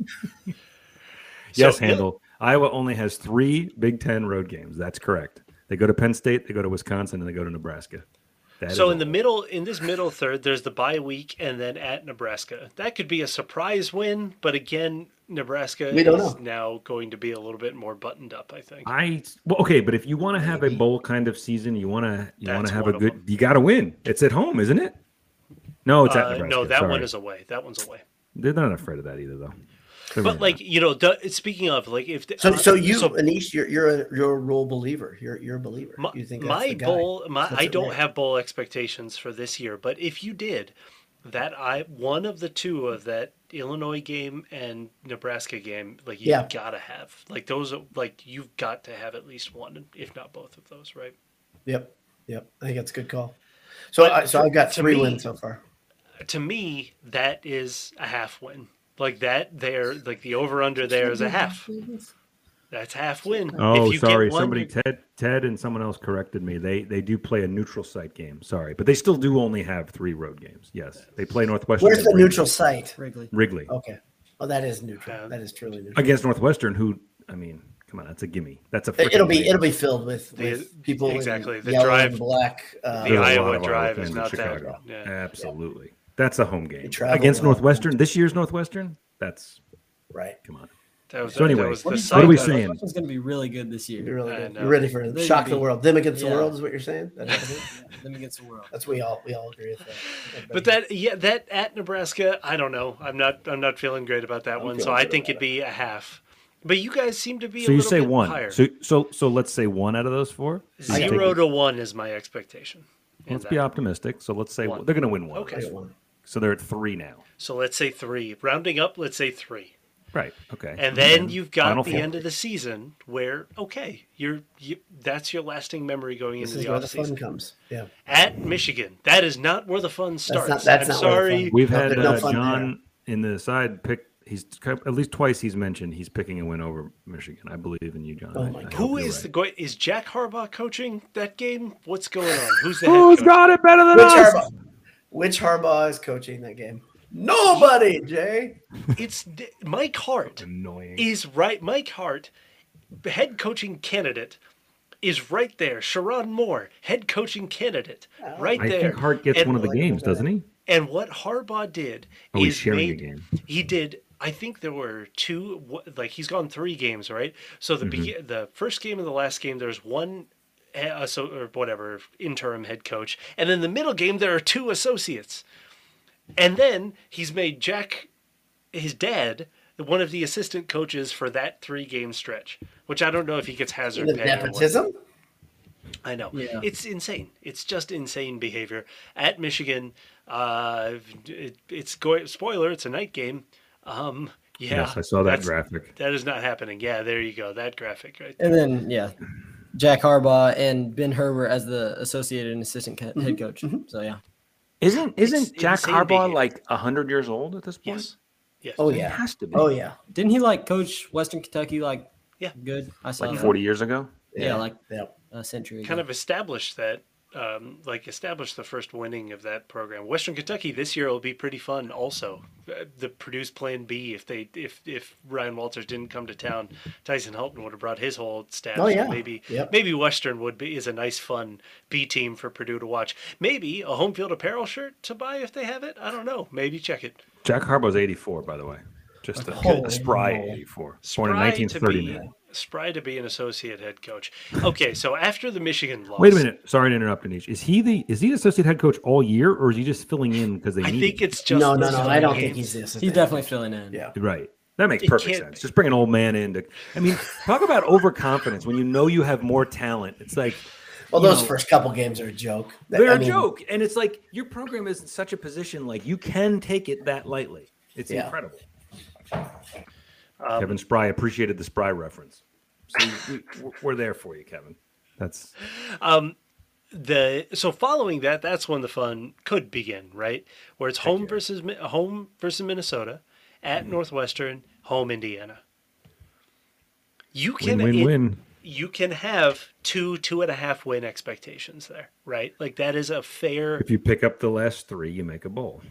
Speaker 3: yes,
Speaker 4: So,
Speaker 3: handle. Iowa only has three Big Ten road games. That's correct. They go to Penn State, they go to Wisconsin, and they go to Nebraska. That is
Speaker 4: so in
Speaker 3: all.
Speaker 4: the middle, in this middle third, there's the bye week, and then at Nebraska, that could be a surprise win. But again, Nebraska
Speaker 2: We don't
Speaker 4: is
Speaker 2: know.
Speaker 4: now going to be a little bit more buttoned up. I think.
Speaker 3: I well, okay, but if you want to have a bowl kind of season, you want to you want
Speaker 4: That's
Speaker 3: to have a
Speaker 4: one of
Speaker 3: good.
Speaker 4: them.
Speaker 3: You got to win. It's at home, isn't it? No, it's at
Speaker 4: Uh,
Speaker 3: Nebraska.
Speaker 4: no, that
Speaker 3: Sorry.
Speaker 4: one is away. That one's away.
Speaker 3: They're not afraid of that either, though. They're really
Speaker 4: But like you know, the, speaking of like if the,
Speaker 2: So,
Speaker 4: uh,
Speaker 2: so you, Anish, you're you're a you're a role believer. You're you're a believer.
Speaker 4: My,
Speaker 2: you think that's
Speaker 4: my
Speaker 2: the guy.
Speaker 4: bowl, my,
Speaker 2: That's
Speaker 4: I
Speaker 2: it,
Speaker 4: don't
Speaker 2: right?
Speaker 4: have bowl expectations for this year, but if you did, that I one of the two of that Illinois game and Nebraska game, like you
Speaker 2: Yeah.
Speaker 4: have gotta have like those, are- like you've got to have at least one, if not both of those, right?
Speaker 2: Yep, yep. I think that's a good call. So,
Speaker 4: But
Speaker 2: I, so I've got
Speaker 4: to
Speaker 2: three
Speaker 4: me-
Speaker 2: wins so far.
Speaker 4: To me, that is a half win. Like that there, like the over under there is a half. That's half win.
Speaker 3: not. Oh,
Speaker 4: If you get
Speaker 3: sorry.
Speaker 4: one,
Speaker 3: Somebody,
Speaker 4: you're-
Speaker 3: Ted, Ted, and someone else corrected me. They they do play a neutral site game. Sorry, but they still do only have three road games. Yes, they play Northwestern.
Speaker 2: Where's
Speaker 3: at
Speaker 2: the
Speaker 3: Wrigley.
Speaker 2: neutral site?
Speaker 5: Wrigley.
Speaker 3: Wrigley
Speaker 2: Okay. Oh, that is neutral.
Speaker 4: Uh,
Speaker 2: That is truly neutral.
Speaker 3: against Northwestern. Who? I mean, come on, that's a gimme. That's a.
Speaker 2: It- It'll
Speaker 3: frickin'
Speaker 2: be
Speaker 3: win.
Speaker 2: it'll be filled with, with
Speaker 4: The-
Speaker 2: people in
Speaker 4: exactly, the
Speaker 2: yellow
Speaker 4: drive-
Speaker 2: and black. Uh,
Speaker 4: The
Speaker 3: There's a
Speaker 4: Iowa
Speaker 3: lot of our
Speaker 4: drive is
Speaker 3: fans in
Speaker 4: not that-
Speaker 3: Chicago.
Speaker 4: yeah.
Speaker 3: Absolutely, that's a home game
Speaker 2: travel
Speaker 3: against
Speaker 2: well.
Speaker 3: Northwestern. This year's Northwestern. That's
Speaker 2: right.
Speaker 3: come on.
Speaker 4: that was,
Speaker 3: So anyway,
Speaker 4: that was the
Speaker 3: what
Speaker 4: side
Speaker 3: are we
Speaker 4: note.
Speaker 3: saying?
Speaker 5: Northwestern's going to be really good this
Speaker 2: You're
Speaker 5: year.
Speaker 2: really
Speaker 4: I
Speaker 2: good.
Speaker 4: know.
Speaker 2: You're ready for
Speaker 5: They're
Speaker 2: shock
Speaker 5: gonna
Speaker 2: the
Speaker 5: be-
Speaker 2: world. Them against
Speaker 5: yeah.
Speaker 2: the world is what you're saying.
Speaker 4: [laughs]
Speaker 2: That happened?
Speaker 5: Them against the world.
Speaker 2: That's we all we all agree with that.
Speaker 4: But that yeah, that at Nebraska, I don't know. I'm not I'm not feeling great about that one. So
Speaker 2: feeling
Speaker 4: I
Speaker 2: good
Speaker 4: think
Speaker 2: about
Speaker 4: it'd be a half. But you guys seem to be a
Speaker 3: So you
Speaker 4: little
Speaker 3: say
Speaker 4: bit
Speaker 3: one.
Speaker 4: higher.
Speaker 3: So so so let's say one out of those four. You take
Speaker 4: Zero
Speaker 3: it.
Speaker 4: to one is my expectation. in
Speaker 3: Let's
Speaker 4: that.
Speaker 3: be optimistic. So let's say
Speaker 4: One.
Speaker 3: they're going to win one.
Speaker 4: Okay.
Speaker 2: That's one.
Speaker 3: So they're at three now.
Speaker 4: So let's say three. Rounding up, let's say three.
Speaker 3: Right. Okay.
Speaker 4: And then you've got
Speaker 3: Final
Speaker 4: the
Speaker 3: four.
Speaker 4: end of the season where okay, you're you, that's your lasting memory going
Speaker 2: This
Speaker 4: into
Speaker 2: is
Speaker 4: the
Speaker 2: where the
Speaker 4: off
Speaker 2: fun
Speaker 4: season.
Speaker 2: comes. Yeah.
Speaker 4: At Michigan. That is not where the fun
Speaker 2: not-
Speaker 4: starts.
Speaker 2: that's
Speaker 4: I'm
Speaker 2: not where the
Speaker 4: sorry.
Speaker 2: fun-
Speaker 3: We've
Speaker 2: No,
Speaker 3: had
Speaker 2: there's no
Speaker 3: uh,
Speaker 2: fun
Speaker 3: John in the side pick. He's at least twice he's mentioned he's picking a win over Michigan. I believe in you, John.
Speaker 2: Oh
Speaker 3: I-
Speaker 2: my
Speaker 3: I
Speaker 2: God.
Speaker 3: hope
Speaker 4: Who
Speaker 3: you're
Speaker 4: is
Speaker 3: right.
Speaker 4: the go- is Jack Harbaugh coaching that game? What's going on? Who's the head
Speaker 3: Who's
Speaker 4: coach?
Speaker 3: got it better than
Speaker 2: Which
Speaker 3: us?
Speaker 2: Harbaugh? Which Harbaugh is coaching that game? Nobody, Jay.
Speaker 4: It's d- Mike Hart.
Speaker 3: Annoying.
Speaker 4: is right. Mike Hart, head coaching candidate, is right there. Sharon Moore, head coaching candidate, right
Speaker 3: I
Speaker 4: there.
Speaker 3: think Hart gets
Speaker 4: and,
Speaker 3: one of the
Speaker 2: like
Speaker 3: games,
Speaker 2: that.
Speaker 3: doesn't he?
Speaker 4: And what Harbaugh did
Speaker 3: Oh, he's
Speaker 4: is
Speaker 3: sharing
Speaker 4: made.
Speaker 3: the game.
Speaker 4: He did. I think there were two. wh- Like he's gone three games, right? So
Speaker 3: Mm-hmm.
Speaker 4: the be the first game and the last game, there's one. Uh, so or whatever interim head coach, and then the middle game there are two associates, and then he's made Jack his dad one of the assistant coaches for that three game stretch, which I don't know if he gets hazard
Speaker 2: The
Speaker 4: pay. or what.
Speaker 2: nepotism.
Speaker 4: I know.
Speaker 5: Yeah.
Speaker 4: It's insane. It's just insane behavior at Michigan. Uh, it, it's going. Spoiler: It's a night game. Um, yeah,
Speaker 3: Yes, I saw that
Speaker 4: that's-
Speaker 3: graphic.
Speaker 4: That is not happening. Yeah, there you go. That graphic right there.
Speaker 5: And then, yeah, Jack Harbaugh and Ben Herbert as the associated and assistant co- head coach. So, yeah.
Speaker 3: Isn't isn't
Speaker 4: It's
Speaker 3: Jack
Speaker 4: insane to be
Speaker 3: Harbaugh
Speaker 4: here.
Speaker 3: like hundred years old at this point?
Speaker 4: Yes. Yes.
Speaker 2: Oh
Speaker 3: He
Speaker 2: yeah.
Speaker 3: has to be.
Speaker 2: Oh yeah.
Speaker 5: Didn't he like coach Western Kentucky like
Speaker 4: Yeah.
Speaker 5: good? I saw
Speaker 3: Like
Speaker 5: that.
Speaker 3: forty years ago.
Speaker 5: Yeah, like
Speaker 2: Yeah.
Speaker 5: a century.
Speaker 4: kind
Speaker 5: ago.
Speaker 4: of established that um, like established the first winning of that program western kentucky this year will be pretty fun also Uh, the purdue's plan b if they if if ryan walters didn't come to town tyson helton would have brought his whole staff
Speaker 2: Oh,
Speaker 4: So
Speaker 2: yeah.
Speaker 4: maybe
Speaker 2: Yep.
Speaker 4: maybe western would be is a nice fun b team for purdue to watch maybe a home field apparel shirt to buy if they have it i don't know maybe check it
Speaker 3: Jack Harbaugh's eighty four, by the way. Just a,
Speaker 2: Holy
Speaker 3: a spry
Speaker 2: moly.
Speaker 3: eighty four. Born in
Speaker 4: Spry
Speaker 3: nineteen
Speaker 4: to
Speaker 3: thirty
Speaker 4: be-
Speaker 3: nine.
Speaker 4: spry to be an associate head coach okay so after the michigan loss
Speaker 3: Wait a minute. Sorry to interrupt, Anish. Is he the is he the associate head coach all year, or is he just filling in because they
Speaker 4: i
Speaker 3: need?
Speaker 4: think
Speaker 3: him?
Speaker 4: it's just
Speaker 2: No, no,
Speaker 4: those
Speaker 2: no.
Speaker 4: three
Speaker 2: I don't
Speaker 4: games.
Speaker 2: think he's this.
Speaker 5: He's definitely filling in.
Speaker 2: Yeah.
Speaker 3: right. That makes
Speaker 4: It
Speaker 3: perfect
Speaker 4: can't
Speaker 3: sense.
Speaker 4: be.
Speaker 3: Just bring an old man in. To, I mean, talk about overconfidence when you know you have more talent. It's like
Speaker 2: Well,
Speaker 3: you
Speaker 2: those
Speaker 3: know,
Speaker 2: first couple games are a joke. That-
Speaker 3: they're
Speaker 2: I
Speaker 3: a
Speaker 2: mean,
Speaker 3: joke, and it's like your program is in such a position like you can take it that lightly. It's
Speaker 2: Yeah.
Speaker 3: incredible.
Speaker 4: Um,
Speaker 3: Kevin Spry appreciated the Spry reference. So we, we- we're there for you, Kevin. That's
Speaker 4: the so following that that's when the fun could begin right where it's home versus Mi- home versus minnesota at northwestern home indiana you can it- you can have two two and a half win expectations there right like that is a fair
Speaker 3: If you pick up the last three, you make a bowl.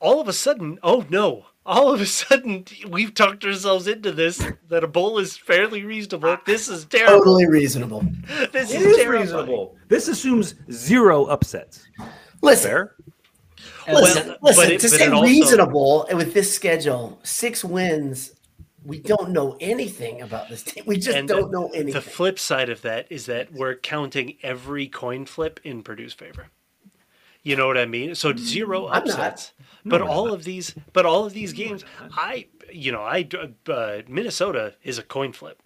Speaker 4: all of a sudden, oh no, all of a sudden we've talked ourselves into this that a bowl is
Speaker 7: [laughs]
Speaker 4: fairly reasonable. This is terrible.
Speaker 2: Totally reasonable.
Speaker 4: This
Speaker 7: Oh, It
Speaker 4: is
Speaker 7: is
Speaker 4: terrible.
Speaker 7: reasonable. This assumes zero upsets.
Speaker 2: Listen,
Speaker 7: Fair.
Speaker 2: listen,
Speaker 4: Well,
Speaker 2: listen.
Speaker 4: but it-
Speaker 2: to
Speaker 4: but
Speaker 2: say
Speaker 4: it also-
Speaker 2: reasonable and with this schedule, six wins. We don't know anything about this team. We [laughs] just
Speaker 4: And
Speaker 2: don't know anything.
Speaker 4: The flip side of that is that we're counting every coin flip in Purdue's favor. You know what I mean? So zero
Speaker 2: Mm, I'm not.
Speaker 4: upsets, but all of these, but all of these games, I, you know, I uh, Minnesota is a coin flip.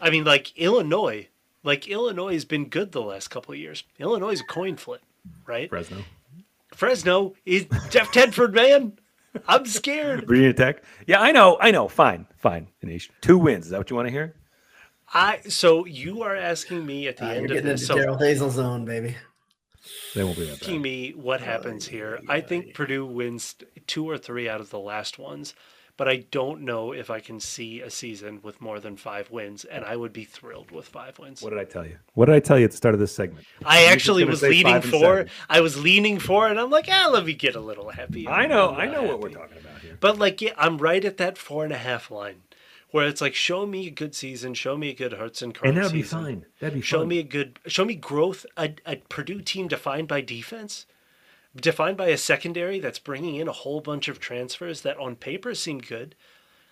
Speaker 4: I mean, like Illinois, like Illinois has been good the last couple of years. Illinois is a coin flip, right?
Speaker 3: Fresno.
Speaker 4: Fresno is Jeff Tedford, man. I'm
Speaker 3: [laughs]
Speaker 4: scared.
Speaker 3: Virginia Tech. Yeah, I know. I know. Fine. Fine. Anish. Two wins. Is that what you want to hear?
Speaker 4: I so you are asking me at the
Speaker 2: Uh, you're
Speaker 4: end of
Speaker 2: getting
Speaker 4: this.
Speaker 2: into
Speaker 4: So
Speaker 2: Daryl Hazel's zone, baby.
Speaker 3: They won't be that
Speaker 4: asking me what happens here. I think Purdue wins two or three out of the last ones, but I don't know if I can see a season with more than five wins, and I would be thrilled with five wins.
Speaker 3: What did I tell you? What did I tell you at the start of this segment?
Speaker 4: I actually
Speaker 3: gonna
Speaker 4: was
Speaker 3: say
Speaker 4: leaning
Speaker 3: five and
Speaker 4: for.
Speaker 3: seven.
Speaker 4: I was leaning for, and I'm like, ah, let me get a little happy.
Speaker 3: I know.
Speaker 4: I'm
Speaker 3: I
Speaker 4: not
Speaker 3: know what
Speaker 4: happy.
Speaker 3: we're talking about here.
Speaker 4: But like, yeah, I'm right at that four and a half line, where it's like, show me a good season, show me a good Hurts and Cards
Speaker 3: And that would be
Speaker 4: season.
Speaker 3: fine. That'd be
Speaker 4: Show
Speaker 3: fine.
Speaker 4: me a good. Show me growth. A, a Purdue team defined by defense, defined by a secondary that's bringing in a whole bunch of transfers that on paper seem good.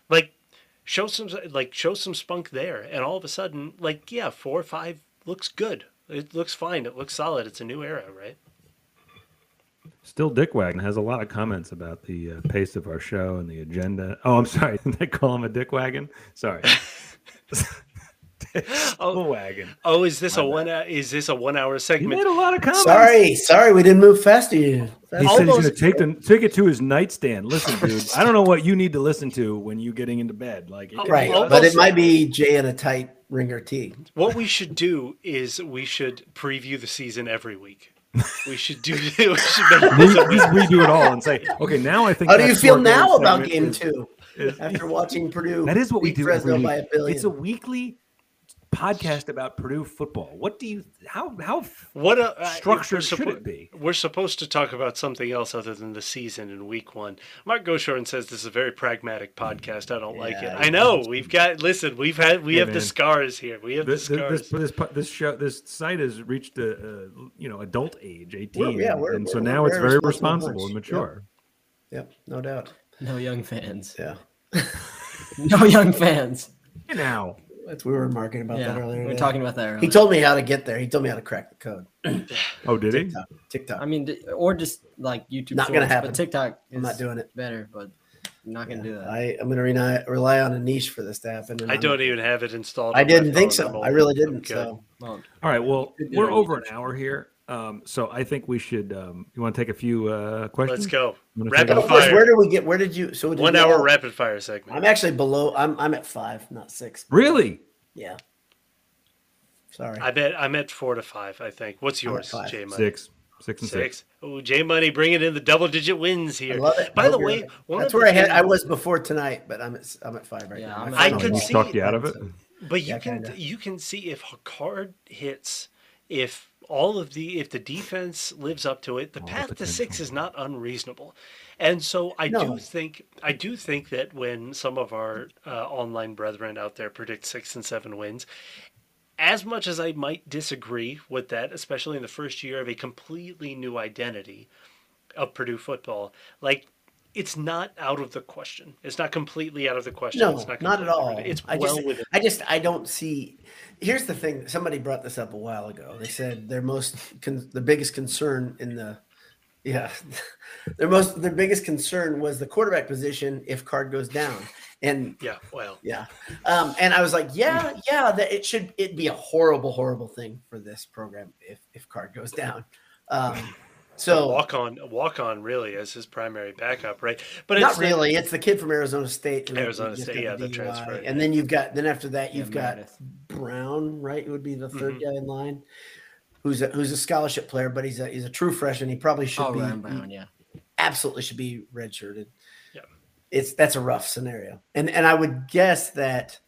Speaker 4: Like, show some like show some spunk there, and all of a sudden, like yeah, four or five looks good. It looks fine. It looks solid. It's a new era, right?
Speaker 3: Still, Dick Wagon has a lot of comments about the uh, pace of our show and the agenda. Oh, I'm sorry. [laughs] Did they call him a Dick Wagon? [laughs] Sorry.
Speaker 4: Oh,
Speaker 3: wagon.
Speaker 4: oh, is this a one? hou- Is this a one-hour
Speaker 3: He
Speaker 4: segment?
Speaker 3: made a lot of comments.
Speaker 2: Sorry, sorry, we didn't move fast you.
Speaker 3: Oh, He
Speaker 2: Fast-
Speaker 3: said he's going to
Speaker 4: Almost-
Speaker 3: take the take it to his nightstand. Listen,
Speaker 2: [laughs]
Speaker 3: dude, I don't know what you need to listen to when you're getting into bed. Like, it-
Speaker 2: Oh, right,
Speaker 4: almost-
Speaker 2: but it might be Jay in a tight ringer tee.
Speaker 4: What we should do is we should preview the season every week. We should do. [laughs] We should
Speaker 3: re-
Speaker 4: make this a
Speaker 3: just redo it all and say, okay, now I think.
Speaker 2: How do you
Speaker 3: that's
Speaker 2: feel
Speaker 3: where our
Speaker 2: now about
Speaker 3: segment
Speaker 2: game
Speaker 3: is.
Speaker 2: two after watching Purdue?
Speaker 3: That is what we
Speaker 2: beat
Speaker 3: do.
Speaker 2: Fresno
Speaker 3: every
Speaker 2: by a
Speaker 3: week.
Speaker 2: billion.
Speaker 3: It's a weekly podcast about Purdue football. What do you? How how
Speaker 4: What a, uh,
Speaker 3: structured
Speaker 4: we're suppo-
Speaker 3: should it be?
Speaker 4: We're supposed to talk about something else other than the season in week one. Mark Goshorn says this is a very pragmatic podcast. I don't like it. I know we've got. Listen, we've had we
Speaker 3: Yeah,
Speaker 4: have the
Speaker 3: man.
Speaker 4: scars here. We have
Speaker 3: this
Speaker 4: the
Speaker 3: this,
Speaker 4: scars.
Speaker 3: this this po- this show this site has reached a, a you know adult age 18
Speaker 2: We're- yeah, we're-
Speaker 3: and so
Speaker 2: we're-
Speaker 3: now
Speaker 2: we're
Speaker 3: it's
Speaker 2: very
Speaker 3: very
Speaker 2: responsible
Speaker 3: responsible and
Speaker 2: bunch.
Speaker 3: mature
Speaker 2: Yep, no doubt.
Speaker 5: No young fans.
Speaker 2: Yeah,
Speaker 5: No young fans.
Speaker 3: now
Speaker 2: that's we were remarking about
Speaker 5: Yeah,
Speaker 2: that earlier.
Speaker 5: we were
Speaker 2: today.
Speaker 5: talking about that earlier.
Speaker 2: He told me how to get there. He told me how to crack the code.
Speaker 3: oh did he
Speaker 2: TikTok.
Speaker 5: I mean, d- or just like YouTube.
Speaker 2: Not gonna
Speaker 5: Shorts,
Speaker 2: happen.
Speaker 5: But TikTok is
Speaker 2: I'm not doing it.
Speaker 5: better, but I'm not gonna do that.
Speaker 2: I am going to rely on a niche for this to happen. and
Speaker 4: I
Speaker 2: I'm-
Speaker 4: don't even have it installed.
Speaker 2: I
Speaker 4: on my
Speaker 2: didn't think
Speaker 4: phone. I'm
Speaker 2: so.
Speaker 4: old.
Speaker 2: I really
Speaker 4: I'm
Speaker 2: didn't.
Speaker 4: good.
Speaker 2: So
Speaker 5: Won't.
Speaker 3: all right well
Speaker 5: Good
Speaker 3: we're
Speaker 5: on
Speaker 3: over an
Speaker 5: YouTube.
Speaker 3: hour here um so i think we should um you want to take a few uh questions
Speaker 4: let's go.
Speaker 3: You wanna
Speaker 4: Rapid
Speaker 3: take
Speaker 2: But
Speaker 3: it?
Speaker 2: of course,
Speaker 4: fire.
Speaker 2: where did we get? Where did you? So did
Speaker 4: One
Speaker 2: you-
Speaker 4: hour rapid fire segment.
Speaker 2: I'm actually below. I'm I'm at five, not six.
Speaker 3: really
Speaker 2: Yeah. Sorry.
Speaker 4: I bet I'm at four to five. I think. What's
Speaker 2: at
Speaker 4: yours,
Speaker 2: five.
Speaker 4: J Money?
Speaker 3: six six and six,
Speaker 4: Six. Oh, J Money bringing in the double digit wins here.
Speaker 2: I love it. I
Speaker 4: By
Speaker 2: hope
Speaker 4: the
Speaker 2: you're
Speaker 4: way,
Speaker 2: right.
Speaker 4: one
Speaker 2: that's
Speaker 4: of
Speaker 2: where
Speaker 4: the
Speaker 2: I had.
Speaker 4: things-
Speaker 2: I was before tonight, but I'm at, I'm at five right
Speaker 5: Yeah,
Speaker 2: now.
Speaker 5: I'm
Speaker 2: My
Speaker 5: at
Speaker 2: phone
Speaker 4: I
Speaker 5: five.
Speaker 2: is-
Speaker 4: could
Speaker 3: Almost
Speaker 4: see.
Speaker 3: talked you out of it.
Speaker 4: But you
Speaker 2: Yeah,
Speaker 4: can
Speaker 2: kinda.
Speaker 4: you can see if Hakard hits, if all of the if the defense lives up to it, the path to six is not unreasonable. And so I
Speaker 2: No.
Speaker 4: do think I do think that when some of our uh, online brethren out there predict six and seven wins, as much as I might disagree with that, especially in the first year of a completely new identity of Purdue football, like it's not out of the question. It's not completely out of the question.
Speaker 2: No,
Speaker 4: it's
Speaker 2: not, at
Speaker 4: completely
Speaker 2: all.
Speaker 4: ridiculous. It's
Speaker 2: I
Speaker 4: well
Speaker 2: just,
Speaker 4: within.
Speaker 2: I just, I don't see. Here's the thing. Somebody brought this up a while ago. They said their most, con, the biggest concern in the, yeah, [laughs] their most, their biggest concern was the quarterback position if Card goes down, and
Speaker 4: Yeah, well,
Speaker 2: yeah, um, and I was like, yeah, yeah, that it should, it'd be a horrible, horrible thing for this program if if Card goes down. Um, so
Speaker 4: walk on walk on really as his primary backup, right? But
Speaker 2: not
Speaker 4: it's
Speaker 2: really. It's the kid from Arizona State. who
Speaker 4: Arizona
Speaker 2: just got
Speaker 4: State, yeah, the
Speaker 2: DUI.
Speaker 4: transfer,
Speaker 2: And
Speaker 4: yeah.
Speaker 2: then you've got then after that
Speaker 5: Yeah,
Speaker 2: you've got
Speaker 5: Meredith.
Speaker 2: Brown, right? Would be
Speaker 4: Mm-hmm.
Speaker 2: the 3rd guy in line. Who's a, who's a scholarship player, but he's a he's a true freshman. He probably should
Speaker 5: Oh,
Speaker 2: be
Speaker 5: Ryan Brown. Yeah.
Speaker 2: absolutely should be redshirted.
Speaker 4: Yep.
Speaker 2: It's that's a rough scenario, and and I would guess that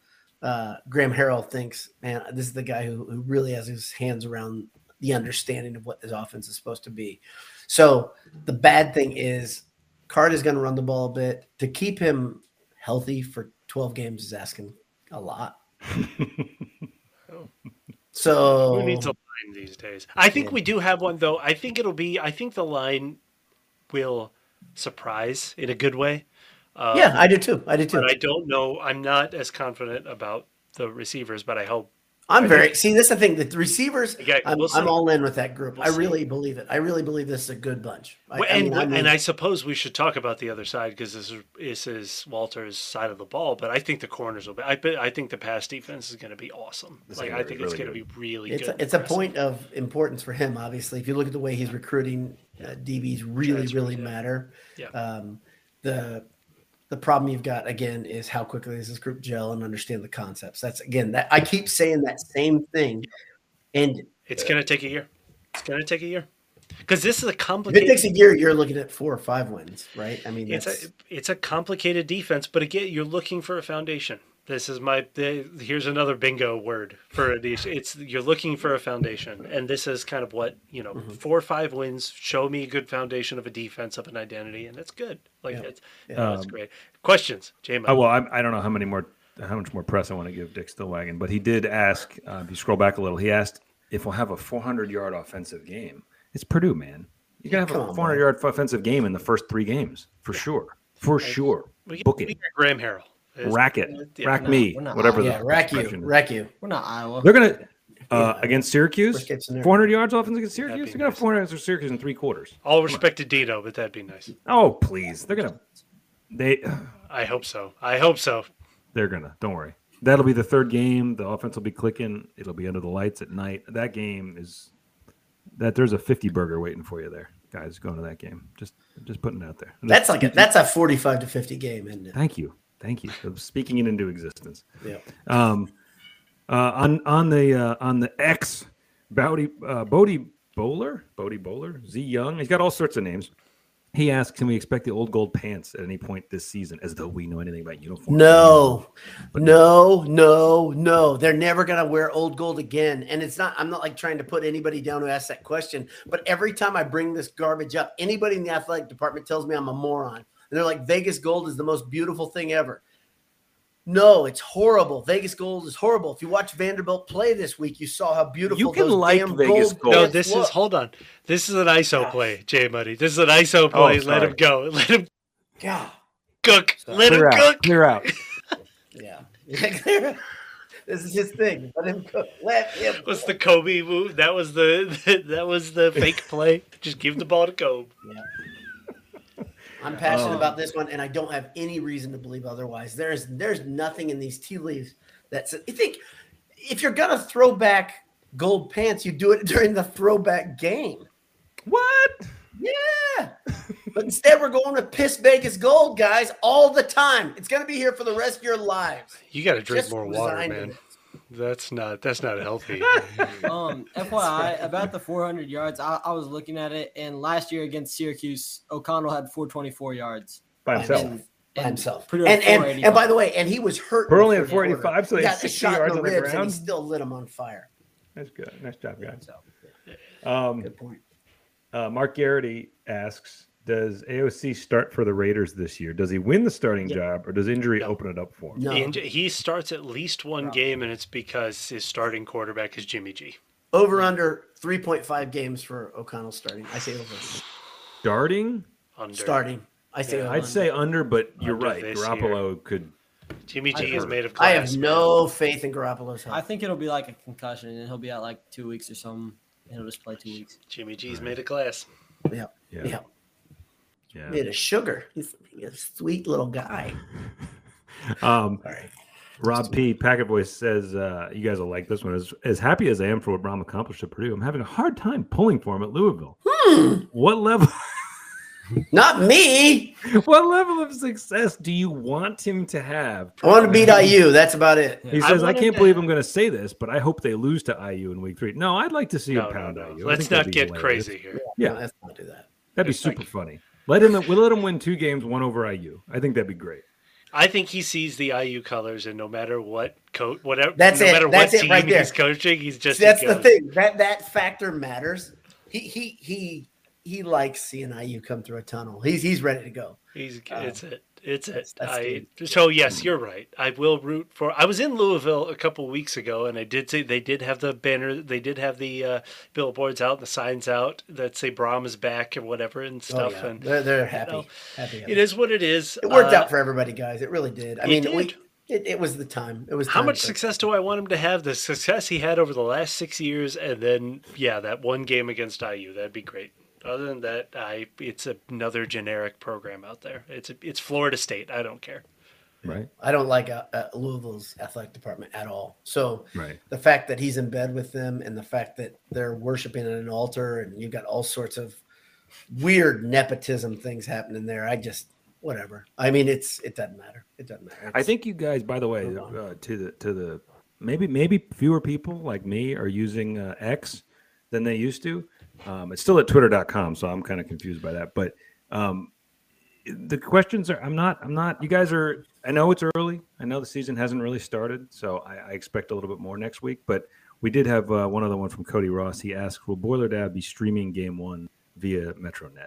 Speaker 2: uh, Graham Harrell thinks, man, this is the guy who, who really has his hands around the understanding of what this offense is supposed to be. So the bad thing is Card is going to run the ball a bit. To keep him healthy for 12 games is asking a
Speaker 4: [laughs]
Speaker 2: lot. so
Speaker 4: Who needs a line these days? I think we do have one though. I think it'll be. I think the line will surprise in a good way. Um,
Speaker 2: yeah, I do too. I do too.
Speaker 4: but I don't know. I'm not as confident about the receivers, but I hope.
Speaker 2: I'm very see. This is the thing. The receivers.
Speaker 4: Okay,
Speaker 2: I'm,
Speaker 4: we'll see.
Speaker 2: I'm all in with that group. I
Speaker 4: see.
Speaker 2: really believe it. I really believe this is a good bunch. I, I
Speaker 4: and
Speaker 2: mean, I'm
Speaker 4: and
Speaker 2: in.
Speaker 4: I suppose we should talk about the other side because this is this is Walter's side of the ball. But I think the corners will be. I bet, I think the pass defense is going to be awesome. like I
Speaker 3: gonna be
Speaker 4: think it's
Speaker 3: really
Speaker 4: going to be really
Speaker 2: it's
Speaker 4: good.
Speaker 2: a, it's a
Speaker 4: impressive.
Speaker 2: point of importance for him. Obviously, if you look at the way he's recruiting, uh, DBs really
Speaker 4: Transfers,
Speaker 2: really
Speaker 4: yeah.
Speaker 2: matter.
Speaker 4: Yeah.
Speaker 2: Um, the the problem you've got again is how quickly does this group gel and understand the concepts. That's again that I keep saying that same thing, and
Speaker 4: It's going to take a year. It's going to take a year because this is a
Speaker 2: if it
Speaker 4: complicated.
Speaker 2: takes a year, you're looking at four or five wins, right? I mean,
Speaker 4: it's
Speaker 2: that's-
Speaker 4: a it's a complicated defense, but again, you're looking for a foundation. This is my the, here's another bingo word for these. It's you're looking for a foundation, and this is kind of what you know.
Speaker 2: Mm-hmm.
Speaker 4: Four or five wins show me a good foundation of a defense of an identity, and that's good. Like
Speaker 2: Yeah.
Speaker 4: it's
Speaker 2: Yeah.
Speaker 4: that's great. Questions, J-Mo?
Speaker 3: Oh, well, I, I don't know how many more, how much more press I want to give Dick Stillwagon, but he did ask. Uh, if you scroll back a little, he asked if we'll have a 400 yard offensive game. It's Purdue, man. You gotta have
Speaker 2: Come
Speaker 3: a
Speaker 2: on,
Speaker 3: 400 yard offensive game in the first three games for sure, for sure.
Speaker 4: we get,
Speaker 3: Book
Speaker 4: we
Speaker 3: it,
Speaker 4: get Graham Harrell. It's-
Speaker 3: rack it,
Speaker 4: Yeah,
Speaker 3: rack
Speaker 5: no,
Speaker 3: me,
Speaker 5: we're not-
Speaker 3: whatever.
Speaker 2: yeah,
Speaker 3: the
Speaker 2: rack you,
Speaker 3: expression is.
Speaker 2: rack you.
Speaker 5: We're not Iowa.
Speaker 3: They're gonna uh, against Syracuse.
Speaker 2: Worst case scenario.
Speaker 3: 400 yards offense against
Speaker 4: That'd
Speaker 3: Syracuse.
Speaker 4: be
Speaker 3: They're gonna have
Speaker 4: nice.
Speaker 3: 400 yards for Syracuse in three quarters.
Speaker 4: All respect to Dino, but that'd be nice.
Speaker 3: Oh please, they're gonna. They [sighs]
Speaker 4: I hope so. I hope so.
Speaker 3: They're gonna. Don't worry. That'll be the third game. The offense will be clicking. It'll be under the lights at night. That game is that there's a fifty burger waiting for you there, guys. Going to that game. Just just putting it out there.
Speaker 2: That's like a,
Speaker 4: [laughs]
Speaker 2: that's a forty-five to fifty game, isn't
Speaker 4: Uh,
Speaker 2: it?
Speaker 3: Thank you, thank you for speaking it into existence.
Speaker 2: Yeah.
Speaker 3: Um, uh, on on the uh, on the X, Bowdy uh, Bodie Bowler, Bodie Bowler, Z Young. He's got all sorts of names. He asks, "Can we expect the old gold pants at any point this season?" As though we know anything about uniforms.
Speaker 2: No, no, no, no. They're never gonna wear old gold again. And it's not. I'm not like trying to put anybody down who asked that question. But every time I bring this garbage up, anybody in the athletic department tells me I'm a moron. And they're like, Vegas gold is the most beautiful thing ever. No, it's horrible. Vegas gold is horrible. If you watch Vanderbilt play this week, you saw how beautiful
Speaker 3: You can
Speaker 2: those
Speaker 3: like
Speaker 2: damn
Speaker 3: Vegas
Speaker 2: gold
Speaker 3: gold.
Speaker 4: No,
Speaker 2: pants
Speaker 4: this
Speaker 2: look.
Speaker 4: is hold on. This is an ISO play, Jay Muddy. This is an ISO play. Let
Speaker 3: sorry.
Speaker 4: him go. [laughs] Let him
Speaker 2: God.
Speaker 4: cook.
Speaker 2: Sorry.
Speaker 4: Let him
Speaker 3: Clear
Speaker 4: cook.
Speaker 3: out. Clear out.
Speaker 2: Yeah. [laughs] this is his thing. Let him cook. Let him.
Speaker 4: Was the Kobe move? That was the [laughs] that was
Speaker 2: [laughs]
Speaker 4: the fake play. Just give the ball to Kobe.
Speaker 2: I'm passionate about this one, and I don't have any reason to believe otherwise. There's there's nothing in these tea leaves that's. You think if you're gonna throw back gold pants, you do it during the throwback game.
Speaker 3: What?
Speaker 2: Yeah, but instead we're going to piss Vegas gold, guys, all the time. It's gonna be here for the rest of your lives.
Speaker 4: You got to drink
Speaker 2: Just
Speaker 4: more water,
Speaker 2: resign to
Speaker 4: man.
Speaker 2: it.
Speaker 4: That's not that's
Speaker 2: [laughs]
Speaker 4: not healthy.
Speaker 5: Um, FYI, about the 400 yards, I, I was looking at it, and last year against Syracuse, O'Connell had 424 yards.
Speaker 3: By himself.
Speaker 5: And,
Speaker 2: By himself.
Speaker 5: Purdue had
Speaker 2: and, and,
Speaker 5: 480.
Speaker 2: and by the way, and he was hurt. in the
Speaker 3: Burley had
Speaker 2: third quarter.
Speaker 3: 485, so
Speaker 2: he
Speaker 3: he had
Speaker 2: got the
Speaker 3: 60
Speaker 2: shot
Speaker 3: yards
Speaker 2: in the
Speaker 3: on the
Speaker 2: ribs, and he
Speaker 3: ground.
Speaker 2: still lit him on fire.
Speaker 3: That's good. Nice job, guys.
Speaker 2: So,
Speaker 3: Um,
Speaker 2: good point.
Speaker 3: uh, Mark Garrity asks Does AOC start for the Raiders this year? Does he win the starting job or does injury open it up for him?
Speaker 2: No.
Speaker 4: And he starts at least one game, and it's because his starting quarterback is Jimmy G.
Speaker 2: Over under 3.5 games for O'Connell starting. I say over.
Speaker 3: Starting?
Speaker 4: Under
Speaker 2: Starting. I say over.
Speaker 3: I'd say under, but you're
Speaker 4: Under
Speaker 3: right.
Speaker 4: this
Speaker 3: Garoppolo could.
Speaker 4: Jimmy G is made of glass.
Speaker 2: I have
Speaker 4: man.
Speaker 2: no faith in Garoppolo's
Speaker 5: I
Speaker 2: health.
Speaker 5: think it'll be like a concussion, and he'll be out like two weeks or something, and he'll just play two weeks.
Speaker 4: Jimmy G's made of glass.
Speaker 2: yeah.
Speaker 3: Yeah.
Speaker 2: Yeah.
Speaker 3: Yeah.
Speaker 2: Made of sugar. He's, he's a sweet little guy.
Speaker 3: Um,
Speaker 2: All right.
Speaker 3: Rob P. Packet Voice says, uh, You guys will like this one. As, as happy as I am for what Rom accomplished at Purdue, I'm having a hard time pulling for him at Louisville.
Speaker 4: Hmm.
Speaker 3: What level? [laughs]
Speaker 2: Not me.
Speaker 3: What level of success do you want him to have?
Speaker 2: I want to beat IU. That's about it.
Speaker 3: He
Speaker 4: Oh, I
Speaker 3: says, I,
Speaker 4: wanted
Speaker 3: can't
Speaker 4: to-
Speaker 3: believe I'm going to say this, but I hope they lose to IU in week three. No, I'd like to see
Speaker 4: No,
Speaker 3: a
Speaker 4: no,
Speaker 3: pound
Speaker 4: no.
Speaker 3: IU. I think
Speaker 4: Let's
Speaker 3: that'd
Speaker 4: not
Speaker 3: be
Speaker 4: get
Speaker 3: hilarious.
Speaker 4: crazy here.
Speaker 3: Yeah.
Speaker 2: Let's not do that.
Speaker 3: That'd be super funny. Let him we'll let him win two games, one over IU. I think that'd be great.
Speaker 4: I think he sees the IU colors, and no matter what coach, whatever,
Speaker 2: That's
Speaker 4: no
Speaker 2: it.
Speaker 4: matter
Speaker 2: That's
Speaker 4: what
Speaker 2: it
Speaker 4: team
Speaker 2: right there.
Speaker 4: he's coaching, he's just
Speaker 2: That's
Speaker 4: he
Speaker 2: the
Speaker 4: goes,
Speaker 2: thing. That that factor matters. He he he he likes seeing IU come through a tunnel. He's he's ready to go.
Speaker 4: He's
Speaker 2: Oh.
Speaker 4: it's it. It's it. I, so yes, you're right. I will root for. I was in Louisville a couple weeks ago, and I did see they did have the banner. They did have the uh, billboards out, and the signs out that say "Brom is back" and whatever and stuff.
Speaker 2: Oh, yeah.
Speaker 4: And
Speaker 2: They're they're happy.
Speaker 4: know,
Speaker 2: happy.
Speaker 4: it is what it is.
Speaker 2: It worked
Speaker 4: Uh,
Speaker 2: out for everybody, guys. It really did. I
Speaker 4: it
Speaker 2: mean,
Speaker 4: did.
Speaker 2: We, it, it was the time. It was
Speaker 4: How
Speaker 2: time
Speaker 4: much
Speaker 2: for-
Speaker 4: success do I want him to have? The success he had over the last six years, and then yeah, that one game against IU, that'd be great. Other than that, I it's another generic program out there. It's it's Florida State. I don't care. [laughs]
Speaker 1: Right.
Speaker 2: I don't like uh, uh, Louisville's athletic department at all. So
Speaker 1: Right.
Speaker 2: the fact that he's in bed with them, and the fact that they're worshiping at an altar, and you've got all sorts of weird nepotism things happening there. I just whatever. I mean, it's it doesn't matter. It doesn't matter.
Speaker 3: I think you guys, by the way, uh, to the to the maybe maybe fewer people like me are using uh, X than they used to. Um, it's still at Twitter.com, so I'm kind of confused by that. But um, the questions are, I'm not, I'm not. You guys are. I know it's early. I know the season hasn't really started, so I, I expect a little bit more next week. But we did have uh, one other one from Cody Ross. He asked, "Will Boiler Dad be streaming Game One via MetroNet?"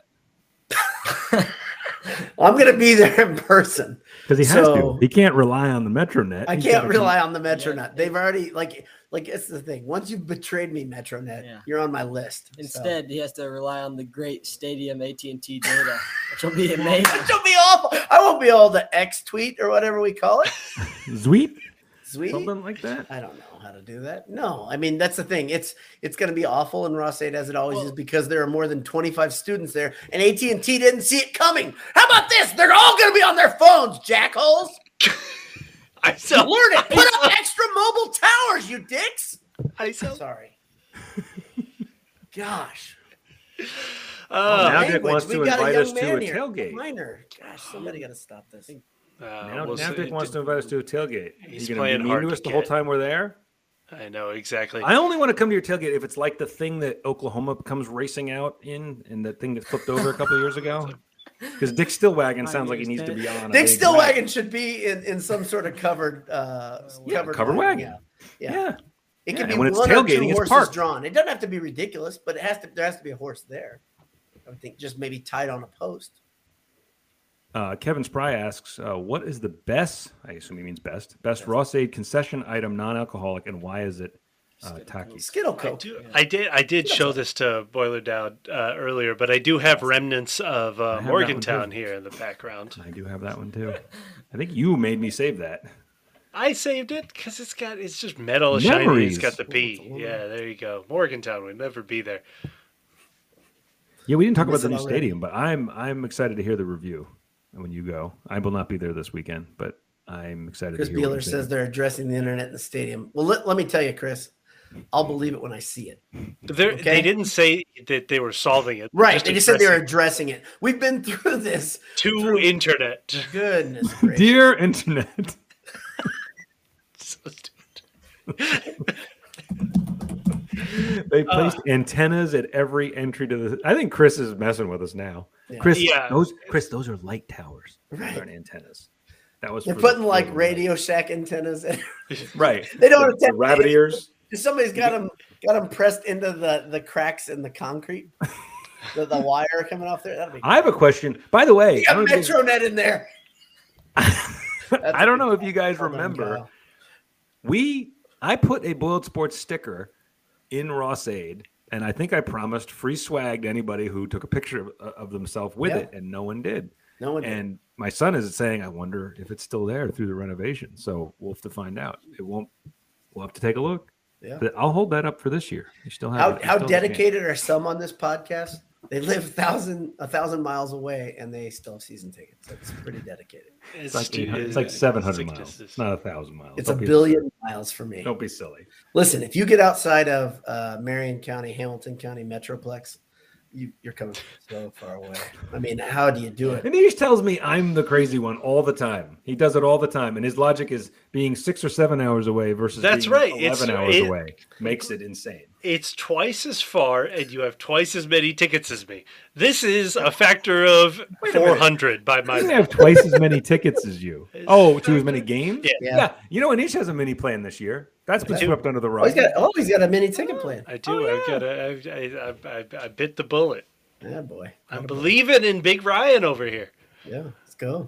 Speaker 2: Well, I'm gonna be there in person.
Speaker 3: Because he has
Speaker 2: So-
Speaker 3: to. He can't rely on the MetroNet.
Speaker 2: I
Speaker 3: He's
Speaker 2: can't
Speaker 3: gotta-
Speaker 2: rely on the MetroNet. They've already like like it's the thing. Once you've betrayed me, MetroNet,
Speaker 5: Yeah.
Speaker 2: you're on my list. So-
Speaker 5: Instead, he has to rely on the great stadium AT and T data, which will be amazing.
Speaker 2: [laughs] Which will be awful. I won't be all the X tweet or whatever we call it. [laughs]
Speaker 3: Zweet,
Speaker 2: Sweet.
Speaker 3: something like that.
Speaker 2: I don't know how to do that. No, I mean that's the thing. It's it's going to be awful in Ross Eight as it always is because there are more than twenty five students there, and AT and T didn't see it coming. How about this? They're all going to be on their phones, jackholes.
Speaker 4: I sound
Speaker 2: Learn it. Put up extra mobile towers, you dicks.
Speaker 4: I sound
Speaker 2: Sorry. Gosh.
Speaker 4: Uh,
Speaker 3: Oh, now Dick
Speaker 2: Language.
Speaker 3: wants
Speaker 2: We
Speaker 3: to
Speaker 2: got
Speaker 3: invite
Speaker 2: young
Speaker 3: us to
Speaker 2: man
Speaker 3: a
Speaker 2: here.
Speaker 3: tailgate.
Speaker 2: Minor. Gosh, somebody got to stop this.
Speaker 4: uh,
Speaker 3: Now,
Speaker 4: we'll
Speaker 3: now
Speaker 4: see.
Speaker 3: Dick wants to invite us to a tailgate.
Speaker 4: He's
Speaker 3: You're
Speaker 4: playing
Speaker 3: gonna be mean
Speaker 4: hard
Speaker 3: to
Speaker 4: to
Speaker 3: us the whole
Speaker 4: get.
Speaker 3: time we're there.
Speaker 4: I know exactly.
Speaker 3: I only want to come to your tailgate if it's like the thing that Oklahoma comes racing out in, and that thing that flipped over a couple years
Speaker 4: [laughs]
Speaker 3: ago. Because Dick Stillwagon sounds like he needs to be on. a
Speaker 2: Dick
Speaker 3: big
Speaker 2: Stillwagon should be in, in some sort of covered uh, covered,
Speaker 3: covered wagon.
Speaker 2: Yeah.
Speaker 3: ride.
Speaker 2: yeah.
Speaker 3: Yeah,
Speaker 2: It
Speaker 3: Yeah,
Speaker 2: can be
Speaker 3: and when it's
Speaker 2: one or two
Speaker 3: tailgating, it's
Speaker 2: horses
Speaker 3: parked.
Speaker 2: drawn. It doesn't have to be ridiculous, but it has to. There has to be a horse there. I would think just maybe tied on a post.
Speaker 3: Uh, Kevin Spry asks, uh, "What is the best? I assume he means best. Best Ross Aid concession item, non-alcoholic, and why is it uh, Takis?"
Speaker 2: Skittle
Speaker 4: I,
Speaker 2: coat.
Speaker 4: do, I did. I did show this to Boiler Dowd uh, earlier, but I do have remnants of uh,
Speaker 3: that one
Speaker 4: Morgantown
Speaker 3: too.
Speaker 4: here in the background.
Speaker 3: I do have that one
Speaker 4: [laughs]
Speaker 3: too. I think you made me save that.
Speaker 4: I saved it because it's got it's just metal shiny. It's
Speaker 3: Memories.
Speaker 4: got the P. Yeah, there you go. Morgantown would never be there.
Speaker 3: Yeah, we didn't talk about
Speaker 2: Miss
Speaker 3: the
Speaker 2: it
Speaker 3: new
Speaker 2: already.
Speaker 3: stadium, but I'm I'm excited to hear the review when you go. I will not be there this weekend, but I'm excited
Speaker 2: Chris
Speaker 3: to hear. what
Speaker 2: Beeler
Speaker 3: you think.
Speaker 2: says they're addressing the internet in the stadium. Well, let, let me tell you, Chris, I'll believe it when I see it.
Speaker 4: There
Speaker 2: Okay.
Speaker 4: They didn't say that they were solving it.
Speaker 2: Right? they just said they were
Speaker 4: addressing
Speaker 2: addressing it. We've been [laughs] through this.
Speaker 4: to internet. [laughs]
Speaker 3: [laughs]
Speaker 2: Goodness gracious.
Speaker 3: Dear Internet, [laughs]
Speaker 4: So stupid.
Speaker 3: they placed antennas at every entry to the. I think Chris is messing with us now. Chris,
Speaker 4: Yeah.
Speaker 3: those Chris, those are light towers. Those
Speaker 2: Right.
Speaker 3: aren't antennas. That was
Speaker 2: They're
Speaker 3: for the-
Speaker 2: putting like
Speaker 3: for the-
Speaker 2: Radio Shack antennas. In.
Speaker 3: Right.
Speaker 2: [laughs] They don't
Speaker 3: The- the
Speaker 2: attach-
Speaker 3: rabbit ears.
Speaker 2: Somebody's got them got them pressed into the the cracks in
Speaker 3: [laughs]
Speaker 2: the concrete. the, the wire coming off there. That'll be.
Speaker 3: I have a question. By the way, I
Speaker 2: [laughs] got
Speaker 3: don't, know if you-
Speaker 2: Metronet in there. That's
Speaker 3: [laughs] I don't
Speaker 2: a
Speaker 3: know if you guys
Speaker 2: Hold on,
Speaker 3: remember.
Speaker 2: Kyle.
Speaker 3: We I put a boiled sports sticker in Ross Aid, and I think I promised free swag to anybody who took a picture of, of themselves with
Speaker 2: Yeah.
Speaker 3: it, and no one did.
Speaker 2: No one. did.
Speaker 3: And my son is saying, I wonder if it's still there through the renovation. So we'll have to find out. It won't. We'll have to take a look.
Speaker 2: Yeah.
Speaker 3: But I'll hold that up for this year. You still have
Speaker 2: How
Speaker 3: it. You
Speaker 2: how
Speaker 3: still have the game.
Speaker 2: dedicated are some on this podcast? They live thousand a thousand miles away and they still have season tickets. That's pretty dedicated.
Speaker 4: It's,
Speaker 3: It's like,
Speaker 4: stupid.
Speaker 3: it's like 700
Speaker 4: Sickness
Speaker 3: miles.
Speaker 4: is-
Speaker 3: It's not a thousand miles.
Speaker 2: It's
Speaker 3: Don't
Speaker 2: a
Speaker 3: be-
Speaker 2: billion miles for me.
Speaker 3: Don't be silly.
Speaker 2: Listen, if you get outside of uh, Marion County, Hamilton County Metroplex, you, you're coming so far away. I mean, how do you do it?
Speaker 3: And he just tells me I'm the crazy one all the time. He does it all the time, and his logic is being six or seven hours away versus
Speaker 4: That's
Speaker 3: being
Speaker 4: right. It's-
Speaker 3: eleven hours
Speaker 4: it-
Speaker 3: away makes it insane.
Speaker 4: it's twice as far and you have twice as many tickets as me. This is a factor of 400 by
Speaker 3: I
Speaker 4: my
Speaker 3: didn't have twice as many tickets as
Speaker 4: [laughs]
Speaker 3: you. Oh, to as many games?
Speaker 4: Yeah.
Speaker 3: yeah. You know, Anish has a mini plan this year. That's been
Speaker 2: Yeah.
Speaker 3: swept under the
Speaker 2: Oh,
Speaker 3: rug.
Speaker 2: he's got, oh, he's got a mini ticket plan.
Speaker 4: I do. I've got a, I, I, I, I bit the bullet.
Speaker 2: Yeah, boy.
Speaker 4: I'm believing in Big Ryan over here.
Speaker 2: Yeah, let's go.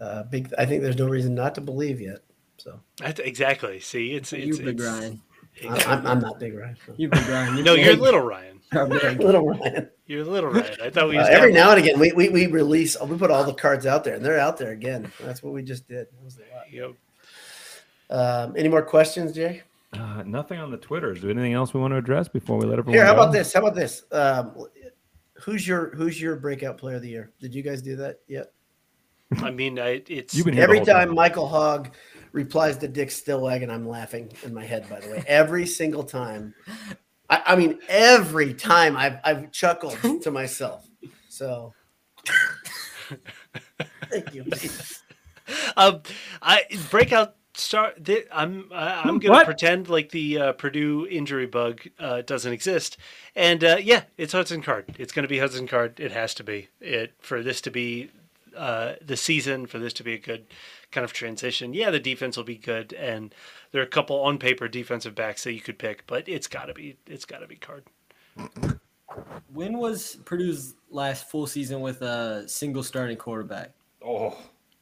Speaker 2: Uh, big. I think there's no reason not to believe yet. So
Speaker 4: That's exactly. See, it's
Speaker 5: You're
Speaker 4: it's,
Speaker 5: Big
Speaker 4: it's-
Speaker 5: Ryan.
Speaker 2: I, I'm, I'm not big Ryan. so.
Speaker 5: You're Big Ryan.
Speaker 4: No, you're
Speaker 5: big.
Speaker 4: little Ryan.
Speaker 5: You're big.
Speaker 2: Little Ryan.
Speaker 4: You're little Ryan. I thought we
Speaker 2: Uh,
Speaker 4: was
Speaker 2: every now and again, we, we we release. We put all the cards out there, and they're out there again. That's what we just did. That was a
Speaker 4: Yep.
Speaker 2: lot. Um, any more questions, Jay?
Speaker 3: Uh, nothing on the Twitter. Is there anything else we want to address before we let everyone
Speaker 2: Here, how
Speaker 3: go?
Speaker 2: about this? How about this? Um, who's your Who's your breakout player of the year? Did you guys do that yet?
Speaker 4: I mean, I, it's
Speaker 3: You've been here the
Speaker 2: Every
Speaker 3: whole
Speaker 2: time Michael Hogg replies to Dick Stillwagon, I'm laughing in my head. By the way, every single time. I, I mean, every time I've I've
Speaker 4: [laughs]
Speaker 2: chuckled to myself. So, thank you.
Speaker 4: um, I breakout star. Th- I'm I, I'm gonna
Speaker 3: What?
Speaker 4: pretend like the uh, Purdue injury bug uh, doesn't exist, and uh, yeah, it's Hudson Card. It's gonna be Hudson Card. It has to be it for this to be uh, the season for this to be a good kind of transition. Yeah, the defense will be good, and there are a couple on paper defensive backs that you could pick, but it's gotta be it's gotta be Card.
Speaker 5: [laughs] When was Purdue's last full season with a single starting quarterback?
Speaker 7: Oh,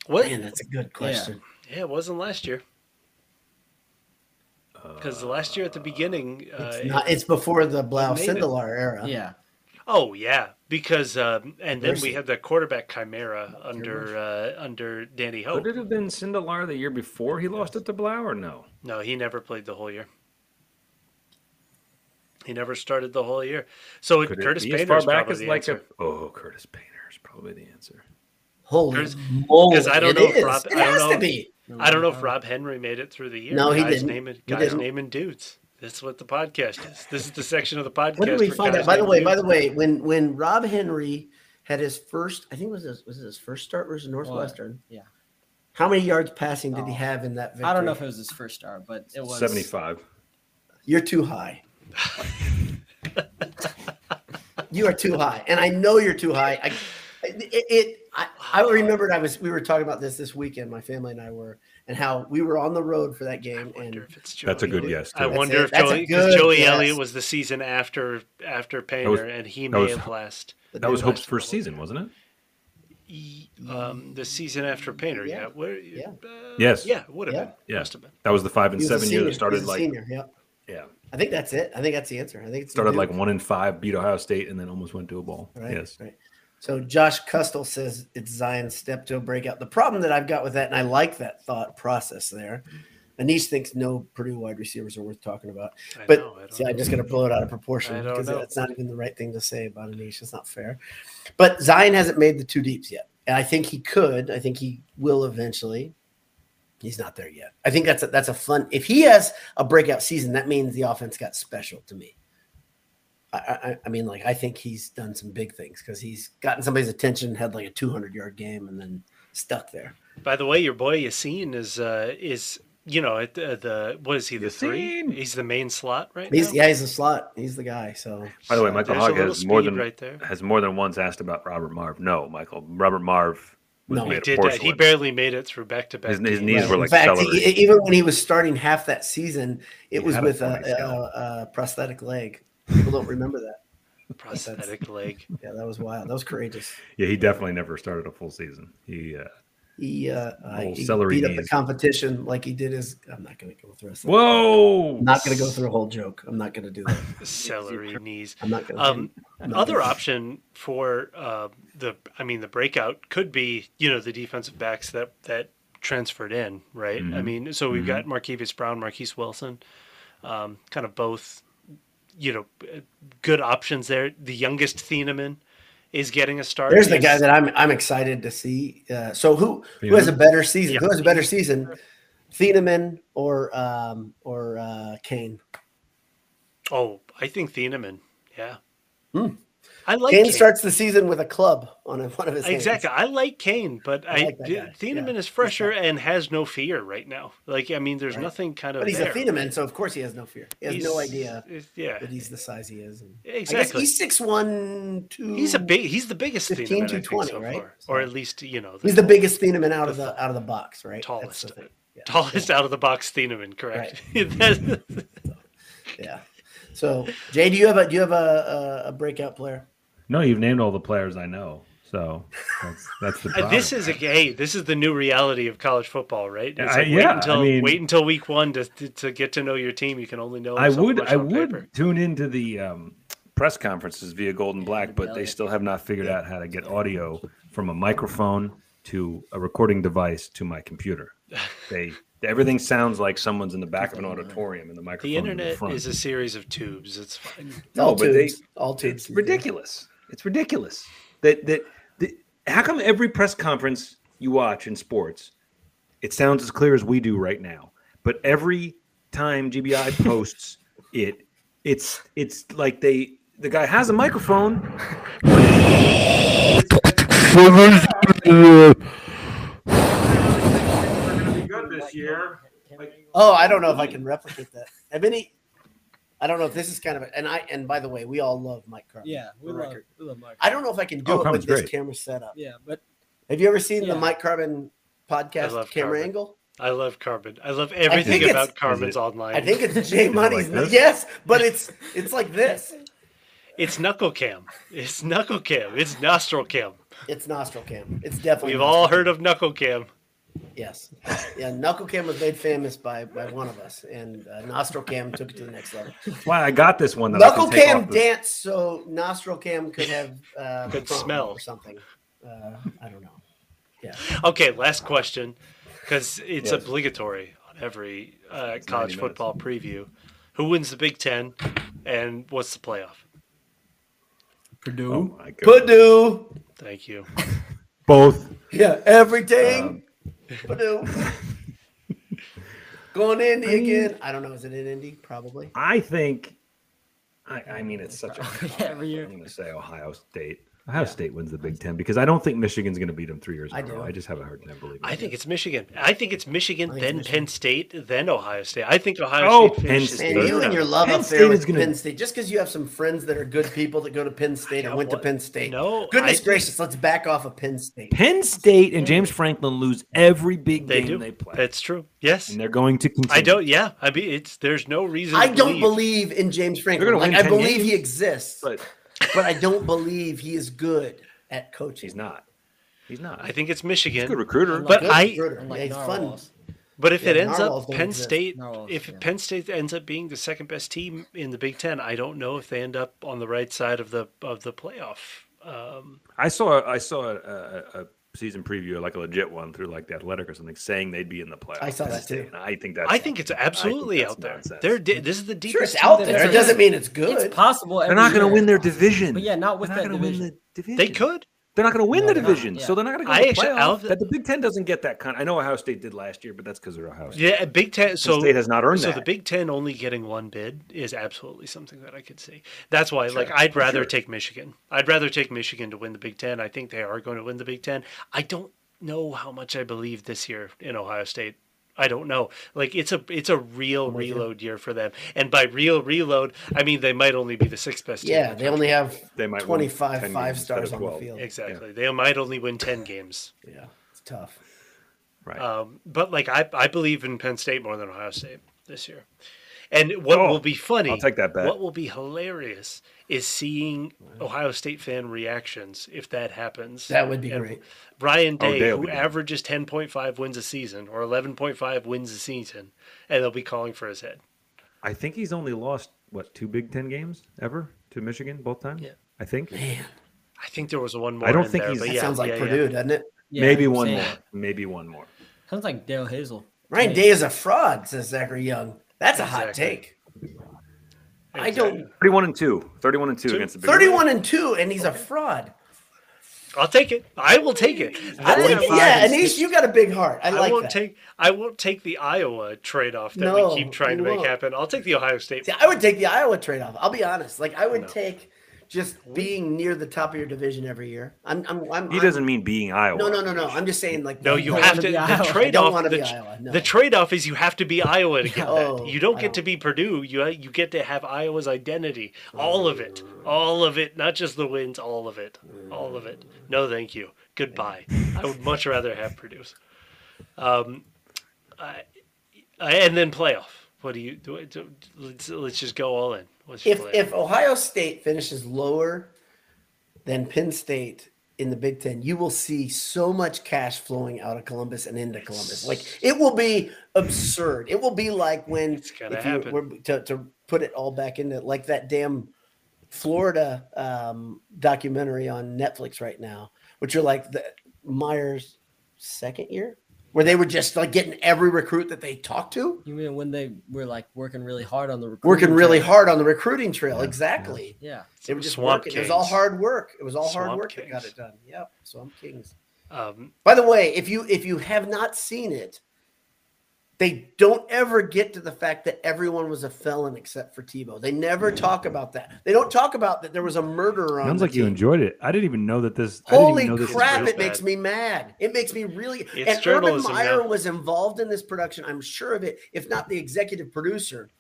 Speaker 4: What?
Speaker 2: Man, that's a good question.
Speaker 4: Yeah, it wasn't last year. Because last year at the beginning, uh,
Speaker 2: Uh, It's not. It's before the Blau
Speaker 4: made it.
Speaker 2: Sindelar era.
Speaker 5: Yeah.
Speaker 4: Oh yeah, because um, and then we
Speaker 2: Mercy.
Speaker 4: had the quarterback chimera under uh, under Danny Ho.
Speaker 3: Would it have been Cindelar the year before he lost it to Blau or no?
Speaker 4: No, he never played the whole year. He never started the whole year. So it,
Speaker 3: Could it
Speaker 4: Curtis
Speaker 3: be as
Speaker 4: Painter
Speaker 3: far
Speaker 4: is
Speaker 3: back
Speaker 4: probably
Speaker 3: as
Speaker 4: the
Speaker 3: like
Speaker 4: answer.
Speaker 3: a oh Curtis Painter is probably the answer.
Speaker 2: Holy
Speaker 4: There's-
Speaker 2: moly!
Speaker 4: 'cause I don't
Speaker 2: it
Speaker 4: know if
Speaker 2: is.
Speaker 4: Rob-
Speaker 2: It
Speaker 4: I don't
Speaker 2: has
Speaker 4: know
Speaker 2: to
Speaker 4: if-
Speaker 2: be.
Speaker 4: I don't know if Rob Henry made it through the year.
Speaker 2: Oh, No, he
Speaker 4: guys
Speaker 2: didn't.
Speaker 4: Naming,
Speaker 2: He
Speaker 4: guys
Speaker 2: didn't. naming
Speaker 4: naming dudes. That's what the podcast is. This is the section of the podcast.
Speaker 2: When did we
Speaker 4: for
Speaker 2: find out?
Speaker 4: guys
Speaker 2: By the
Speaker 4: naming
Speaker 2: way, by
Speaker 4: dudes.
Speaker 2: the way, when when Rob Henry had his first, I think it was his, was it his first start versus Northwestern.
Speaker 5: yeah.
Speaker 2: How many yards passing did he
Speaker 5: Oh.
Speaker 2: have in that? Victory?
Speaker 5: I don't know if it was his first star, but it was
Speaker 3: Seventy-five.
Speaker 2: You're too
Speaker 5: [laughs]
Speaker 2: high. you are too high, and I know you're too high. I, it, it I, I
Speaker 5: Oh.
Speaker 2: remembered I was. We were talking about this this weekend. My family and I were, and how we were on the road for that game,
Speaker 4: I wonder
Speaker 2: and
Speaker 4: if it's Joey
Speaker 3: That's a good
Speaker 4: Elliott.
Speaker 3: guess.
Speaker 4: I
Speaker 3: too.
Speaker 2: That's
Speaker 4: wonder
Speaker 2: it.
Speaker 4: if
Speaker 2: That's a
Speaker 4: Joey because
Speaker 2: good
Speaker 4: Joey
Speaker 2: guess.
Speaker 4: Elliott was the season after after Painter,
Speaker 3: was-
Speaker 4: and he
Speaker 3: that
Speaker 4: may
Speaker 3: was-
Speaker 4: have last.
Speaker 2: but
Speaker 3: That
Speaker 2: they
Speaker 3: was Hope's
Speaker 2: lost.
Speaker 3: first season, wasn't it?
Speaker 4: E- um, the season after Painter.
Speaker 2: E, Yeah.
Speaker 4: Yeah. Where,
Speaker 2: Yeah.
Speaker 4: uh,
Speaker 3: Yes.
Speaker 4: Yeah. Would have
Speaker 2: Yeah.
Speaker 4: been.
Speaker 3: Yeah.
Speaker 4: Must have been.
Speaker 3: That was the five and
Speaker 2: He was a
Speaker 3: seven year
Speaker 2: senior.
Speaker 3: that started
Speaker 2: He was a
Speaker 3: like
Speaker 2: senior. Yep.
Speaker 3: yeah
Speaker 2: I think that's it. I think that's the answer. I think it's
Speaker 3: started
Speaker 2: Duke.
Speaker 3: like one and five, beat Ohio State, and then almost went to a bowl.
Speaker 2: Right.
Speaker 3: Yes.
Speaker 2: Right. So Josh Custel says it's Zion's step to a breakout. The problem that I've got with that, and I like that thought process there. Anish thinks no Purdue wide receivers are worth talking about.
Speaker 4: I
Speaker 2: But
Speaker 4: know, I don't
Speaker 2: see,
Speaker 4: know.
Speaker 2: I'm just going to blow it out of proportion
Speaker 4: I don't
Speaker 2: because
Speaker 4: know.
Speaker 2: that's not even the right thing to say about Anish. It's not fair. But Zion hasn't made the two deeps yet. And I think he could. I think he will eventually. He's not there yet. I think that's a, that's a fun. If he has a breakout season, that means the offense got special to me. I, I, I mean, like I think he's done some big things because he's gotten somebody's attention, had like a 200 yard game, and then stuck there.
Speaker 4: By the way, your boy Yassine is uh, is you know at the, the what is he the
Speaker 3: Yassine!
Speaker 4: three? He's the main slot right
Speaker 2: He's
Speaker 4: now.
Speaker 2: yeah, he's the slot. He's the guy. So
Speaker 3: By the way,
Speaker 4: So
Speaker 3: Michael
Speaker 4: there's a
Speaker 3: Hogg
Speaker 4: little
Speaker 3: has more
Speaker 4: speed
Speaker 3: than
Speaker 4: right there.
Speaker 3: has more than once asked about Robert Marv. No, Michael. Robert Marv was
Speaker 2: No. He
Speaker 3: made
Speaker 4: He
Speaker 3: of
Speaker 4: did that. He
Speaker 3: porcelain.
Speaker 4: barely made it through back to back.
Speaker 3: His- his knees
Speaker 2: Right.
Speaker 3: were
Speaker 2: In
Speaker 3: like
Speaker 2: fact,
Speaker 3: celery.
Speaker 2: e- even when he was starting half that season, it
Speaker 3: He
Speaker 2: was
Speaker 3: had a
Speaker 2: with a,
Speaker 3: funny scalp.
Speaker 2: a, a prosthetic leg. People don't remember that.
Speaker 4: prosthetic leg.
Speaker 2: Yeah, that was wild. That was courageous.
Speaker 3: Yeah, he definitely never started a full season. He uh,
Speaker 2: He, uh, uh,
Speaker 3: Old
Speaker 2: he
Speaker 3: celery
Speaker 2: beat up the
Speaker 3: knees.
Speaker 2: competition like he did his. I'm not going to go through. Whoa!
Speaker 3: whoa.
Speaker 2: I'm not going to go through a whole joke. I'm not going to do that.
Speaker 4: Celery
Speaker 2: [laughs]
Speaker 4: knees.
Speaker 2: I'm not going to.
Speaker 4: Um, other option for uh, the, I mean, the breakout could be you know the defensive backs that that transferred in, right? I
Speaker 2: Mm-hmm.
Speaker 4: mean, so we've got Marquise Brown, Marquise Wilson, um, kind of both, you know, uh, good options there. The youngest Thieneman is getting a start.
Speaker 2: There's the
Speaker 4: He's-
Speaker 2: guy that I'm I'm excited to see. Uh, so who who has a better season? Who has a better season? Thieneman or um, or uh, Kane?
Speaker 4: Oh, I think Thieneman. Yeah,
Speaker 2: Hmm.
Speaker 4: I like
Speaker 2: Kane
Speaker 4: Kane.
Speaker 2: starts the season with a club on a- one of his hands.
Speaker 4: Exactly. I like Kane, but I,
Speaker 2: I like that guy.
Speaker 4: Thieneman
Speaker 2: Yeah.
Speaker 4: is fresher and has no fear right now. Like, I mean, there's
Speaker 2: Right.
Speaker 4: nothing kind of.
Speaker 2: But he's
Speaker 4: there.
Speaker 2: a Thieneman, so of course he has no fear. He has no
Speaker 4: He's-
Speaker 2: idea
Speaker 4: it's- Yeah,
Speaker 2: that he's the size he is. And I guess
Speaker 4: exactly.
Speaker 2: he's six one two.
Speaker 4: He's a big. He's the biggest
Speaker 2: 15
Speaker 4: Thieneman,
Speaker 2: to
Speaker 4: I think,
Speaker 2: 20,
Speaker 4: so
Speaker 2: right?
Speaker 4: far, or at least you know.
Speaker 2: He's the biggest Thieneman out of the out of the box, right? That's the
Speaker 4: tallest,
Speaker 2: thing. Yeah.
Speaker 4: [laughs] tallest out of the box Thieneman. Correct. [laughs] That's-
Speaker 2: Yeah. So Jay, do you have a do you have a, a, a breakout player?
Speaker 3: No, you've named all the players I know. So that's, that's the
Speaker 4: Uh,
Speaker 3: problem.
Speaker 4: this is a hey. This is the new reality of college football, right? It's
Speaker 3: Yeah,
Speaker 4: like
Speaker 3: I-
Speaker 4: wait
Speaker 3: yeah,
Speaker 4: until
Speaker 3: I mean-
Speaker 4: wait until week one to, to to get to know your team. You can only know.
Speaker 3: I
Speaker 4: so
Speaker 3: would
Speaker 4: much
Speaker 3: I
Speaker 4: on
Speaker 3: would
Speaker 4: paper.
Speaker 3: tune into the um, press conferences via Golden Black, but they still have not figured out how to get audio from a microphone to a recording device to my computer. They everything sounds like someone's in the back of an auditorium and the microphone.
Speaker 4: The
Speaker 3: in
Speaker 4: internet
Speaker 3: front.
Speaker 4: is a series of tubes.
Speaker 2: [laughs]
Speaker 4: It's fine.
Speaker 2: It's all
Speaker 3: No, but they-
Speaker 2: tubes. all tubes.
Speaker 3: It's ridiculous. It's ridiculous that that that. How come every press conference you watch in sports, it sounds as clear as we do right now, but every time GBI posts it, it's it's like they the guy has a microphone.
Speaker 2: Oh, I don't know if I can replicate that. Have any? I don't know if this is kind of a, and I and by the way, we all love Mike Carmen.
Speaker 5: Yeah, we
Speaker 2: for
Speaker 5: love,
Speaker 2: record.
Speaker 5: we love Mike.
Speaker 2: I don't know if I can do
Speaker 3: Oh,
Speaker 2: it with
Speaker 3: Carmen's
Speaker 2: this
Speaker 3: great.
Speaker 2: camera setup.
Speaker 5: Yeah, but
Speaker 2: Have you ever seen
Speaker 5: Yeah.
Speaker 2: the Mike Carmen
Speaker 4: I
Speaker 2: podcast
Speaker 4: love
Speaker 2: camera
Speaker 4: Carmen.
Speaker 2: angle?
Speaker 4: I love Carbon. I love everything
Speaker 2: it's-
Speaker 4: about
Speaker 3: Is
Speaker 4: Carbon's
Speaker 3: it-
Speaker 4: online.
Speaker 2: I think
Speaker 3: [laughs]
Speaker 2: it's Jay Money's.
Speaker 3: this?
Speaker 2: yes, but it's it's like this.
Speaker 4: it's knuckle cam. It's knuckle cam. It's nostril cam.
Speaker 2: It's nostril cam. It's definitely.
Speaker 4: We've
Speaker 2: nostril
Speaker 4: all
Speaker 2: cam.
Speaker 4: heard of knuckle cam.
Speaker 2: Yes. Yeah, knuckle cam was made famous by by one of us, and uh, nostril cam took it to the
Speaker 3: [laughs]
Speaker 2: next level.
Speaker 3: That's why I got this one. That I can
Speaker 2: Knuckle
Speaker 3: take
Speaker 2: cam
Speaker 3: off the-
Speaker 2: dance so nostril cam could have uh,
Speaker 4: [laughs] Could
Speaker 2: prom
Speaker 4: smell.
Speaker 2: or something. Uh, I don't know.
Speaker 4: Okay, last question, because it's
Speaker 3: Yes.
Speaker 4: obligatory on every uh,
Speaker 3: It's 90
Speaker 4: college
Speaker 3: minutes.
Speaker 4: football preview. Who wins the Big Ten, and what's the playoff?
Speaker 5: Purdue.
Speaker 3: Oh
Speaker 5: [laughs]
Speaker 3: my God.
Speaker 2: Purdue.
Speaker 4: Thank you.
Speaker 3: both.
Speaker 2: Yeah, everything.
Speaker 3: Um,
Speaker 2: Purdue.
Speaker 3: [laughs]
Speaker 2: Going to Indy again. I don't know. Is it in Indy? Probably.
Speaker 3: I think. I, I mean, it's such
Speaker 2: [laughs]
Speaker 3: a.
Speaker 5: Every year.
Speaker 3: I'm going to say Ohio State. Ohio State wins the Big Ten because I don't think Michigan's going to beat them three years in
Speaker 2: I
Speaker 3: a row.
Speaker 2: do.
Speaker 3: I just have a hard time believing.
Speaker 4: I
Speaker 3: it.
Speaker 4: think it's Michigan. I think it's Michigan,
Speaker 2: think it's
Speaker 4: then
Speaker 2: Michigan.
Speaker 4: Penn State, then Ohio State. I think Ohio
Speaker 3: Oh,
Speaker 4: State
Speaker 3: Penn
Speaker 4: finishes
Speaker 3: State.
Speaker 2: Man,
Speaker 4: third.
Speaker 2: you and your love
Speaker 3: Penn
Speaker 2: affair
Speaker 3: State
Speaker 2: with
Speaker 3: is gonna-
Speaker 2: Penn State. Just because you have some friends that are good people that go to Penn State
Speaker 4: Yeah,
Speaker 2: or went
Speaker 4: what-
Speaker 2: to Penn State.
Speaker 4: No,
Speaker 2: Goodness
Speaker 4: I-
Speaker 2: gracious, let's back off of Penn State.
Speaker 3: Penn State and James Franklin lose every big
Speaker 4: They
Speaker 3: game
Speaker 4: do.
Speaker 3: they play.
Speaker 4: That's true. Yes,
Speaker 3: and they're going to continue.
Speaker 4: I don't. Yeah, I mean, it's there's no reason.
Speaker 2: I
Speaker 4: to
Speaker 2: don't believe in James Franklin.
Speaker 3: gonna
Speaker 2: Like,
Speaker 3: win
Speaker 2: I
Speaker 3: 10
Speaker 2: believe
Speaker 3: games,
Speaker 2: he exists, but,
Speaker 3: But
Speaker 2: I don't believe he is good at coaching.
Speaker 3: he's not. He's not.
Speaker 4: I think it's Michigan.
Speaker 3: he's a good recruiter.
Speaker 5: Unlike-
Speaker 4: But
Speaker 2: Good
Speaker 4: I-
Speaker 2: recruiter.
Speaker 5: unlike
Speaker 2: Yeah, he's fun.
Speaker 5: narwhals.
Speaker 4: But if
Speaker 2: Yeah,
Speaker 4: it ends
Speaker 2: narwhals
Speaker 4: up
Speaker 2: don't
Speaker 4: Penn
Speaker 2: exist.
Speaker 4: State,
Speaker 5: Narwhals,
Speaker 4: if
Speaker 5: yeah.
Speaker 4: Penn State ends up being the second best team in the Big Ten, I don't know if they end up on the right side of the of the playoff. Um,
Speaker 3: I saw. I saw a, a, a season preview, like a legit one, through like the Athletic or something, saying they'd be in the playoffs.
Speaker 2: I saw
Speaker 3: Penn
Speaker 2: that too.
Speaker 3: State, and I think that's.
Speaker 4: I think it's absolutely
Speaker 3: that's
Speaker 4: out there.
Speaker 3: nonsense.
Speaker 4: They're di- this is the
Speaker 2: Sure,
Speaker 4: deepest.
Speaker 2: it's out
Speaker 5: team
Speaker 2: there. It
Speaker 5: that's-
Speaker 2: doesn't mean it's good.
Speaker 5: It's possible.
Speaker 3: They're not going to win their division.
Speaker 5: But yeah, not with
Speaker 3: they're
Speaker 5: that
Speaker 3: not gonna win
Speaker 5: division.
Speaker 3: the division.
Speaker 4: They could.
Speaker 3: They're not going to win
Speaker 5: No,
Speaker 3: the
Speaker 5: they're not,
Speaker 3: division,
Speaker 5: yeah.
Speaker 3: so they're not going to go
Speaker 4: I
Speaker 3: to the
Speaker 4: actually-
Speaker 3: playoff.
Speaker 4: I'll-
Speaker 3: that the Big Ten doesn't get that kind. I know Ohio State did last year, but that's because they're Ohio State.
Speaker 4: Yeah, Big Ten.
Speaker 3: Penn
Speaker 4: So
Speaker 3: State has not earned
Speaker 4: so
Speaker 3: that.
Speaker 4: the Big Ten only getting one bid is absolutely something that I could see. That's why, like, I'd rather take Michigan. I'd rather take Michigan to win the Big Ten. I think they are going to win the Big Ten. I don't know how much I believe this year in Ohio State. I don't know. Like it's a it's a real reload year for them. And by real reload, I mean they might only be the sixth best team.
Speaker 2: Yeah, they only have
Speaker 3: They might win 10
Speaker 2: 25
Speaker 3: games
Speaker 2: five
Speaker 3: instead
Speaker 2: stars
Speaker 3: of
Speaker 2: on the
Speaker 3: 12.
Speaker 2: field.
Speaker 4: Exactly. They might only win ten games.
Speaker 2: Yeah, it's tough.
Speaker 3: right.
Speaker 4: Um, but like I, I believe in Penn State more than Ohio State this year. And what
Speaker 3: Oh,
Speaker 4: will be funny,
Speaker 3: I'll take that bet.
Speaker 4: What will be hilarious is seeing Ohio State fan reactions if that happens.
Speaker 2: That would be
Speaker 4: And
Speaker 2: great.
Speaker 4: Brian
Speaker 3: Oh,
Speaker 4: Day,
Speaker 3: Day will
Speaker 4: who
Speaker 3: be great.
Speaker 4: averages ten point five wins a season or eleven point five wins a season, and they'll be calling for his head.
Speaker 3: I think he's only lost what two Big Ten games ever to Michigan both times.
Speaker 4: Yeah.
Speaker 3: I think
Speaker 4: I think there was one more.
Speaker 3: don't
Speaker 4: in
Speaker 3: think
Speaker 4: there,
Speaker 3: he's-
Speaker 4: but
Speaker 2: That
Speaker 4: yeah,
Speaker 2: sounds like
Speaker 4: yeah, yeah.
Speaker 2: Purdue, doesn't it?
Speaker 5: Yeah,
Speaker 3: maybe
Speaker 5: I'm
Speaker 3: one
Speaker 5: saying-
Speaker 3: more, maybe one more.
Speaker 5: Sounds like Dale Hazel.
Speaker 2: Ryan
Speaker 5: Yeah.
Speaker 2: Day is a fraud, says Zachary Young. That's a hot
Speaker 4: Exactly.
Speaker 2: take. I don't.
Speaker 3: Thirty-one and two. Thirty-one and two,
Speaker 4: Two-
Speaker 3: against the Big Ten.
Speaker 2: 31 and 2, and he's a fraud.
Speaker 4: I'll take it. I will take it.
Speaker 2: I think, yeah, Anish, you got a big heart. I
Speaker 4: I,
Speaker 2: like
Speaker 4: won't
Speaker 2: that.
Speaker 4: take I won't take the Iowa trade off that
Speaker 2: No,
Speaker 4: we keep trying
Speaker 2: you
Speaker 4: to make
Speaker 2: won't.
Speaker 4: happen. I'll take the Ohio State.
Speaker 2: See, I would take the Iowa trade off. I'll be honest. Like I would
Speaker 4: No.
Speaker 2: take just being near the top of your division every year. I'm. I'm. I'm
Speaker 3: He
Speaker 2: I'm-
Speaker 3: doesn't mean being Iowa.
Speaker 2: No, no, no, no. I'm just saying like.
Speaker 4: No,
Speaker 2: the-
Speaker 4: you
Speaker 5: don't
Speaker 4: have
Speaker 5: wanna
Speaker 4: to.
Speaker 5: be
Speaker 4: The
Speaker 2: [laughs]
Speaker 5: Iowa. I
Speaker 4: trade
Speaker 2: don't
Speaker 4: off.
Speaker 2: wanna
Speaker 4: The,
Speaker 2: be Iowa, no.
Speaker 4: the trade off is you have to be Iowa to get
Speaker 2: Oh,
Speaker 4: that. You don't
Speaker 2: I
Speaker 4: get to
Speaker 2: don't.
Speaker 4: be Purdue. You uh, you get to have Iowa's identity. All of it. All of it. Not just the wins. All of it. All of it. No, thank you. Goodbye. I would much rather have Purdue. Um, I, I, and then playoff. What do you do? do let's, let's just go all in. Let's
Speaker 2: If
Speaker 4: just play.
Speaker 2: if Ohio State finishes lower than Penn State in the Big Ten, you will see so much cash flowing out of Columbus and into Columbus. Like it will be absurd. It will be like when
Speaker 4: It's gotta
Speaker 2: if you
Speaker 4: happen.
Speaker 2: were to, to put it all back into like that damn Florida um, documentary on Netflix right now, which are like the Myers second year, where they were just like getting every recruit that they talked to,
Speaker 5: You mean when they were like working really hard on the recruiting
Speaker 2: working really
Speaker 5: trail?
Speaker 2: hard on the recruiting trail. exactly.
Speaker 5: Yeah.
Speaker 2: They were just
Speaker 4: Swamp
Speaker 2: working. It was all
Speaker 4: Kings.
Speaker 2: hard work. It was all hard
Speaker 4: Swamp
Speaker 2: work that got
Speaker 4: Kings.
Speaker 2: it done. Yep. Swamp Kings.
Speaker 4: Um,
Speaker 2: By the way, if you if you have not seen it, they don't ever get to the fact that everyone was a felon except for Tebow. They never talk about that. They don't talk about that there was a murderer on.
Speaker 3: Sounds
Speaker 2: the
Speaker 3: like you
Speaker 2: team.
Speaker 3: enjoyed it. I didn't even know that this. I
Speaker 2: Holy
Speaker 3: didn't even know this was
Speaker 2: crap!
Speaker 3: real.
Speaker 2: It makes me mad. It makes me really.
Speaker 4: It's
Speaker 2: and Urban
Speaker 4: journalism
Speaker 2: Meyer
Speaker 4: now.
Speaker 2: was involved in this production. I'm sure of it, if not the executive producer.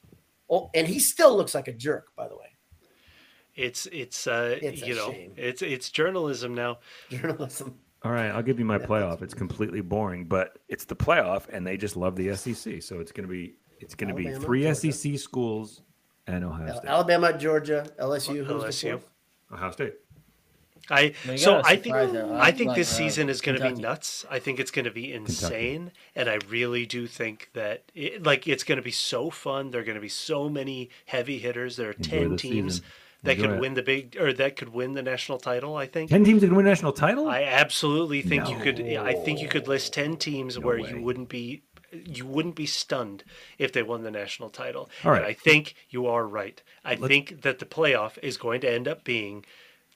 Speaker 2: Oh, and he still looks like a jerk, by the way. [laughs]
Speaker 4: it's it's uh,
Speaker 2: It's a
Speaker 4: you know
Speaker 2: shame.
Speaker 4: it's it's journalism now.
Speaker 2: Journalism.
Speaker 3: All right, I'll give you my playoff. It's completely boring, but it's the playoff, and they just love the SEC. So it's gonna be it's gonna be
Speaker 2: Alabama,
Speaker 3: three
Speaker 2: Georgia.
Speaker 3: SEC schools and Ohio State.
Speaker 2: Alabama, Georgia, LSU. Who's
Speaker 4: LSU.
Speaker 2: The fourth?
Speaker 3: Ohio State.
Speaker 4: I
Speaker 5: Man, you
Speaker 4: so
Speaker 5: gotta
Speaker 4: I think
Speaker 5: surprise her.
Speaker 4: I think
Speaker 5: Like,
Speaker 4: this
Speaker 5: uh,
Speaker 4: season is going to be
Speaker 5: Kentucky.
Speaker 4: nuts. I think it's going to be insane, and I really do think that it, like it's going to be so fun. There are going to be so many heavy hitters. There are
Speaker 3: Enjoy
Speaker 4: ten
Speaker 3: the
Speaker 4: teams
Speaker 3: season.
Speaker 4: that
Speaker 3: Enjoy
Speaker 4: could
Speaker 3: it.
Speaker 4: win the big or that could win the national title. I think.
Speaker 3: Ten teams that can win a national title.
Speaker 4: I absolutely think you could.
Speaker 3: No.
Speaker 4: I think you could list ten teams where
Speaker 3: way.
Speaker 4: you wouldn't be you wouldn't be stunned if they won the national title.
Speaker 3: All
Speaker 4: And
Speaker 3: right.
Speaker 4: I think you are right. I think that the playoff is going to end up being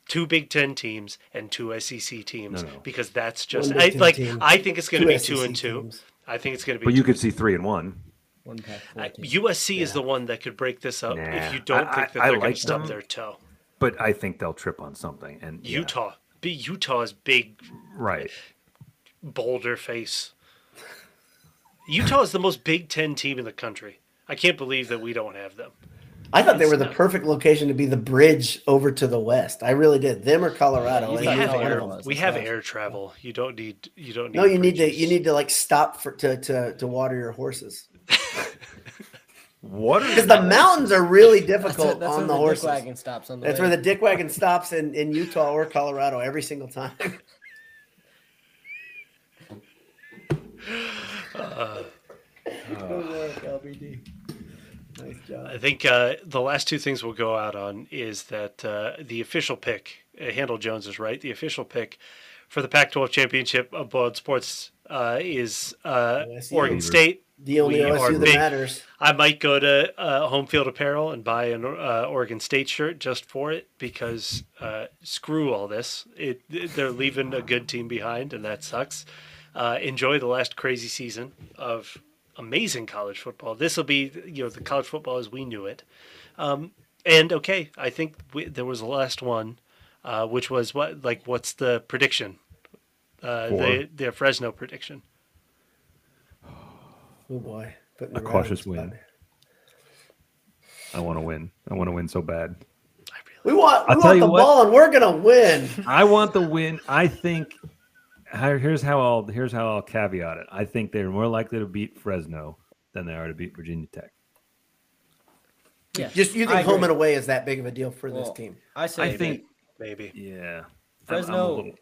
Speaker 4: two Big Ten teams and two SEC teams
Speaker 3: No, no.
Speaker 4: because that's just
Speaker 2: Big
Speaker 4: I,
Speaker 2: Ten
Speaker 4: like
Speaker 2: team,
Speaker 4: I think it's going
Speaker 2: two
Speaker 4: to be two
Speaker 2: SEC
Speaker 4: and two.
Speaker 2: teams.
Speaker 4: I think it's going to be.
Speaker 3: E but you could see three and one.
Speaker 5: One pack.
Speaker 4: I- USC is the one that could break this up
Speaker 3: Nah.
Speaker 4: if you don't
Speaker 3: I-
Speaker 4: think
Speaker 3: I-
Speaker 4: that they're
Speaker 3: I
Speaker 4: going
Speaker 3: like
Speaker 4: to stub
Speaker 3: them.
Speaker 4: their toe.
Speaker 3: But I think they'll trip on something. And yeah,
Speaker 4: Utah, be Utah's big
Speaker 3: right?
Speaker 4: boulder face. Utah is the most Big Ten team in the country. I can't believe that we don't have them.
Speaker 2: I thought they were the perfect location to be the bridge over to the west. I really did. Them or Colorado.
Speaker 5: You
Speaker 2: I
Speaker 4: We
Speaker 5: thought
Speaker 2: didn't
Speaker 4: have
Speaker 2: know
Speaker 5: Colorado
Speaker 4: air,
Speaker 2: one of them.
Speaker 5: was
Speaker 4: we
Speaker 5: the
Speaker 4: have
Speaker 5: best.
Speaker 4: air travel. You don't need. You don't need.
Speaker 2: No, you need to
Speaker 4: bridges.
Speaker 2: you need to like stop for to to to water your horses
Speaker 3: What?
Speaker 2: because the mountains are really
Speaker 5: [laughs] That's,
Speaker 2: difficult
Speaker 5: where- that's
Speaker 2: on
Speaker 5: where
Speaker 2: the,
Speaker 5: the
Speaker 2: horses.
Speaker 5: dick wagon stops on the
Speaker 2: That's
Speaker 5: way.
Speaker 2: where the dick wagon stops in in Utah or Colorado every single time. [laughs]
Speaker 5: Uh,
Speaker 2: Good work, LBD. Nice job.
Speaker 4: I think uh, the last two things we'll go out on is that uh, the official pick, uh, Handel Jones is right. The official pick for the Pac-12 championship of Blood Sports uh, is uh,
Speaker 2: OSU.
Speaker 4: Oregon State.
Speaker 2: The only
Speaker 4: We are
Speaker 2: OSU that
Speaker 4: big.
Speaker 2: matters.
Speaker 4: I might go to uh, Home Field Apparel and buy an uh, Oregon State shirt just for it because uh, screw all this. It they're leaving a good team behind, and that sucks. Uh, enjoy the last crazy season of amazing college football. This will be you know the college football as we knew it. Um, and okay, I think we, there was the last one, uh, which was what like what's the prediction? Uh,
Speaker 3: Four.
Speaker 4: the the Fresno prediction.
Speaker 2: Oh boy, Putting
Speaker 3: A
Speaker 2: the
Speaker 3: cautious
Speaker 2: right on the
Speaker 3: win.
Speaker 2: spot.
Speaker 3: I want to win. I want to win so bad.
Speaker 4: I
Speaker 2: We
Speaker 4: really
Speaker 2: want we
Speaker 3: I'll tell
Speaker 2: want
Speaker 3: you
Speaker 2: the
Speaker 3: what.
Speaker 2: ball, and we're gonna win.
Speaker 3: I want the win. I think here- here's how I'll here's how I'll caveat it. I think they're more likely to beat Fresno than they are to beat Virginia Tech.
Speaker 5: Yeah.
Speaker 2: Just you
Speaker 5: I
Speaker 2: think home
Speaker 5: agree.
Speaker 2: and away is that big of a deal for
Speaker 5: Well,
Speaker 2: this team?
Speaker 5: I say
Speaker 3: I think
Speaker 4: maybe.
Speaker 3: yeah. I'm- I'm a
Speaker 5: Fresno-
Speaker 3: little-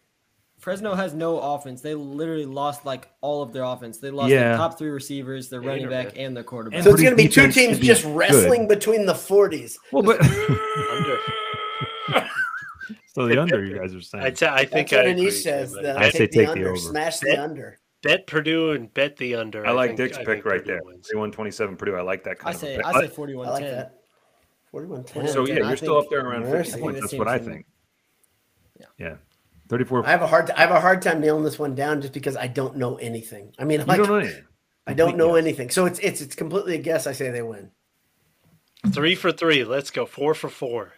Speaker 5: Fresno has no offense. They literally lost like all of their offense. They lost
Speaker 3: Yeah.
Speaker 5: their top three receivers, their running back, and their quarterback.
Speaker 2: So
Speaker 3: And-
Speaker 2: it's going to be two
Speaker 3: defense
Speaker 2: teams
Speaker 3: should be
Speaker 2: just
Speaker 3: good.
Speaker 2: wrestling between the 40s.
Speaker 3: well, but [laughs]
Speaker 2: [laughs]
Speaker 4: Under.
Speaker 3: so the under you guys are saying.
Speaker 4: I'd say, I think
Speaker 2: That's what
Speaker 4: I agree,
Speaker 2: Anish says.
Speaker 4: but
Speaker 2: The,
Speaker 3: I say take the
Speaker 2: under,
Speaker 3: over.
Speaker 2: Smash the under.
Speaker 4: bet Purdue and bet the under.
Speaker 3: I like
Speaker 4: think-
Speaker 3: Dick's
Speaker 4: I
Speaker 3: pick
Speaker 4: think
Speaker 3: right
Speaker 4: Purdue
Speaker 3: there.
Speaker 4: wins.
Speaker 3: 31 27 Purdue. I like that
Speaker 5: I
Speaker 3: kind of a
Speaker 5: say
Speaker 3: pick.
Speaker 5: I say
Speaker 2: I
Speaker 5: forty-one
Speaker 2: like
Speaker 5: ten.
Speaker 2: that. 41 10.
Speaker 3: so yeah,
Speaker 5: and I
Speaker 3: you're still
Speaker 5: think-
Speaker 3: up there around
Speaker 2: Mercy.
Speaker 3: 50 points.
Speaker 5: This
Speaker 3: That's what I
Speaker 5: team's gonna-
Speaker 3: think. Yeah. 34
Speaker 2: I have a hard I have a hard time nailing this one down just because I don't know anything. I mean,
Speaker 3: you
Speaker 2: like,
Speaker 3: don't know anything.
Speaker 2: I don't know
Speaker 3: Complete
Speaker 2: anything. So it's it's it's completely a guess. I say they win.
Speaker 4: Three for three. Let's go. Four for four.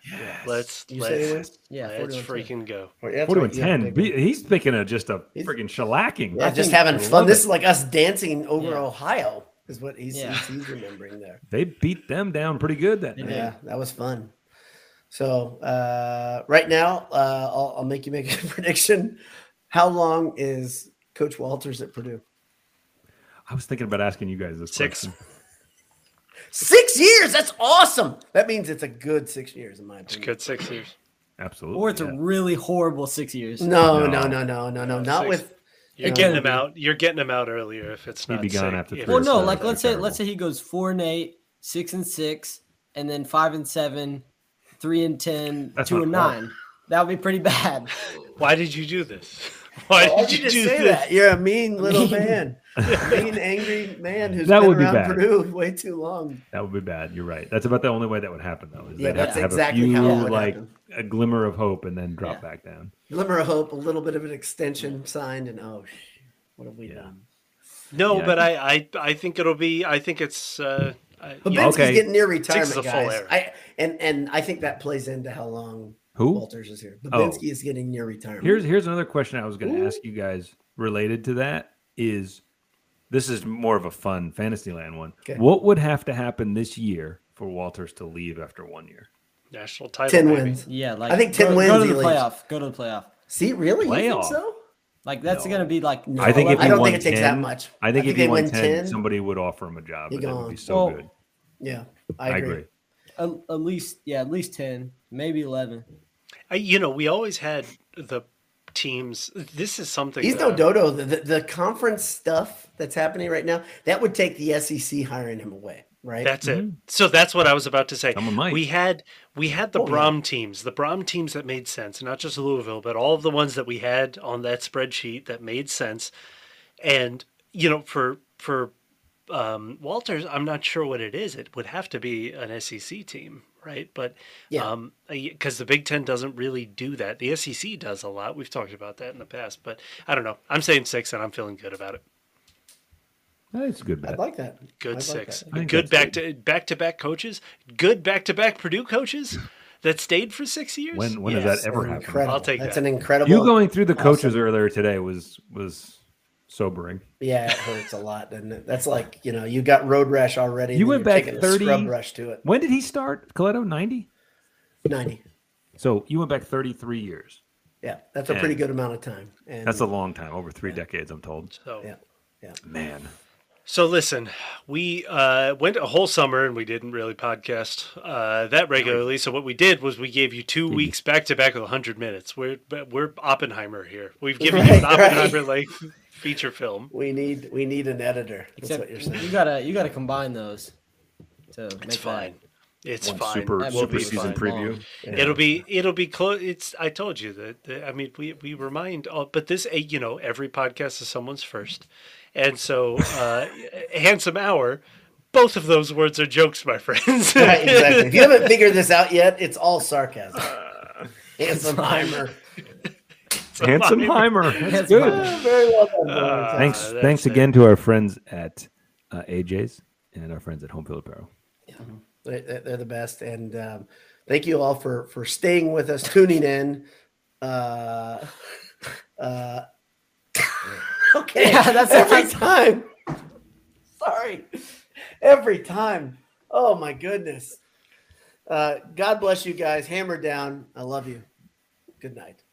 Speaker 4: Let's
Speaker 2: You say they win?
Speaker 4: let's
Speaker 5: Yeah,
Speaker 4: let's
Speaker 5: 41-10.
Speaker 4: freaking go.
Speaker 2: Or- that's
Speaker 3: Forty-one
Speaker 2: right, yeah,
Speaker 3: ten.
Speaker 2: big
Speaker 3: Be-
Speaker 2: one.
Speaker 3: He's picking a just a
Speaker 2: He's-
Speaker 3: freaking shellacking.
Speaker 2: Yeah,
Speaker 5: I
Speaker 2: just
Speaker 5: think-
Speaker 2: having
Speaker 5: I
Speaker 2: fun.
Speaker 5: love
Speaker 2: This
Speaker 5: it.
Speaker 2: is like us dancing over
Speaker 5: Yeah.
Speaker 2: Ohio, is what he's,
Speaker 5: Yeah.
Speaker 2: he's remembering there.
Speaker 3: They beat them down pretty good that night.
Speaker 2: Yeah, that was fun. So uh, right now, uh, I'll, I'll make you make a [laughs] prediction. How long is Coach Walters at Purdue?
Speaker 3: I was thinking about asking you guys this
Speaker 4: Six.
Speaker 3: question.
Speaker 2: Six years. That's awesome. That means it's a good six years, in my
Speaker 4: It's a
Speaker 2: opinion.
Speaker 4: good six years.
Speaker 3: Absolutely.
Speaker 5: or it's
Speaker 3: yeah.
Speaker 5: a really horrible six years.
Speaker 2: No,
Speaker 3: No.
Speaker 2: no, no, no, no, no. Not
Speaker 4: Six.
Speaker 2: with
Speaker 4: You're
Speaker 2: No.
Speaker 4: getting him out. You're getting him out earlier if it's
Speaker 3: He'd
Speaker 4: not.
Speaker 3: be gone
Speaker 4: sick.
Speaker 3: after
Speaker 4: If-
Speaker 3: three
Speaker 5: Well,
Speaker 3: Yes,
Speaker 5: no,
Speaker 3: that-
Speaker 5: like
Speaker 3: that's
Speaker 5: let's say
Speaker 3: terrible.
Speaker 5: let's say he goes four and eight, six and six, and then five and seven, three and ten,
Speaker 3: That's
Speaker 5: two
Speaker 3: not
Speaker 5: and
Speaker 3: hard.
Speaker 5: nine. That would be pretty bad.
Speaker 4: Why did you do this? [laughs] Why
Speaker 2: Why
Speaker 4: did you
Speaker 2: just
Speaker 4: do
Speaker 2: Oh, say
Speaker 4: this?
Speaker 2: that? You're a
Speaker 4: [laughs]
Speaker 2: mean little man. mean, angry man who's
Speaker 3: That
Speaker 2: been
Speaker 3: would be
Speaker 2: around
Speaker 3: bad.
Speaker 2: Purdue [laughs] way too long.
Speaker 3: That would be bad. You're right. That's about the only way that would happen, though. Is
Speaker 2: Yeah,
Speaker 3: they'd have
Speaker 2: that's
Speaker 3: to have
Speaker 2: exactly
Speaker 3: a few,
Speaker 2: how it would
Speaker 3: like
Speaker 2: happen.
Speaker 3: a glimmer of hope, and then drop
Speaker 5: Yeah.
Speaker 3: back down.
Speaker 2: Glimmer of hope, a little bit of an extension signed, and oh, sh- what have we done?
Speaker 4: No,
Speaker 3: Yeah.
Speaker 4: but I, I I think it'll be. I think it's. Uh, I-
Speaker 2: But
Speaker 4: yeah,
Speaker 2: Ben's
Speaker 3: Okay.
Speaker 2: getting near
Speaker 4: is
Speaker 2: retirement,
Speaker 4: the full
Speaker 2: guys.
Speaker 4: era.
Speaker 2: I and and I think that plays into how long
Speaker 3: Who?
Speaker 2: Walters is here.
Speaker 3: Oh.
Speaker 2: Babinski is getting near retirement.
Speaker 3: Here's here's another question I was going to ask you guys related to that is this is more of a fun Fantasyland one.
Speaker 2: Okay.
Speaker 3: What would have to happen this year for Walters to leave after one year?
Speaker 4: national title.
Speaker 2: ten
Speaker 4: baby.
Speaker 2: wins.
Speaker 5: [laughs] Yeah, like
Speaker 2: I think 10
Speaker 5: go,
Speaker 2: wins
Speaker 5: Go to
Speaker 2: he
Speaker 5: the
Speaker 2: leaves.
Speaker 5: playoff. Go to the playoff.
Speaker 2: See, really, you think
Speaker 3: Playoff.
Speaker 2: so?
Speaker 5: Like that's
Speaker 3: No.
Speaker 5: gonna be like.
Speaker 3: I think if
Speaker 2: I
Speaker 3: he
Speaker 2: don't
Speaker 3: won
Speaker 2: think it takes
Speaker 3: 10,
Speaker 2: that much.
Speaker 3: I think if he
Speaker 2: they
Speaker 3: won
Speaker 2: win
Speaker 3: 10, somebody would offer him a job.
Speaker 2: You're
Speaker 3: And that would
Speaker 2: gone.
Speaker 3: be so
Speaker 5: Well,
Speaker 3: good.
Speaker 2: yeah,
Speaker 3: I agree.
Speaker 5: at, at least yeah, at least ten, maybe eleven.
Speaker 4: I, you know, we always had the teams. This is something.
Speaker 2: He's
Speaker 4: that
Speaker 2: no
Speaker 4: I-
Speaker 2: dodo. The, the, the conference stuff that's happening right now that would take the SEC hiring him away, right? Mm-hmm.
Speaker 4: That's it. So that's what I was about to say.
Speaker 3: Someone might.
Speaker 4: We had we had the
Speaker 2: Oh, yeah.
Speaker 4: Brom teams, the Brom teams that made sense, not just Louisville, but all of the ones that we had on that spreadsheet that made sense. And you know, for for um, Walters, I'm not sure what it is. It would have to be an SEC team, right? But
Speaker 2: Yeah.
Speaker 4: um, because the Big Ten doesn't really do that. The SEC does a lot. We've talked about that in the past, but I don't know. I'm saying six, and I'm feeling good about it.
Speaker 3: That's a good
Speaker 2: I'd
Speaker 3: bet.
Speaker 2: like that.
Speaker 4: Good
Speaker 2: I'd like
Speaker 4: six.
Speaker 2: that.
Speaker 3: I think
Speaker 4: Good
Speaker 3: that's
Speaker 4: back to back to back coaches. Good back to back Purdue coaches that stayed for six years.
Speaker 3: When when
Speaker 4: Yes.
Speaker 3: does that ever happen?
Speaker 2: Incredible.
Speaker 4: I'll take
Speaker 2: That's
Speaker 4: that.
Speaker 2: an incredible.
Speaker 3: You going through the coaches earlier today was was sobering.
Speaker 2: Yeah, it hurts a lot, doesn't it? That's like you know you got road rash already. and
Speaker 3: You
Speaker 2: then
Speaker 3: went
Speaker 2: you're
Speaker 3: back
Speaker 2: taking a
Speaker 3: 30
Speaker 2: scrub rush to it.
Speaker 3: When did he start? Coletto ninety.
Speaker 2: Ninety.
Speaker 3: So you went back thirty three years.
Speaker 2: Yeah, that's a
Speaker 3: Yeah.
Speaker 2: pretty good amount of time. And
Speaker 3: That's a long time, over three decades, I'm told.
Speaker 4: So
Speaker 2: yeah, yeah.
Speaker 3: Man,
Speaker 4: so listen, we uh, went a whole summer and we didn't really podcast uh, that regularly. So what we did was we gave you two
Speaker 3: Mm-hmm.
Speaker 4: weeks back to back of hundred minutes. We're we're Oppenheimer here. We've given you
Speaker 2: Right,
Speaker 4: an
Speaker 2: right.
Speaker 4: Oppenheimer like feature film.
Speaker 2: We need we need an editor. That's
Speaker 5: Except
Speaker 2: what you're saying.
Speaker 5: you gotta you gotta combine those. To make
Speaker 4: It's fine. It's
Speaker 3: one
Speaker 4: fine.
Speaker 3: super
Speaker 5: That
Speaker 3: super
Speaker 5: will be
Speaker 3: season
Speaker 5: fine.
Speaker 3: preview.
Speaker 5: Long.
Speaker 4: It'll be it'll be close. It's I told you that. that- I mean, we we remind all, but this eh, you know every podcast is someone's first, and so uh, [laughs] handsome hour. Both of those words are jokes, my friends.
Speaker 2: Right, [laughs] exactly.
Speaker 4: [laughs]
Speaker 2: If you haven't figured this out yet, it's
Speaker 3: [laughs]
Speaker 2: all sarcasm. Handsome Heimer.
Speaker 3: Handsome Heimer. That's good.
Speaker 2: Very well done.
Speaker 4: Uh,
Speaker 3: Thanks,
Speaker 4: that's
Speaker 3: thanks
Speaker 4: it.
Speaker 3: again to our friends at uh, AJ's and our friends at Home Field Apparel.
Speaker 2: They- they- They're the best, and um, thank you all for for staying with us, tuning in. Uh, uh, [laughs] okay,
Speaker 5: Yeah, that's
Speaker 2: every
Speaker 5: nice.
Speaker 2: time. Sorry, every time. Oh my goodness. Uh, God bless you guys. Hammer down. I love you. Good night.